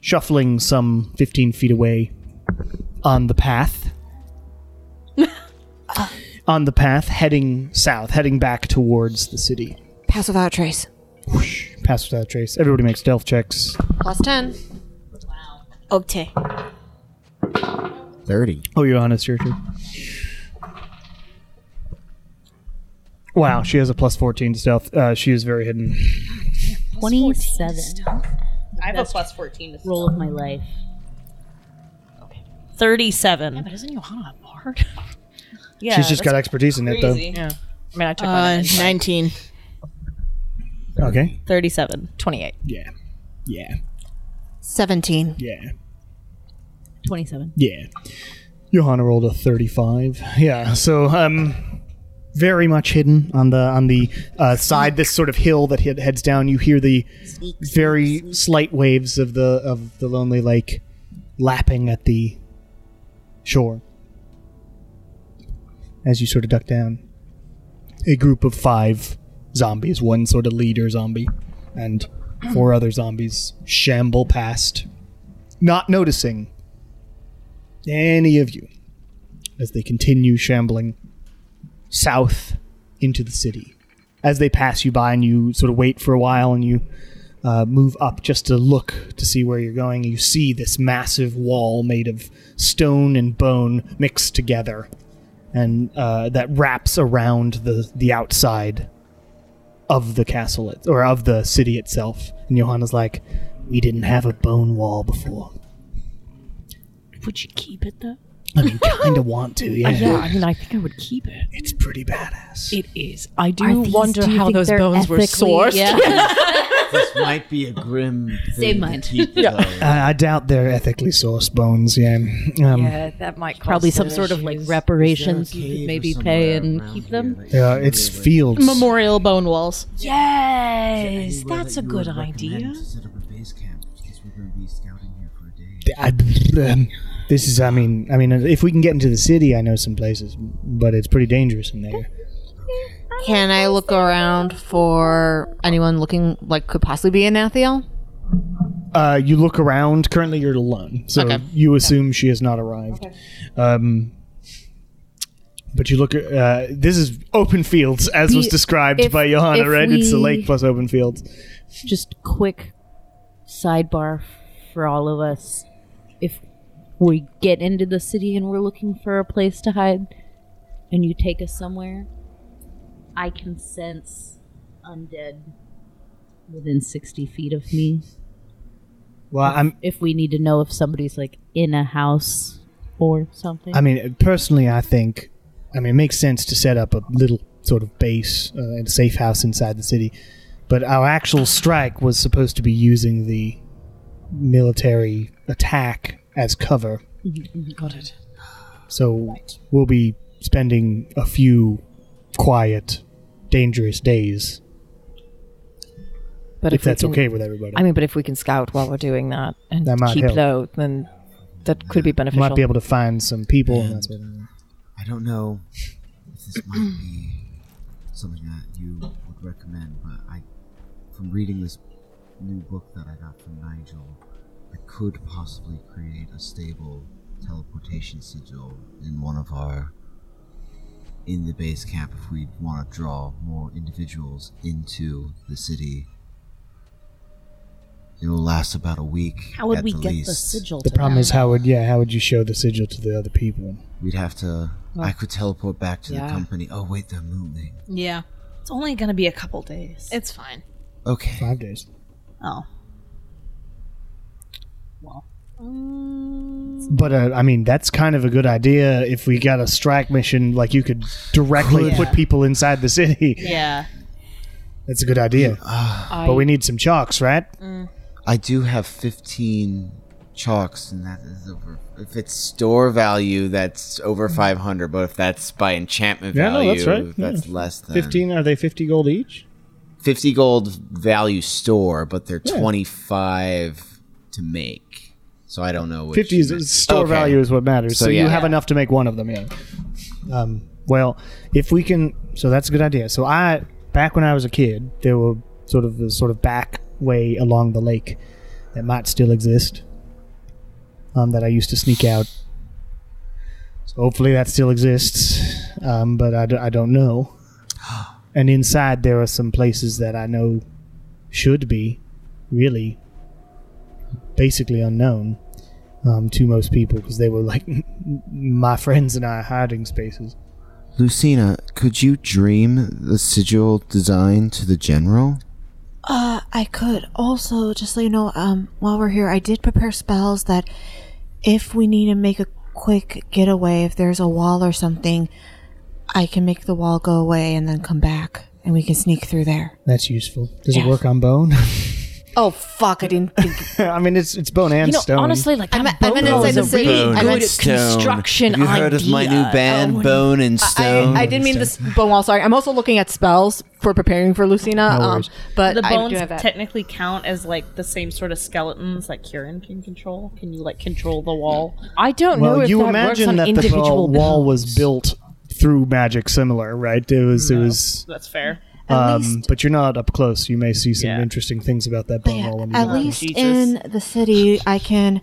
shuffling some 15 feet away on the path. on the path, heading south, heading back towards the city. Pass without trace. Pass without trace. Everybody makes stealth checks. Plus ten. Wow. Okay. 30. Oh, Johannes, your turn. Wow, she has a plus 14 to stealth. Uh, she is very hidden. 27. I have a Best plus 14 to Roll of my life. 37. Yeah, but isn't Johanna a bard? yeah. She's just got expertise in it, though. crazy. Yeah. I mean, I took Uh, mine. 19. Okay. 37. 28. Yeah. Yeah. 17. Yeah. 27. Yeah. Johanna rolled a 35. Yeah, so um very much hidden on the on the uh, side this sort of hill that he- heads down you hear the very slight waves of the of the lonely lake lapping at the shore as you sort of duck down a group of five zombies one sort of leader zombie and four other zombies shamble past not noticing any of you as they continue shambling south into the city. As they pass you by and you sort of wait for a while and you uh, move up just to look to see where you're going, you see this massive wall made of stone and bone mixed together and uh, that wraps around the, the outside of the castle it, or of the city itself. And Johanna's like, We didn't have a bone wall before. Would you keep it though? I mean, kind of want to, yeah. Uh, yeah, I mean, I think I would keep it. It's pretty badass. It is. I Are do these- wonder do you how think those they're bones were ethically- sourced. yeah. this might be a grim. Save thing to mine. [laughs] keep, Yeah. though. I, I doubt they're ethically sourced bones. Yeah. Um, yeah, that might cause Probably some sort of like reparations Is there a cave you could or maybe somewhere pay and keep them. yeah, it's fields. Memorial bone walls. Yes, that's a you good would idea. recommend to set up a base camp because we're going to be scouting here for a day. I, um, this is. I mean. I mean. If we can get into the city, I know some places, but it's pretty dangerous in there. Can I look around for anyone looking like could possibly be an Nathiel? Uh, you look around. Currently, you're alone, so Okay. you assume she has not arrived. Um, but you look. at- Uh, this is open fields, as was The- described if- by Johanna. if Right? It's the we- lake plus open fields. Just quick sidebar for all of us. If we get into the city and we're looking for a place to hide, and you take us somewhere, I can sense undead within 60 feet of me? Well, I'm. If we need to know if somebody's like in a house or something. I mean, personally, I think, I mean, it makes sense to set up a little sort of base uh, and safe house inside the city, but our actual strike was supposed to be using the military attack as cover. Mm-hmm, Got it. So we'll be spending a few quiet, dangerous days. if, we that's can- okay with everybody, I mean, but if we can scout while we're doing that and That might keep help. low, then that could be we beneficial. might be able to find some people. And that's what I don't know if this might be something that you would recommend, but I, from reading this new book that I got from Nigel, I could possibly create a stable teleportation sigil in one of our in the base camp if we want to draw more individuals into the city. It will last about a week. How would at we the get least. the sigil? The to problem them? is how would yeah how would you show the sigil to the other people? We'd have to. I could teleport back to Yeah. the company. Oh wait, they're moving. Yeah. It's only going to be a couple days. It's fine. Okay. Five days. Oh. But uh, I mean, that's kind of a good idea. If we got a strike mission, like you could directly Could- put Yeah. people inside the city. [laughs] Yeah. That's a good idea. I- but we need some chalks, right? I do have 15 chalks, and that is over. If it's store value, that's over Mm-hmm. 500. But if that's by enchantment Yeah, value, no, that's right. that's Yeah. less than 15 are they 50 gold each? 50 gold value store, but they're Yeah. 25 to make. So I don't know. Which 50 is- is store Okay. value is what matters. So, yeah. you have enough to make one of them, yeah. Um, well, if we can so that's a good idea. So I back when I was a kid, there were sort of a sort of back way along the lake that might still exist. Um, that I used to sneak out. So hopefully that still exists. Um, but I, d- I don't [gasps] know. And inside there are some places that I know should be really basically unknown um, to most people because they were like [laughs] my friends and I hiding spaces. Lucina, could you dream the sigil design to the general? Uh, I could also just so you know, um, while we're here, I did prepare spells that if we need to make a quick getaway, if there's a wall or something, I can make the wall go away and then come back, and we can sneak through there. That's useful. Does it Yeah. work on bone? [laughs] Oh fuck! I didn't think I mean, it's it's bone and You know, stone. honestly, like I'm, bone inside was the a city. bone I'm and stone. Have you heard of my new Oh, band, Bone and Stone? I, I didn't mean this bone wall. Sorry. I'm also looking at spells for preparing for Lucina. No um, worries. but the I bones do have that. technically count as like the same sort of skeletons like Kieran can control. Can you like control the wall? I don't well, know if you that works imagine on that the wall, individual wall was built through magic, similar, right? It was. It was. That's fair. Um, but you're not up close. You may see some interesting things about Oh, that bone wall. When you At go there. least in the city, I can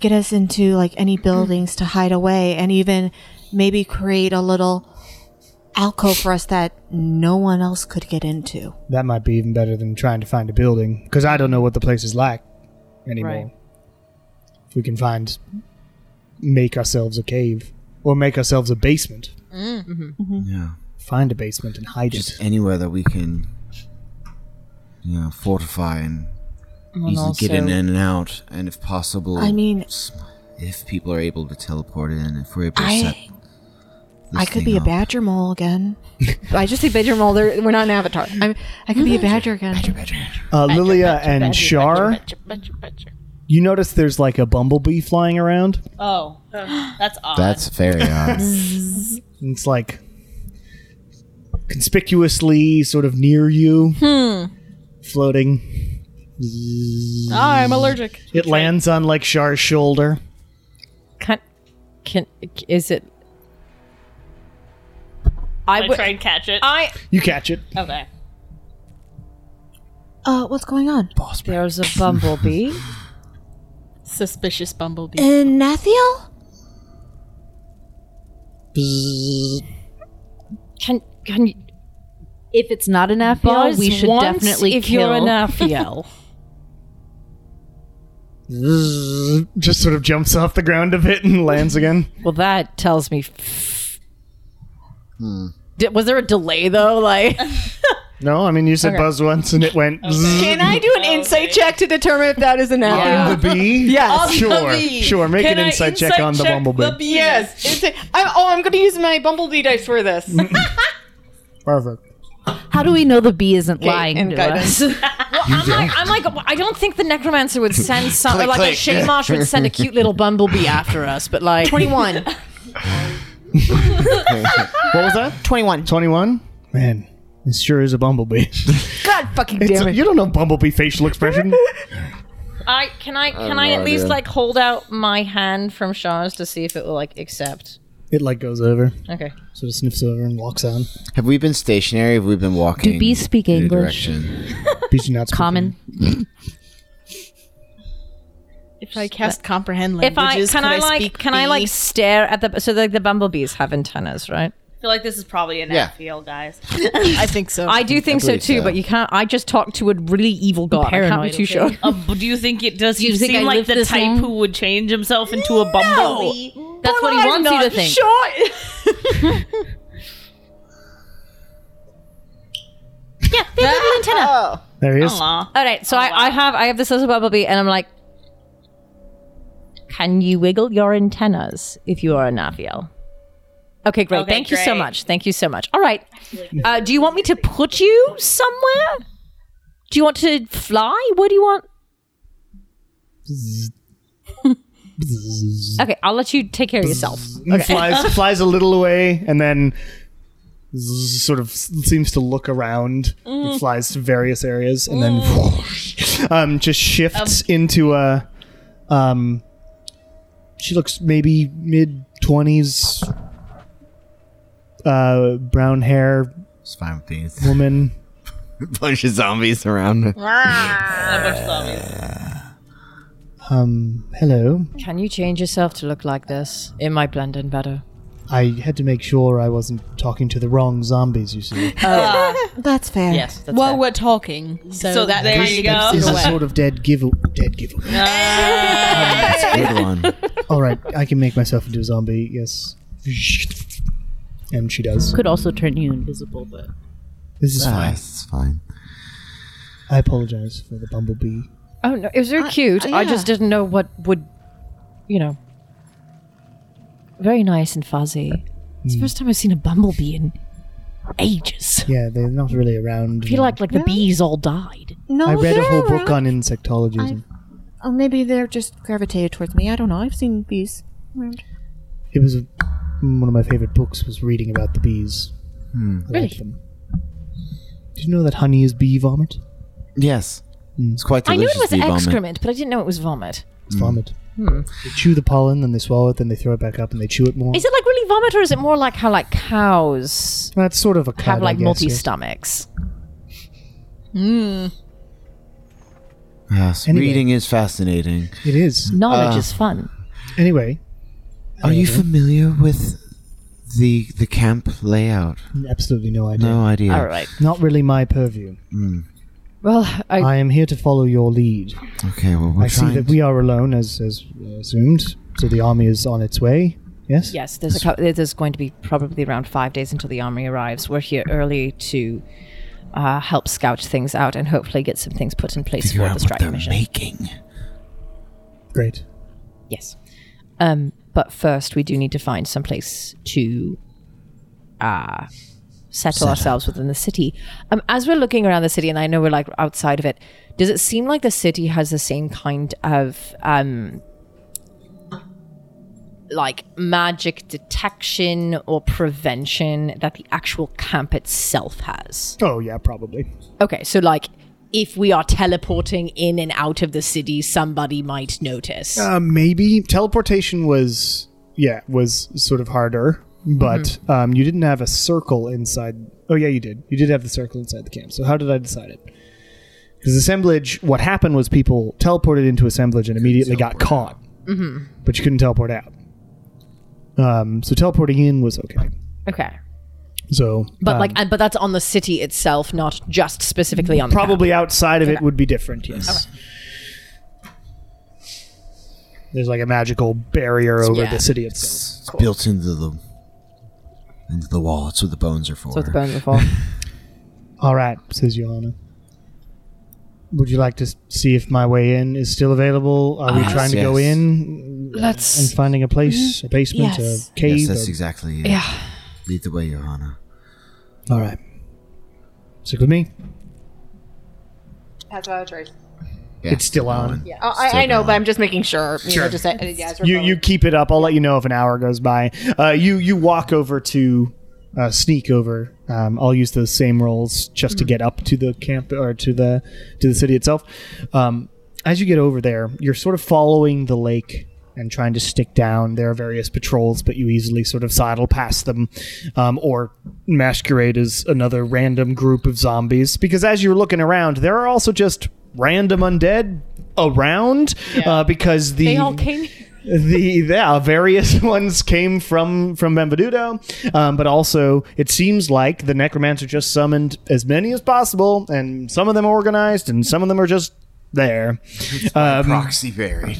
get us into like any buildings to hide away, and even maybe create a little alcove for us that no one else could get into. that might be even better than trying to find a building because I don't know what the place is like anymore. Right. If we can find, make ourselves a cave or make ourselves a basement. Yeah. Find a basement and hide it. Just anywhere that we can, you know, fortify and And easily get in also- and out. And if possible, I mean- if people are able to teleport in, if we're able to I- set. this I could thing be a up. badger mole [laughs] again. I just see Badger Mole. They're- We're not an avatar. I'm, I could be a badger again. Uh, Lilia and Shar, you notice there's like a bumblebee flying around. Oh, that's odd. That's very odd. [laughs] it's like conspicuously sort of near you, Hmm. floating. I'm allergic. It lands on like Shar's shoulder. Can, can is it? I I would- try and catch it. I You catch it. okay. Uh, what's going on? There's a bumblebee. [laughs] Suspicious bumblebee. And Nathiel? Can can you, if it's not an Aphiel, Buzz we should once definitely if kill. you're an [laughs] Aphiel. Just sort of jumps off the ground a bit and lands again. well, that [laughs] tells me. Did, was there a delay though? Like, No, I mean you said Okay. buzz once and it went. zzz. Can I do an insight check to determine if that is an alley? On the bee? Yes. Sure. Sure. Make an insight, check on the bumblebee. Yes. Insight- I'm, oh, I'm going to use my bumblebee dice for this. Perfect. How do we know the bee isn't Okay, lying and to guidance. us? I'm like, I'm like, I don't think the necromancer would send some, Click, like click. a Shamash would send a cute little bumblebee after us, but like [laughs] 21. what was that? 21. 21? Man, this sure is a [laughs] bumblebee. God fucking It's- damn it. You don't know bumblebee facial expression. I can I I can have I, no at least idea. like hold out my hand from Shaw's to see if it will like accept. [laughs] it like goes over. Okay. Sort of sniffs over and walks on. Have we been stationary? Have we been walking? Do bees speak in a English? direction? Bees do not speak Common. If I cast comprehend If I languages, can could I, like speak can I like bee? stare at the so like the bumblebees have antennas right? I feel like this is probably an Yeah. yeah. field, [laughs] guys. I think so. I do think so I believe too, so. but you can't. I just talked to a really evil god. I can't be too sure. [laughs] Uh, but do you think it does? You He think I seem like lived the this type long? who would change himself into a bumblebee. That's what he I'm wants you to not think. Sure. Yeah, they have a little antenna. There he is. All right, Oh, so I, I have I have this little bumblebee, and I'm like, can you wiggle your antennas if you are a Naviel? Okay, great. Okay, Thank you so great. much. Thank you so much. All right. Uh, do you want me to put you somewhere? Do you want to fly? What do you want? Okay, I'll let you take care of yourself. He flies, flies a little away and then z- sort of s- seems to look around. Mm. It flies to various areas and then whoosh, [laughs] um, just shifts into a. Um, she looks maybe mid 20s. Uh, brown hair. It's fine with these. Woman. Bunch of zombies around. Um, hello. Can you change yourself to look like this? It might blend in better. I had to make sure I wasn't talking to the wrong zombies, you see. that's fair. Yes, that's well, fair. we're talking, so, So that there kind you of gives This it is a away. sort of dead give dead giveaway. good one. [laughs] All right, I can make myself into a zombie. Yes, and she does. Could also turn you invisible, but This is Ah, [laughs] fine. It's fine. I apologize for the bumblebee. Oh no, it was very cute. I just didn't know what would, you know. Very nice and fuzzy. It's the first time I've seen a bumblebee in ages. Yeah, they're not really around. I feel like like the bees all died. No, Oh, I read a they're whole book around. on insectology. and Or maybe they're just gravitated towards me. I don't know. I've seen bees. It was a, one of my favorite books. Was reading about the bees. I Really? like them. Did you know that honey is bee vomit? Yes, it's quite I knew delicious. it was bee vomit. excrement, but I didn't know it was vomit. It's vomit. Hmm. They chew the pollen, then they swallow it, then they throw it back up, and they chew it more. Is it like really vomit, or is it more like how like cows That's sort of a cut, have I like guess, yeah. multi stomachs? Hmm. Yes, reading is fascinating. It is. Knowledge Uh, is fun. Anyway, Are you However- familiar with the the camp layout? Absolutely no idea. No idea. All right. Not really my purview. Mm. Well, I, am here to follow your lead. Okay, well, we're I see trying that we are alone, as as assumed. So the army is on its way. Yes. Yes, there's a cou- there's going to be probably around five days until the army arrives. We're here early to uh, help scout things out and hopefully get some things put in place Figure for out the what strike they're mission. making. Great. Yes, um, but first we do need to find some place to uh, settle Settle. ourselves within the city. Um, as we're looking around the city, and I know we're like outside of it, does it seem like the city has the same kind of um, like magic detection or prevention that the actual camp itself has. Oh yeah, probably. Okay, so like if we are teleporting in and out of the city, somebody might notice. Uh, maybe teleportation was yeah was sort of harder, but Mm-hmm. um, you didn't have a circle inside. Oh yeah, you did. You did have the circle inside the camp. So how did I decide it? Because assemblage, what happened was people teleported into assemblage and immediately got caught, Mhm. but you couldn't teleport out. Um, so teleporting in was okay. Okay. So, But um, like and, but that's on the city itself, not just specifically on the camp. probably outside of it would be different. Yes. There's like a magical barrier over Yeah. the city itself. It's built into the into the wall. That's what the bones are for. [laughs] That's what the bones are for. All right, says Johanna. Would you like to s- see if my way in is still available? Are we Yes, trying to go Ah, yes. in? Let's- And finding a place, a basement, Yes. a cave. Yes, that's a- exactly it. Lead the way, Johanna. All right. Stick with me. That's what I tried. it's still on. Yeah, I, I know, but I'm just making sure. You Sure. know, just say, uh, yeah, it's You remote. you keep it up. I'll let you know if an hour goes by. Uh, you you walk over to uh, sneak over. Um, I'll use those same rolls just Hmm. to get up to the camp or to the to the city itself. Um, as you get over there, you're sort of following the lake and trying to stick down. There are various patrols, but you easily sort of sidle past them um, or masquerade as another random group of zombies. Because as you're looking around, there are also just random undead around uh, because the They all came the yeah, various [laughs] ones came from from Benvenuto, um, but also it seems like the necromancer just summoned as many as possible, and some of them are organized, and some of them are just there. Um, Proxy buried.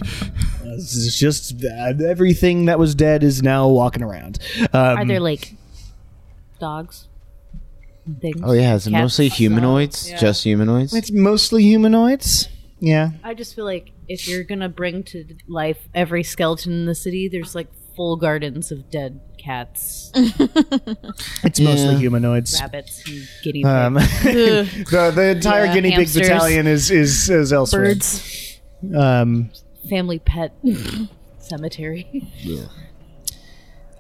this is just uh, everything that was dead is now walking around. Um, Are there like dogs? and Things? Oh yeah, is it Cats? mostly humanoids? Just humanoids? It's mostly humanoids. Yeah. I just feel like if you're gonna bring to life every skeleton in the city, there's like full gardens of dead [laughs] cats, It's mostly humanoids. rabbits, and guinea pigs. Um, [laughs] the, the entire Yeah, guinea pig hamsters. battalion is is, is elsewhere. Birds. Um, Family pet [laughs] cemetery.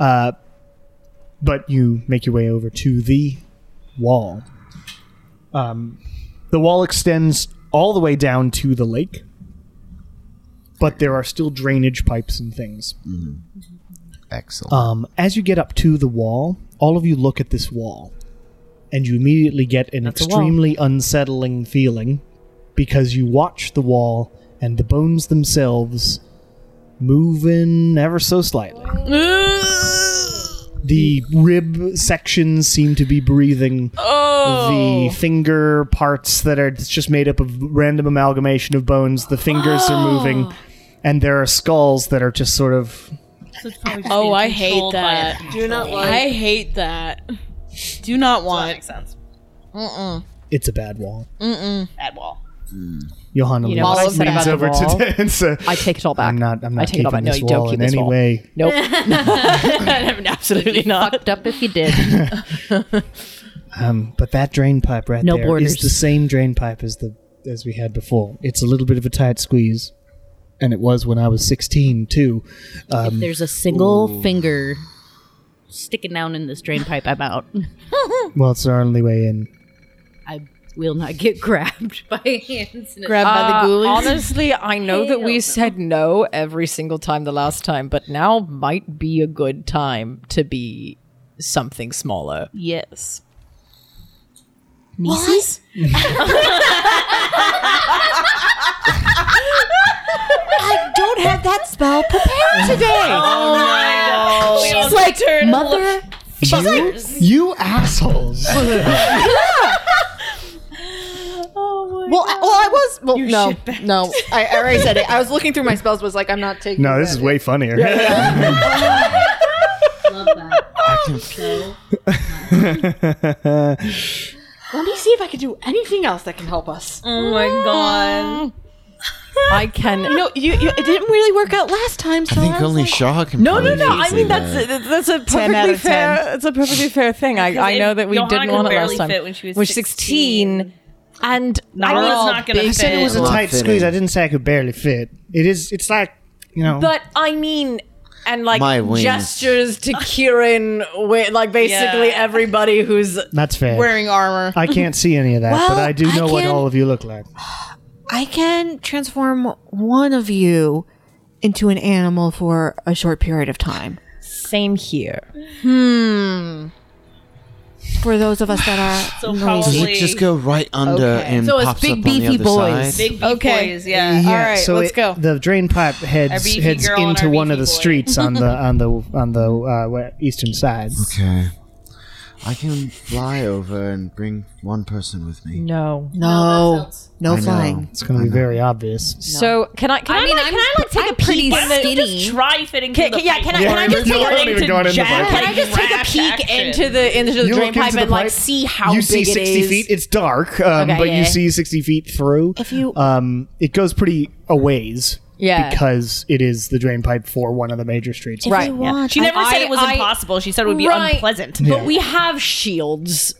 Uh, but you make your way over to the wall. Um, the wall extends all the way down to the lake, but there are still drainage pipes and things. Excellent. Um, as you get up to the wall, all of you look at this wall, and you immediately get an That's a wall. extremely unsettling feeling because you watch the wall and the bones themselves moving ever so slightly. the rib sections seem to be breathing. Oh. The finger parts that are it's just made up of random amalgamation of bones, the fingers are moving, [gasps] and there are skulls that are just sort of Oh, I hate that. Do not like- I hate that. Do not want. Makes sense. Mm it's a bad wall. mm mm mm. Bad wall. Johanna You know what I leans, said leans about the over to wall? Densa. I take it all back. I'm not. I'm not I take it all keeping back. No, this you don't wall in keep this any wall. way. Nope. Absolutely not. Fucked up if you [laughs] did. Um, but that drain pipe right No there is borders. the same drain pipe as the as we had before. It's a little bit of a tight squeeze, and it was when I was 16 too. Um, There's a single Ooh. finger sticking down in this drain pipe. I'm out. well, it's our only way in. I will not get grabbed. [laughs] by hands. and- [laughs] [laughs] Uh, Honestly, I know that we said no every single time the last time, but now might be a good time to be something smaller. Yes. Nieces? I don't have that spell prepared today. Oh, no. We all She's like, turn mother. She's like, you assholes. Well, I, well, I was. Well, no, no. I, I already said it. I was looking through my spells. Was like, I'm not taking. No, this is way funnier. Oh. Let me see if I can do anything else that can help us. Oh my god. I can. You know, you, you, it didn't really work out last time. So I think only Shaw can No, no, probably no. I say mean, that. that's a, that's a 10 out perfectly of 10. fair. It's a perfectly fair thing. I, Because I it- know that we Johanna didn't could want it barely last time. fit when she was 16. and No, I it's was not gonna big- I said [laughs] it was a Well, tight fitting. squeeze. I didn't say I could barely fit. It is. It's like you know. But I mean, and like My wings. gestures to Kieran, wi- like basically Yeah. everybody who's that's fair. Wearing armor. I can't see any of that, but Well, I do I know what can- all of you look like. I can transform one of you into an animal for a short period of time. Same here. Hmm. For those of us that are So Does noisy. it just go right under and So it's pops big up on the beefy other boys. side? Big okay. yeah. Mm-hmm. Uh, so it- The drain pipe heads beefy heads girl and into our one of beefy [laughs] the streets on the on the on the uh, we- eastern side. Okay. I can fly over and bring one person with me. No. No. No, I know. flying. It's going to be Uh-huh. very obvious. So can I? Can I, mean, like, can I like take a pretty skinny. Just try fitting. Can, through the yeah, pipe. can I? Can I just take a even into going in the Jack? pipe. Can I just take a peek into the into the You drain look pipe into the and like pipe, see how you big see it 60 is? feet. It's dark, um, Okay, but yeah, you yeah. see 60 feet through. If you- um, it goes pretty a ways. Yeah. because it is the drain pipe for one of the major streets. Right. yeah. She never I- said it was I- impossible. She said it would be Right, unpleasant. But we have shields.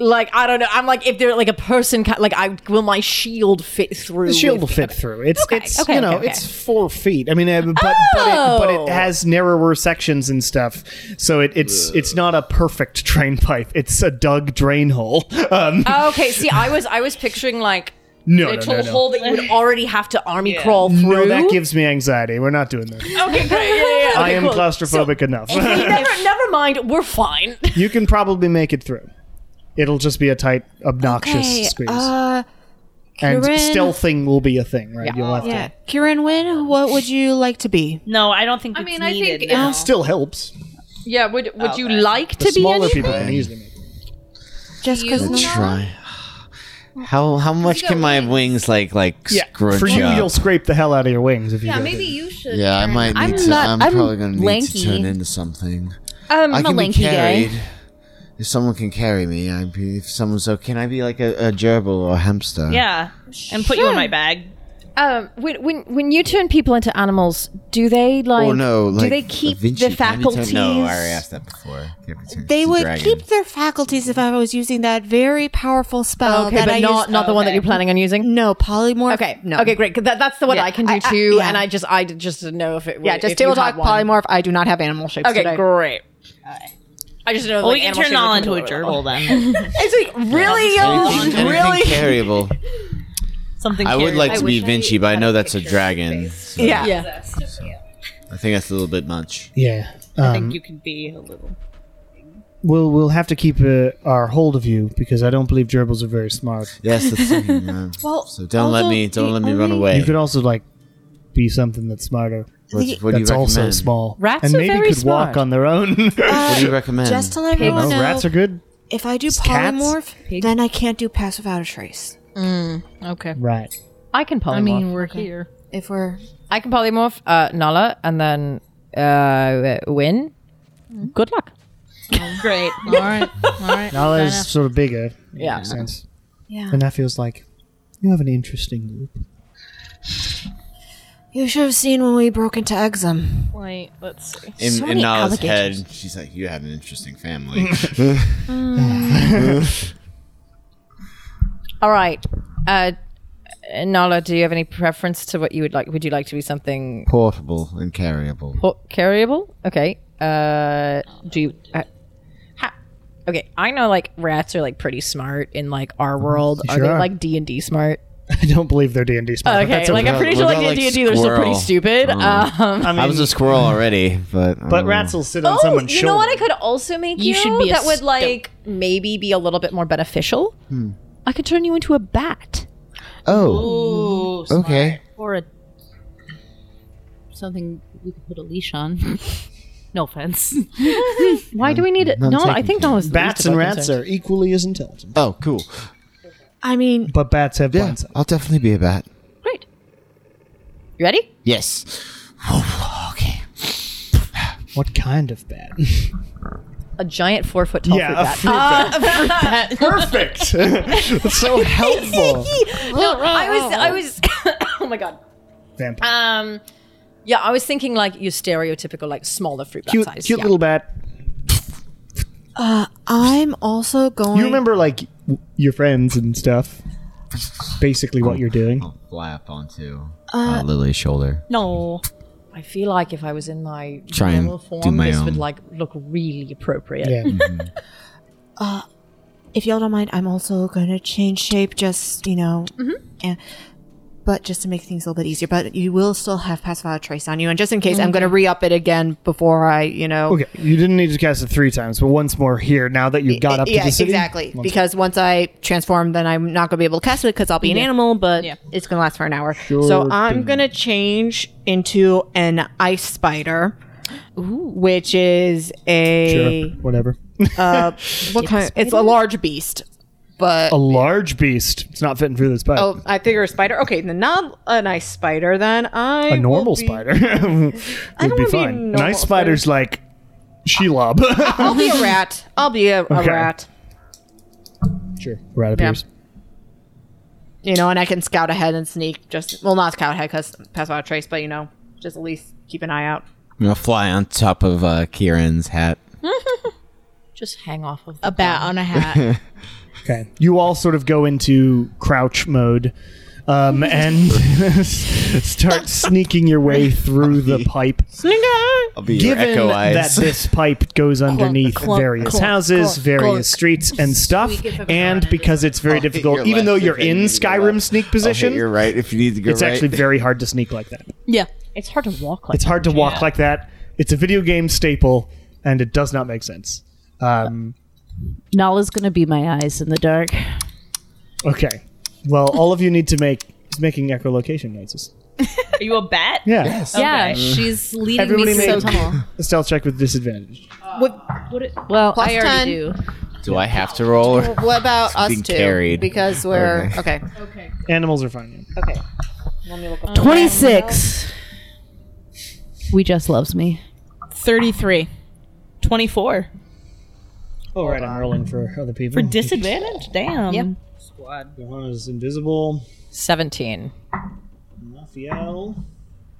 Like I don't know. I'm like if they're like a person, ca- like I will my shield fit through? The shield with- will fit through. It's it's okay, you know okay, okay. it's four feet. I mean, uh, but but, it, but Oh. it has narrower sections and stuff. So it, it's it's not a perfect drain pipe. It's a dug drain hole. [laughs] Um, Oh, okay, see, I was I was picturing like No, no, a little no, no. hole that you would already have to army crawl through. no, that gives me anxiety. We're not doing that. okay, great. Yeah, yeah, yeah. I Okay, am cool. claustrophobic enough. never, never mind. We're fine. [laughs] you can probably make it through. It'll just be a tight, obnoxious squeeze, Uh, and Corinne- stealthing will be a thing, right? You'll have yeah. Kieran, when what would you like to be? No, I don't think. I That's mean, I needed think to. now. It still helps. Yeah, would would Oh, you Okay. like The to be smaller anything? people can easily make it. Just I'll try. How how much can my wings like like scrunch For you, up? you'll scrape the hell out of your wings if you. Yeah, do maybe you should. yeah, I Karen. might need I'm to. Not, I'm, probably gonna need to turn into something. I'm I a can lanky be guy. carried. If someone can carry me, I'd be. If someone's so, can I be like a, a gerbil or a hamster? Yeah, and put you in my bag. Um, when, when when you turn people into animals, do they like? Or no, like do they keep Da Vinci. the Can I be turned- faculties? No, I already asked that before. Can't be turned They into a would dragon. keep their faculties if I was using that very powerful spell. Okay, that but I not use- Oh, not the one that you're planning on using. No polymorph. Okay, no. Okay, great. 'cause That, that's the one Yeah, I can do I- I- too. yeah. And I just I d- just didn't know if it. Yeah, would- just if you table had talk one. polymorph. I do not have animal shapes Okay, today. great. I just know. Well, like, we can animal turn shapes Nala are into a controllable. gerbil then. it's like really Anything, young, anything [laughs] really. carryable. [laughs] Something. I would like carries- to be Vinci, but I know that's a dragon. so Yeah. I think that's a little bit much. Yeah. I think Um, you could be a little. We'll we'll have to keep uh, our hold of you because I don't believe gerbils are very smart. Yes, that's the thing. [laughs] man. Well, so don't let although me don't the let me run only- away. You could also like be something that's smarter. What- The- what do you that's also recommend? small. Rats and are maybe very could smart. walk on their own. [laughs] what do you recommend? Uh, Just to let everyone No, know, Oh, rats are good. if I do cats. polymorph, then I can't do pass without a trace. Okay. Right. I can polymorph. I mean, we're here. If we're I can polymorph uh, Nala and then uh, Win. Good luck. [laughs] Great. All right. All right. Nala is sort of bigger. Yeah. Makes sense. Yeah. And that feels like you have an interesting group. You should have seen when we broke into Exum. Wait, let's see. in, So in many Nala's allegations. head, she's like, "You have an interesting [laughs] family." All right. Uh, Nala, do you have any preference to what you would like? Would you like to be something Portable and carryable. po- carryable? Okay. Uh, do you? Uh, ha- okay, I know like rats are like pretty smart in like our world. They Are they sure are. like D and D smart? [laughs] I don't believe they're D and D smart. but Okay, that's like I'm What pretty sure about, like like, in D and D they're still pretty squirrel? stupid. Oh. Um, I I, mean, was a squirrel already, but but I um, don't rats know. will sit on Oh, someone's you shoulder. know what I could also make you? You should be a that would scout. like maybe be a little bit more beneficial. Hmm. I could turn you into a bat. Oh, Ooh, okay. or a something we could put a leash on. [laughs] no offense. [laughs] Why do we need it? none No, I taken think care. Nala's the Bats least of and our rats concerns. are equally as intelligent, Oh, cool. I mean, but bats have Yeah, blind sight. I'll definitely be a bat. great. You ready? Yes. okay. What kind of [laughs] bat? A giant four foot tall fruit bat. fruit bat. [laughs] Perfect. That's so [laughs] helpful. no, I was, I was. [laughs] oh my god. Uh, Vampire. Um, yeah, I was thinking like your stereotypical like smaller fruit bat cute, size. cute yeah. little bat. uh, I'm also going. You remember like w- your friends and stuff. Basically, what you're doing. I'll fly up onto Uh, uh, Lily's shoulder. No. I feel like if I was in my Try and normal form, do my this would own. like look really appropriate. Yeah. If y'all don't mind, I'm also going to change shape. Just you know, Mm-hmm. and, but just to make things a little bit easier. But you will still have pass without a trace on you, and just in case, Mm-hmm. I'm going to re up it again before I, you know. [laughs] Okay, you didn't need to cast it three times, but once more here. Now that you got up yeah, to the city, exactly. Once- because once I transform, then I'm not going to be able to cast it because I'll be an animal, but it's going to last for an hour. Sure so I'm thing. going to change into an ice spider. which is a whatever. uh, what kind? It's a large beast, but a large beast. It's not fitting through this pipe. oh, I figure a spider. Okay, then not a nice spider. Then I a will normal be- spider [laughs] would be wanna be fine. An normal ice spider's like Shelob. [laughs] I'll be a [laughs] rat. I'll be a, a Okay. rat. Sure. Rat Yeah. appears. You know, and I can scout ahead and sneak. Just well, not scout ahead because pass without trace, but you know, just at least keep an eye out. I'm gonna fly on top of uh, Kieran's hat. Just hang off of a bat on a hat. Okay. You all sort of go into crouch mode um, and [laughs] start sneaking your way through the pipe. I'll be your Given Echo Eyes. that [laughs] this pipe goes underneath clunk, various clunk, houses, clunk, various clunk. streets, and stuff, and because it's very difficult, Oh, your even left though if you're I in need to go Skyrim sneak I'll hit position, your right if you need to go it's right. actually very hard to sneak like that. Yeah, it's hard to walk like. it's hard to walk like that. It's a video game staple, and it does not make sense. Um, Nala's gonna be my eyes in the dark. okay. Well, all of you need to make is making echolocation noises. Are you a bat? Yeah. Yes. Yeah, Okay. she's leading Everybody me make so tall. a stealth check with disadvantage. Well, Plus I already 10. do. Do I have to roll? Or [laughs] What about us being two? carried. Because we're okay. Animals are fine. Okay. Twenty six. We just loves me. 33. 24. Oh, right. I'm rolling for other people. For disadvantage? Damn. Yep. Squad. The one is invisible. 17. Raphael.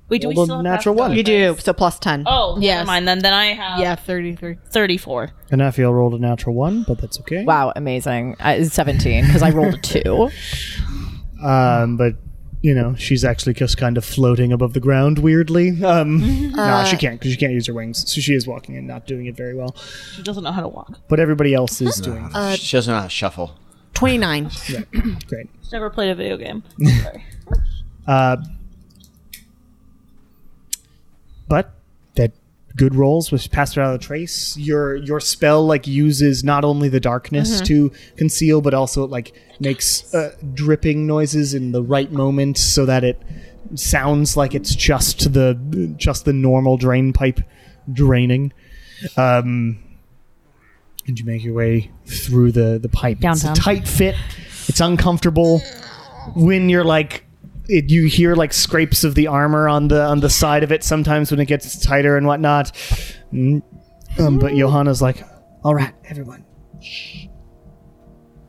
Wait, do we Rolled a still have natural half one. You do so plus ten. Oh, Yes. never mind then. Then I have yeah, thirty-three, thirty-four. And Raphael rolled a natural one, but that's okay. Wow, amazing. Uh, it's 17 because I rolled [laughs] a 2. Um, but you know, she's actually just kind of floating above the ground weirdly. Um, nah, [laughs] Uh, she can't because she can't use her wings, so she is walking and not doing it very well. She doesn't know how to walk. But everybody else is doing. [laughs] it. Uh, she doesn't know how to shuffle. Twenty nine. Great. She's never played a video game. Uh, but that good rolls was passed without a trace. Your your spell like uses not only the darkness Mhm. to conceal, but also it like makes uh, dripping noises in the right moment so that it sounds like it's just the just the normal drain pipe draining. Um, and you make your way through the the pipe. Downtown. It's a tight fit. It's uncomfortable when you're like it, you hear like scrapes of the armor on the on the side of it sometimes when it gets tighter and whatnot. Mm. Um, but Johanna's like, all right, everyone,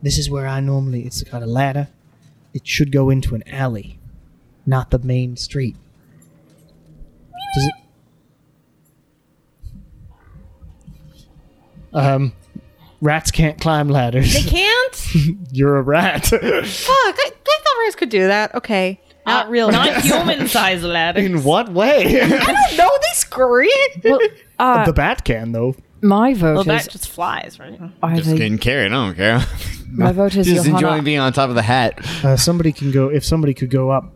this is where I normally. It's got a ladder. It should go into an alley, not the main street. Does it? Um, rats can't climb ladders. They can't. [laughs] You're a rat. [laughs] Fuck! I, I thought rats could do that. Okay, not [laughs] real. Not human size ladder. In what way? I don't know. They scurry. Well, the bat can though. My Well, vote is that just flies, right? Just getting carried. I don't care. My vote is [laughs] just Johanna. enjoying being on top of the hat. Uh, somebody can go. If somebody could go up,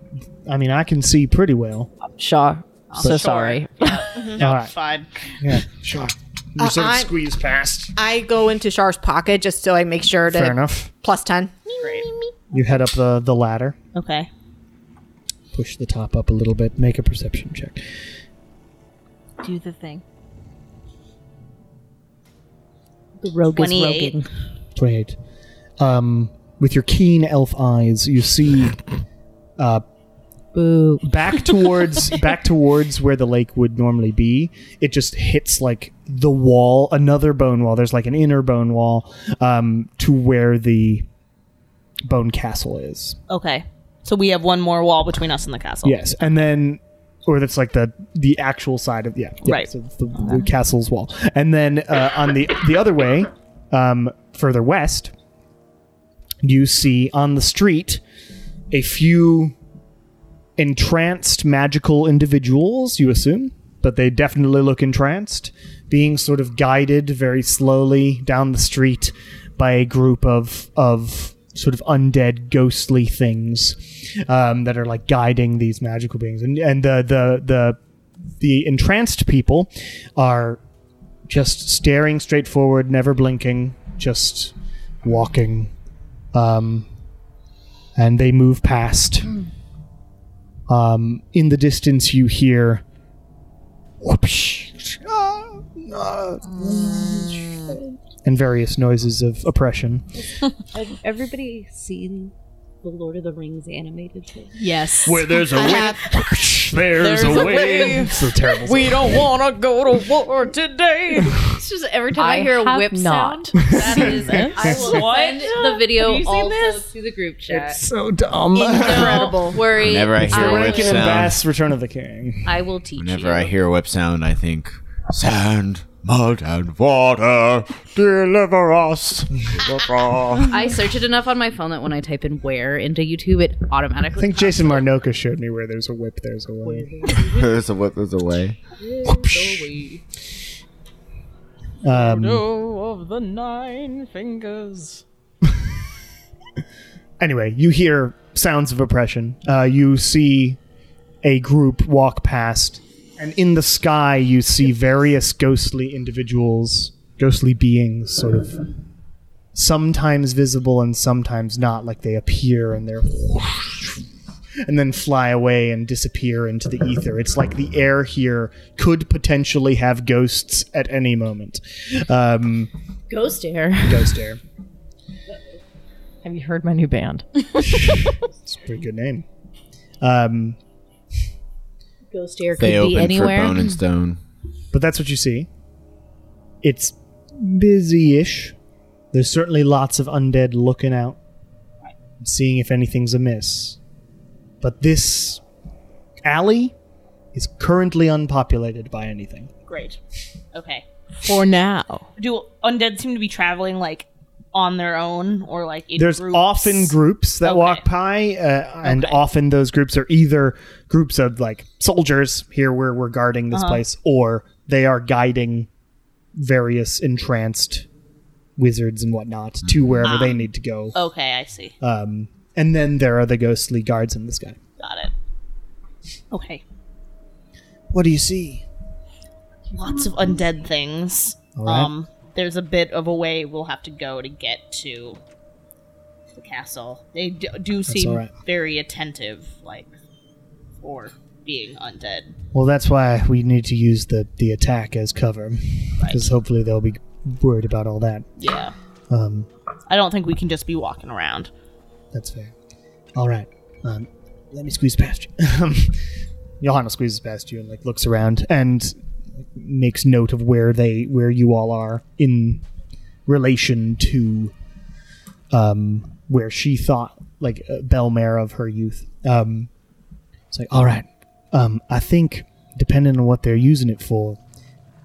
I mean, I can see pretty well. Shaw. But- So sorry. No, All right. fine. Yeah, sure. You Uh, sort of I- squeeze past. I go into Char's pocket just so I make sure to Fair enough. plus ten. Great. You head up the the ladder, Okay. push the top up a little bit, make a perception check. Do the thing. The rogue is 28. roguing. Twenty-eight. Um, with your keen elf eyes, you see, uh, back towards back towards where the lake would normally be. It just hits like the wall, another bone wall. There's like an inner bone wall um, to where the bone castle is. Okay. So we have one more wall between us and the castle. Yes, and then or that's like the the actual side of yeah, yeah, Right. So it's the, the castle's wall, and then uh, on the the other way, um, further west, you see on the street a few entranced magical individuals. You assume, but they definitely look entranced, being sort of guided very slowly down the street by a group of of sort of undead ghostly things um, that are like guiding these magical beings and and the the the the entranced people are just staring straight forward never blinking just walking um, and they move past um, in the distance you hear whoopsh, ah, ah, and various noises of oppression. Have everybody seen the Lord of the Rings animated film? Yes. Where there's a I way, have- there's, There's a a way. way. [laughs] It's a terrible. We song. don't want to go to war today. It's just every time I, I hear a have whip [laughs] not. sound, that is it. I will What? send the Have video you seen also this? to the group chat. It's so dumb. Incredible. Worry. Whenever I It's hear the a whip Rankin and sound, Bass Return of the King. I will teach whenever you. I hear a whip sound, I think sand, mud, and water deliver us. [laughs] I search it enough on my phone that when I type in where into YouTube, it I automatically. think Jason Marnoka showed me where there's a whip, there's a way. there's a whip. There's a way. Um, of the nine fingers. [laughs] anyway, you hear sounds of oppression. Uh, you see a group walk past, and in the sky, you see various ghostly individuals, ghostly beings, sort of sometimes visible and sometimes not, like they appear and they're. [laughs] And then fly away and disappear into the ether. It's like the air here could potentially have ghosts at any moment. Um, Ghost Air. [laughs] Ghost Air. [laughs] Have you heard my new band? It's a pretty good name. Um, Ghost Air They open for Bone and Stone. but that's what you see. It's busy-ish. There's certainly lots of undead looking out, seeing if anything's amiss. But this alley is currently unpopulated by anything. Great. Okay. For now. Do undead seem to be traveling like on their own or like in There's groups? often groups that walk by, uh, and often those groups are either groups of like soldiers here where we're guarding this Uh-huh. place, or they are guiding various entranced wizards and whatnot to wherever Ah. they need to go. Okay, I see. Um, and then there are the ghostly guards in the sky. Got it. Okay. What do you see? Lots of undead things. All right. Um there's a bit of a way we'll have to go to get to the castle. They d- do seem all right. very attentive like for being undead. Well, that's why we need to use the the attack as cover, because hopefully they'll be worried about all that. Yeah. Um, I don't think we can just be walking around. That's fair. All right. Um, let me squeeze past you. [laughs] Um, Johanna squeezes past you and like looks around and makes note of where they where you all are in relation to um, where she thought like uh, Belmare of her youth. Um, it's like all right. Um, I think depending on what they're using it for,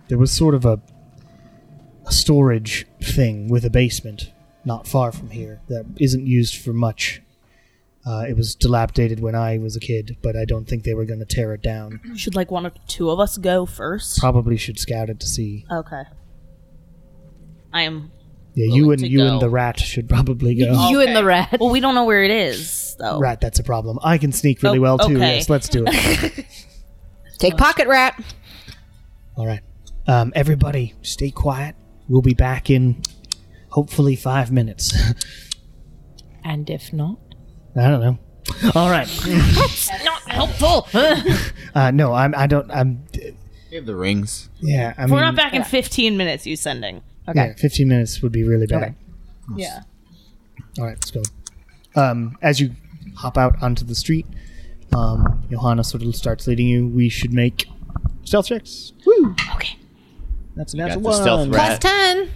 there was sort of a a storage thing with a basement not far from here that isn't used for much. Uh, it was dilapidated when I was a kid, but I don't think they were going to tear it down. [clears throat] Should like one of the two of us go first? Probably should scout it to see. Okay. I am Yeah, you and to you and go. the rat should probably go. and the rat. Well, we don't know where it is, though. Rat, that's a problem. I can sneak really Oh, well too. okay. Yes, let's do it. [laughs] Take pocket rat. All right, um, everybody, stay quiet. We'll be back in hopefully five minutes. [laughs] And if not, I don't know. All right. not helpful. Uh, no, I'm. I don't. I'm. They have the rings. Yeah, I If we're mean- not back in 15 minutes, you sending. Yeah, fifteen minutes would be really bad. Yeah. All right, let's go. Um, as you hop out onto the street, um, Johanna sort of starts leading you. We should make stealth checks. Woo! Okay. That's a You natural got the stealth one. rat. ten.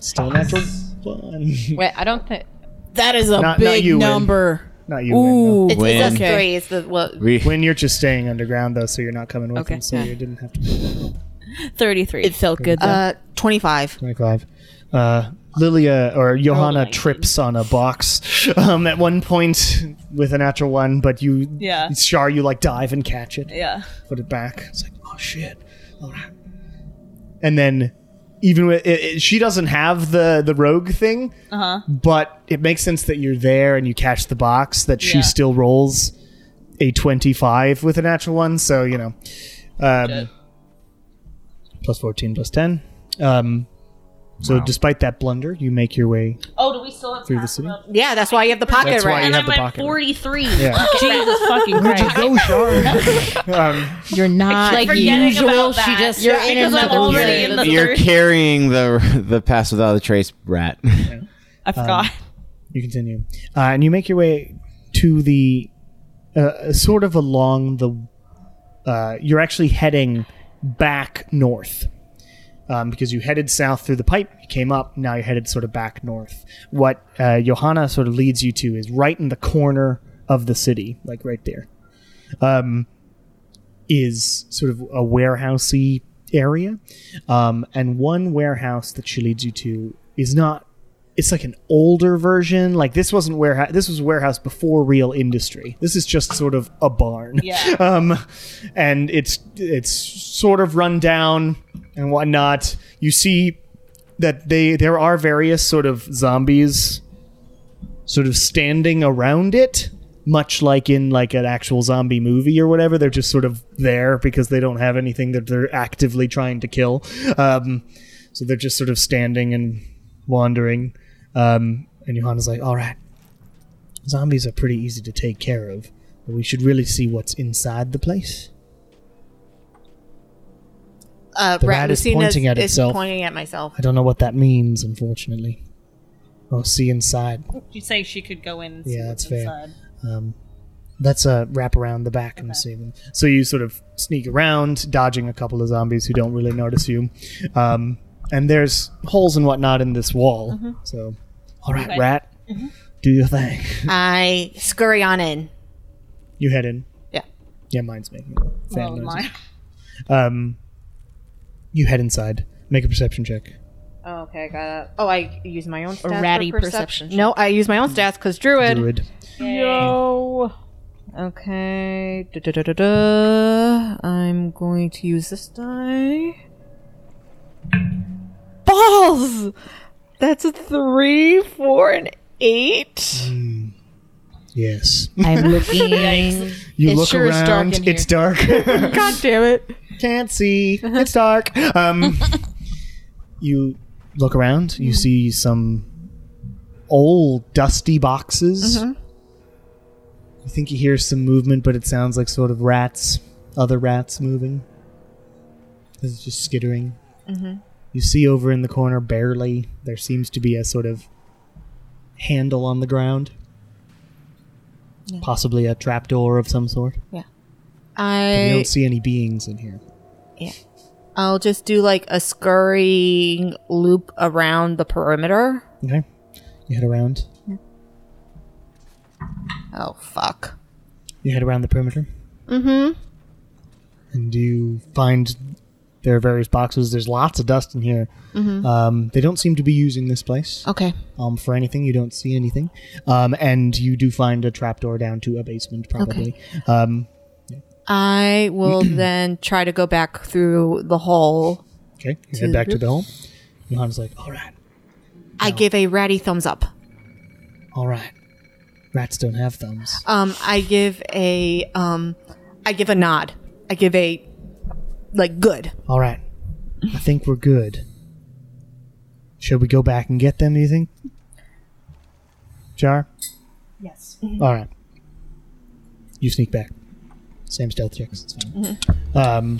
Still a natural one. [laughs] Wait, I don't think That is a Not- not big you, Wynn. number. Not you. Ooh. Wynn, It's- no. it's us Okay. three. It's the well, Wynn, you're just staying underground though, so you're not coming with him, so you didn't have to. 33. It felt good. Though. uh, twenty-five. Twenty-five. Uh, Lilia or Oh Johanna trips on a box um, at one point with a natural one, but you, Yeah. Char, you like dive and catch it. Yeah. put it back. It's like, oh shit. All right. And then, even with it, it- she doesn't have the the rogue thing, Uh-huh. Uh huh. but it makes sense that you're there and you catch the box that she Yeah. still rolls a twenty five with a natural one. So you know, um, plus fourteen plus ten. Um, so Wow. despite that blunder, you make your way. Oh, do we we still have through the city. Ah, Yeah, that's why you have the pocket That's why rat. you and have I the went pocket. 43. Yeah. Jesus [laughs] fucking Where'd Christ. you go, [laughs] Shar? [laughs] um, You're not Like like forgetting usual. about She that. just You're in because I'm another already way. in the You're third. carrying the the pass without a trace [laughs] rat. I forgot. you continue, uh, and you make your way to the uh, sort of along the. Uh, you're actually heading back north um, because you headed south through the pipe, you came up. Now you're headed sort of back north. What uh, Johanna sort of leads you to is right in the corner of the city, like right there, um, is sort of a warehousey area, um, and one warehouse that she leads you to is not. It's like an older version. Like this wasn't warehouse. This was warehouse before real industry. This is just sort of a barn. Yeah. [laughs] Um, and it's it's sort of run down and whatnot. You see that they there are various sort of zombies sort of standing around it much like in like an actual zombie movie or whatever they're just sort of there because they don't have anything that they're actively trying to kill um, so they're just sort of standing and wandering um, and johanna's like all right zombies are pretty easy to take care of but we should really see what's inside the place Uh, The rat is Lucina's- pointing at Uh, is itself. pointing at myself. i don't know what that means unfortunately i'll see inside She's saying she could go in and see Yeah, what's that's fair. inside. Um, let's uh, wrap around the back, I'm assuming. So you sort of sneak around, dodging a couple of zombies who don't really notice you. Um, and there's holes and whatnot in this wall. Mhm. So, all right, Okay. rat, Mhm. do your thing. [laughs] I scurry on in. You head in. Yeah. Yeah, mine's making fan Oh, noises. mine. Um, you head inside. Make a perception check. Oh, okay, I got it. Oh, I use my own stats. for ratty percep- perception No, I use my own stats because Druid. Druid. Yo. Okay. Da-da-da-da. I'm going to use this die. Balls! That's a three, four, and eight. Yes. [laughs] I'm looking. Yikes. You It look sure is dark around. in here. It's dark. [laughs] God damn it. Uh-huh. Can't see. It's dark. [laughs] Um, you look around. Mm-hmm. You see some old, dusty boxes. Mm-hmm. You think you hear some movement, but it sounds like sort of rats, other rats moving. It's just skittering. Mhm. You see over in the corner, barely, there seems to be a sort of handle on the ground. Yeah. Possibly a trapdoor of some sort. You I don't see any beings in here. yeah. I'll just do like a scurrying loop around the perimeter. Okay. You head around. Oh fuck. You head around the perimeter. Mm-hmm. and you find there are various boxes. There's lots of dust in here. Mhm. Um, they don't seem to be using this place. Okay. Um, for anything, you don't see anything, um, and you do find a trapdoor down to a basement, probably. Um, I will then try to go back through the hole. okay, you To head the back to roof. the home. Johanna's like, "All right, I give a ratty thumbs up. all right. Rats don't have thumbs." Um, I give a um, I give a nod. I give a like good. All right, I think we're good. Should we go back and get them? Do you think, Jar? Yes. All right. You sneak back. Same stealth checks. It's fine. Mhm. Um,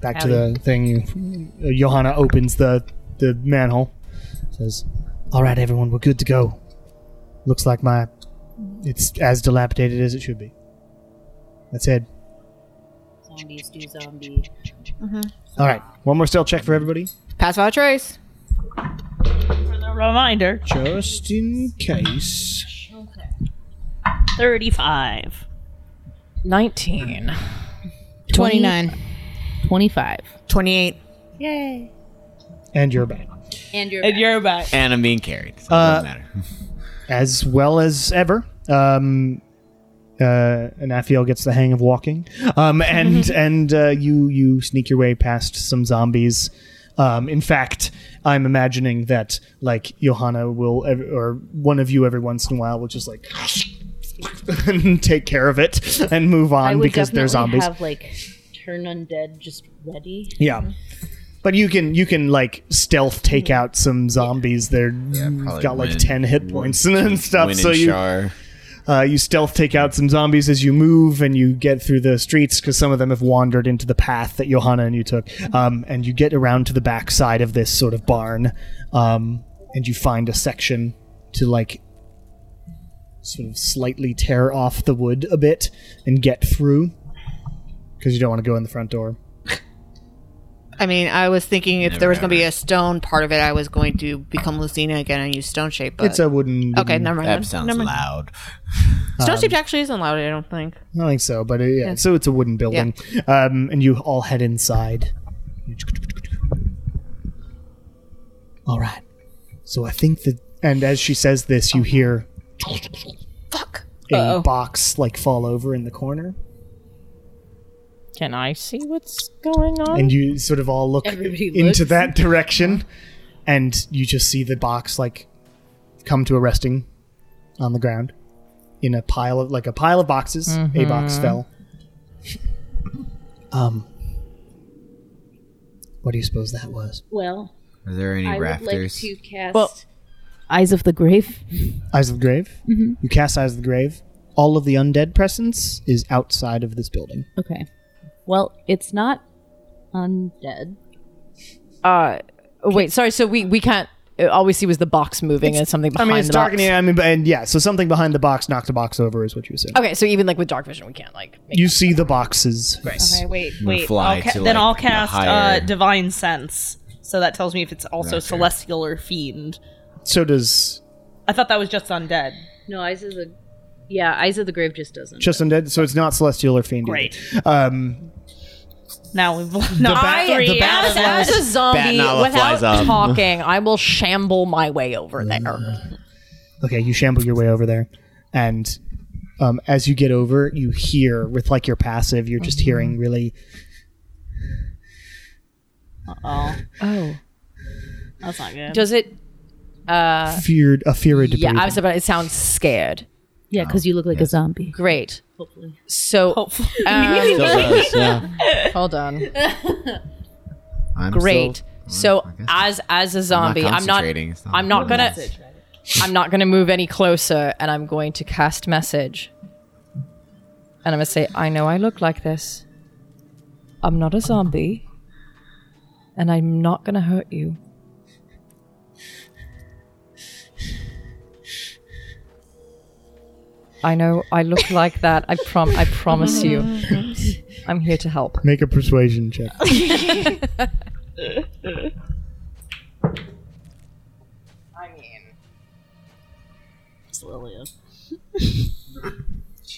back to the thing. You, uh, Johanna opens the the manhole. Says, "All right, everyone, we're good to go. Looks like my it's as dilapidated as it should be. That's it. Zombies do zombie. All right, one more stealth check for everybody, Pass without trace. A reminder. just in case." 35. 19. 29. 25. 28. Yay. And you're back. And you're And you're back. and I'm being carried. So it Uh, doesn't matter. as well as ever. Um, uh, Anaphiel gets the hang of walking, um, and and uh, you you sneak your way past some zombies. Um, in fact, I'm imagining that like Johanna will, ev- or one of you, every once in a while, will just like [laughs] and take care of it and move on because they're zombies. like turn undead just ready. yeah. But you can you can like stealth take out some zombies. They're probably got like win- ten hit points [laughs] [laughs] and then stuff. Win So and you Char. uh, you stealth take out some zombies as you move, and you get through the streets because some of them have wandered into the path that Johanna and you took. Um, and you get around to the backside of this sort of barn, um, and you find a section to like sort of slightly tear off the wood a bit and get through because you don't want to go in the front door. I mean, I was thinking if Never there was going to be a stone part of it, I was going to become Lucina again and use stone shape. But It's a wooden- Okay, wooden- never mind. That then. sounds Never mind. loud. Stone Um, shape actually isn't loud. I don't think. I don't think so, but uh yeah, Yeah. so it's a wooden building. Um, and you all head inside. All right. So I think that, and as she says this, you hear Fuck. a Uh-oh. box like fall over in the corner, Can I see what's going on? and you sort of all look Everybody into looks. that direction, and you just see the box like come to a resting on the ground in a pile of like a pile of boxes. A Mm-hmm. box Mhm. fell. Um, what do you suppose that was? Well, Are there any I rafters? would like to cast. Well- Eyes of the grave. Eyes of the Grave. Mhm. You cast Eyes of the Grave. All of the undead presence is outside of this building. Okay. Well, it's not undead. Uh, oh, wait, sorry. So we we can't. uh, All we see was the box moving and something I behind mean, it's the dark in box. here. I mean, but- and yeah, so something behind the box knocked the box over, is what you said. Okay, so even like with dark vision, we can't like. You see the boxes. Okay, wait, I'm gonna wait. fly I'll ca- to, like, then I'll the cast uh, higher- divine sense. So that tells me if it's also Right there. celestial or fiend. So does I thought that was just undead. No, Eyes of the. Yeah, Eyes of the Grave just doesn't. just undead. So it's not celestial or fiend. Great. Um, Now we've no, I, three. the as, as a zombie, Batnala without flies up. talking, I will shamble my way over there. okay, you shamble your way over there, and um, as you get over, you hear with like your passive, you're Mm-hmm. just hearing really Oh, oh, that's not [laughs] good. Does it? Uh, feared a fear of yeah, I was about. It sounds scared. Yeah, because you look like a zombie. Great. Hopefully. So, um, [laughs] Still does, [laughs] hold on. I'm Great. still- so as as a zombie, mm, I'm not. concentrating, it's not I'm not important. gonna. Message, I'm not gonna move any closer, and I'm going to cast message. And I'm gonna say, I know I look like this. I'm not a zombie, and I'm not gonna hurt you. I know I [laughs] look like that. I prom. I promise [laughs] you, I'm here to help. make a persuasion check. It's Lilia.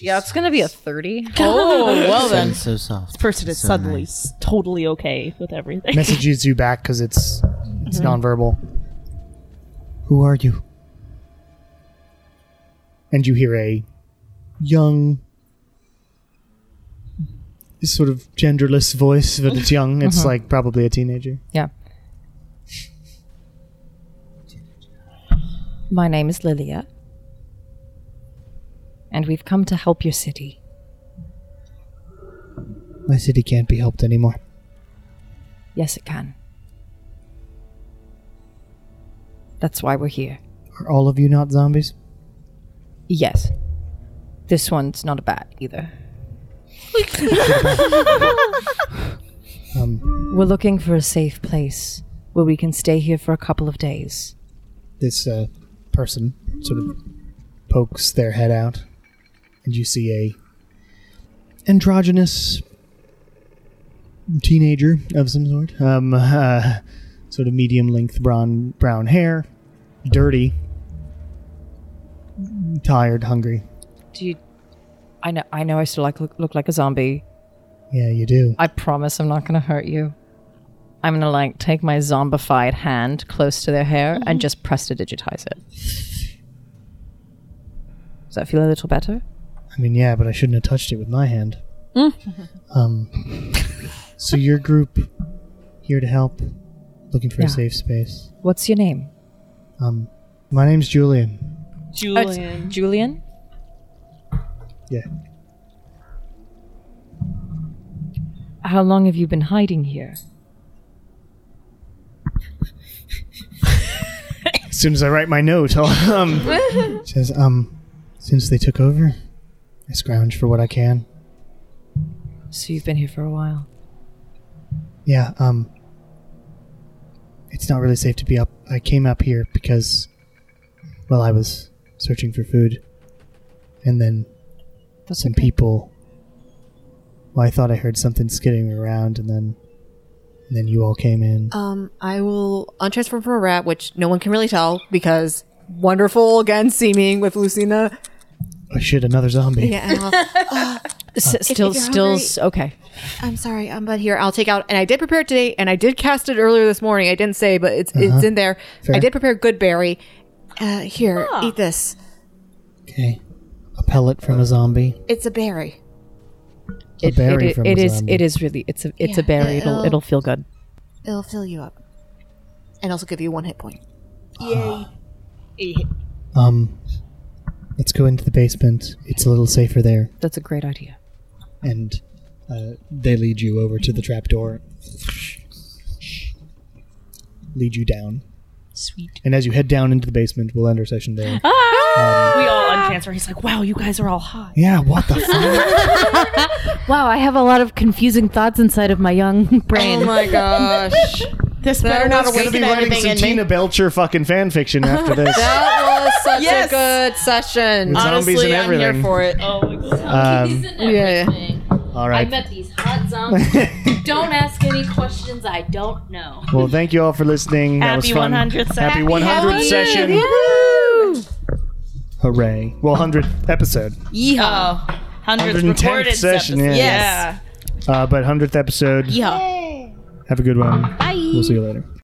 Yeah, it's gonna be a thirty. Oh, well then. Sounds so soft. This person is So suddenly nice. s- totally okay with everything. Messages you back because it's it's Mhm. nonverbal. Who are you? And you hear a young, sort of genderless voice, but it's young. It's Mhm. like probably a teenager. Yeah. My name is Lilia. And we've come to help your city. My city can't be helped anymore. Yes, it can. That's why we're here. Are all of you not zombies? Yes. This one's not a bat either. Um, We're looking for a safe place where we can stay here for a couple of days. This uh, person sort of pokes their head out, and you see a androgynous teenager of some sort. Um, [laughs] uh, sort of medium length brown brown hair, dirty, tired, hungry. Do you? I know. I know. I still like look, look like a zombie. Yeah, you do. I promise I'm not gonna hurt you. I'm gonna like take my zombified hand close to their hair Mm-hmm. and just press to digitize it. Does that feel a little better? I mean, yeah, but I shouldn't have touched it with my hand. [laughs] Um, so your group here to help, looking for Yeah. a safe space. What's your name? Um, my name's Julian. Oh, it's Julian. Yeah. How long have you been hiding here? As soon as I write my note, I'll, um, says, um, since they took over, I scrounge for what I can. So you've been here for a while. Yeah, um, it's not really safe to be up. I came up here because, well, I was searching for food, and then some people. Well, I thought I heard something skidding around, and then, and then you all came in. Um, I will untransform from a rat, which no one can really tell because wonderful again seeming with Lucina. Oh shit! Another zombie. Yeah. I'll- [laughs] S- If- if still, you're still, hungry- s- okay. I'm sorry, I'm but here. I'll take out, and I did prepare it today, and I did cast it earlier this morning. I didn't say, but it's Uh-huh. it's in there. Fair. I did prepare good berry. Uh, here, eat this. Okay. A pellet from a zombie. It's a berry. A berry it, from it a is. zombie. It is really. It's a. It's a Yeah, berry. It'll. it'll- It'll feel good. It'll fill you up, and also give you one hit point. Yay. Um, let's go into the basement. It's a little safer there. That's a great idea. And uh, they lead you over to the trapdoor. Lead you down. Sweet. And as you head down into the basement, we'll end our session there. we all untransfer. He's like, wow, you guys are all hot. Yeah, what [laughs] the fuck? Wow, I have a lot of confusing thoughts inside of my young [laughs] brain. Oh my gosh. this That better not was Gonna be writing some Tina Belcher fucking fan fiction after [laughs] this. That was such Yes. a good session. With zombies Honestly, and I'm here everything. for it. Oh my god. Um, [laughs] yeah. all right. I met these [laughs] hot zombies. don't ask any questions I don't know. Well, thank you all for listening. that was Happy fun. 100th session. Happy Happy 100th session. Hooray. Well, 100th episode. Yeehaw. Hundreds 110th recorded session, episodes. yeah. Yeah. Uh, but 100th episode. Yeehaw. Have a good one. Bye. We'll see you later.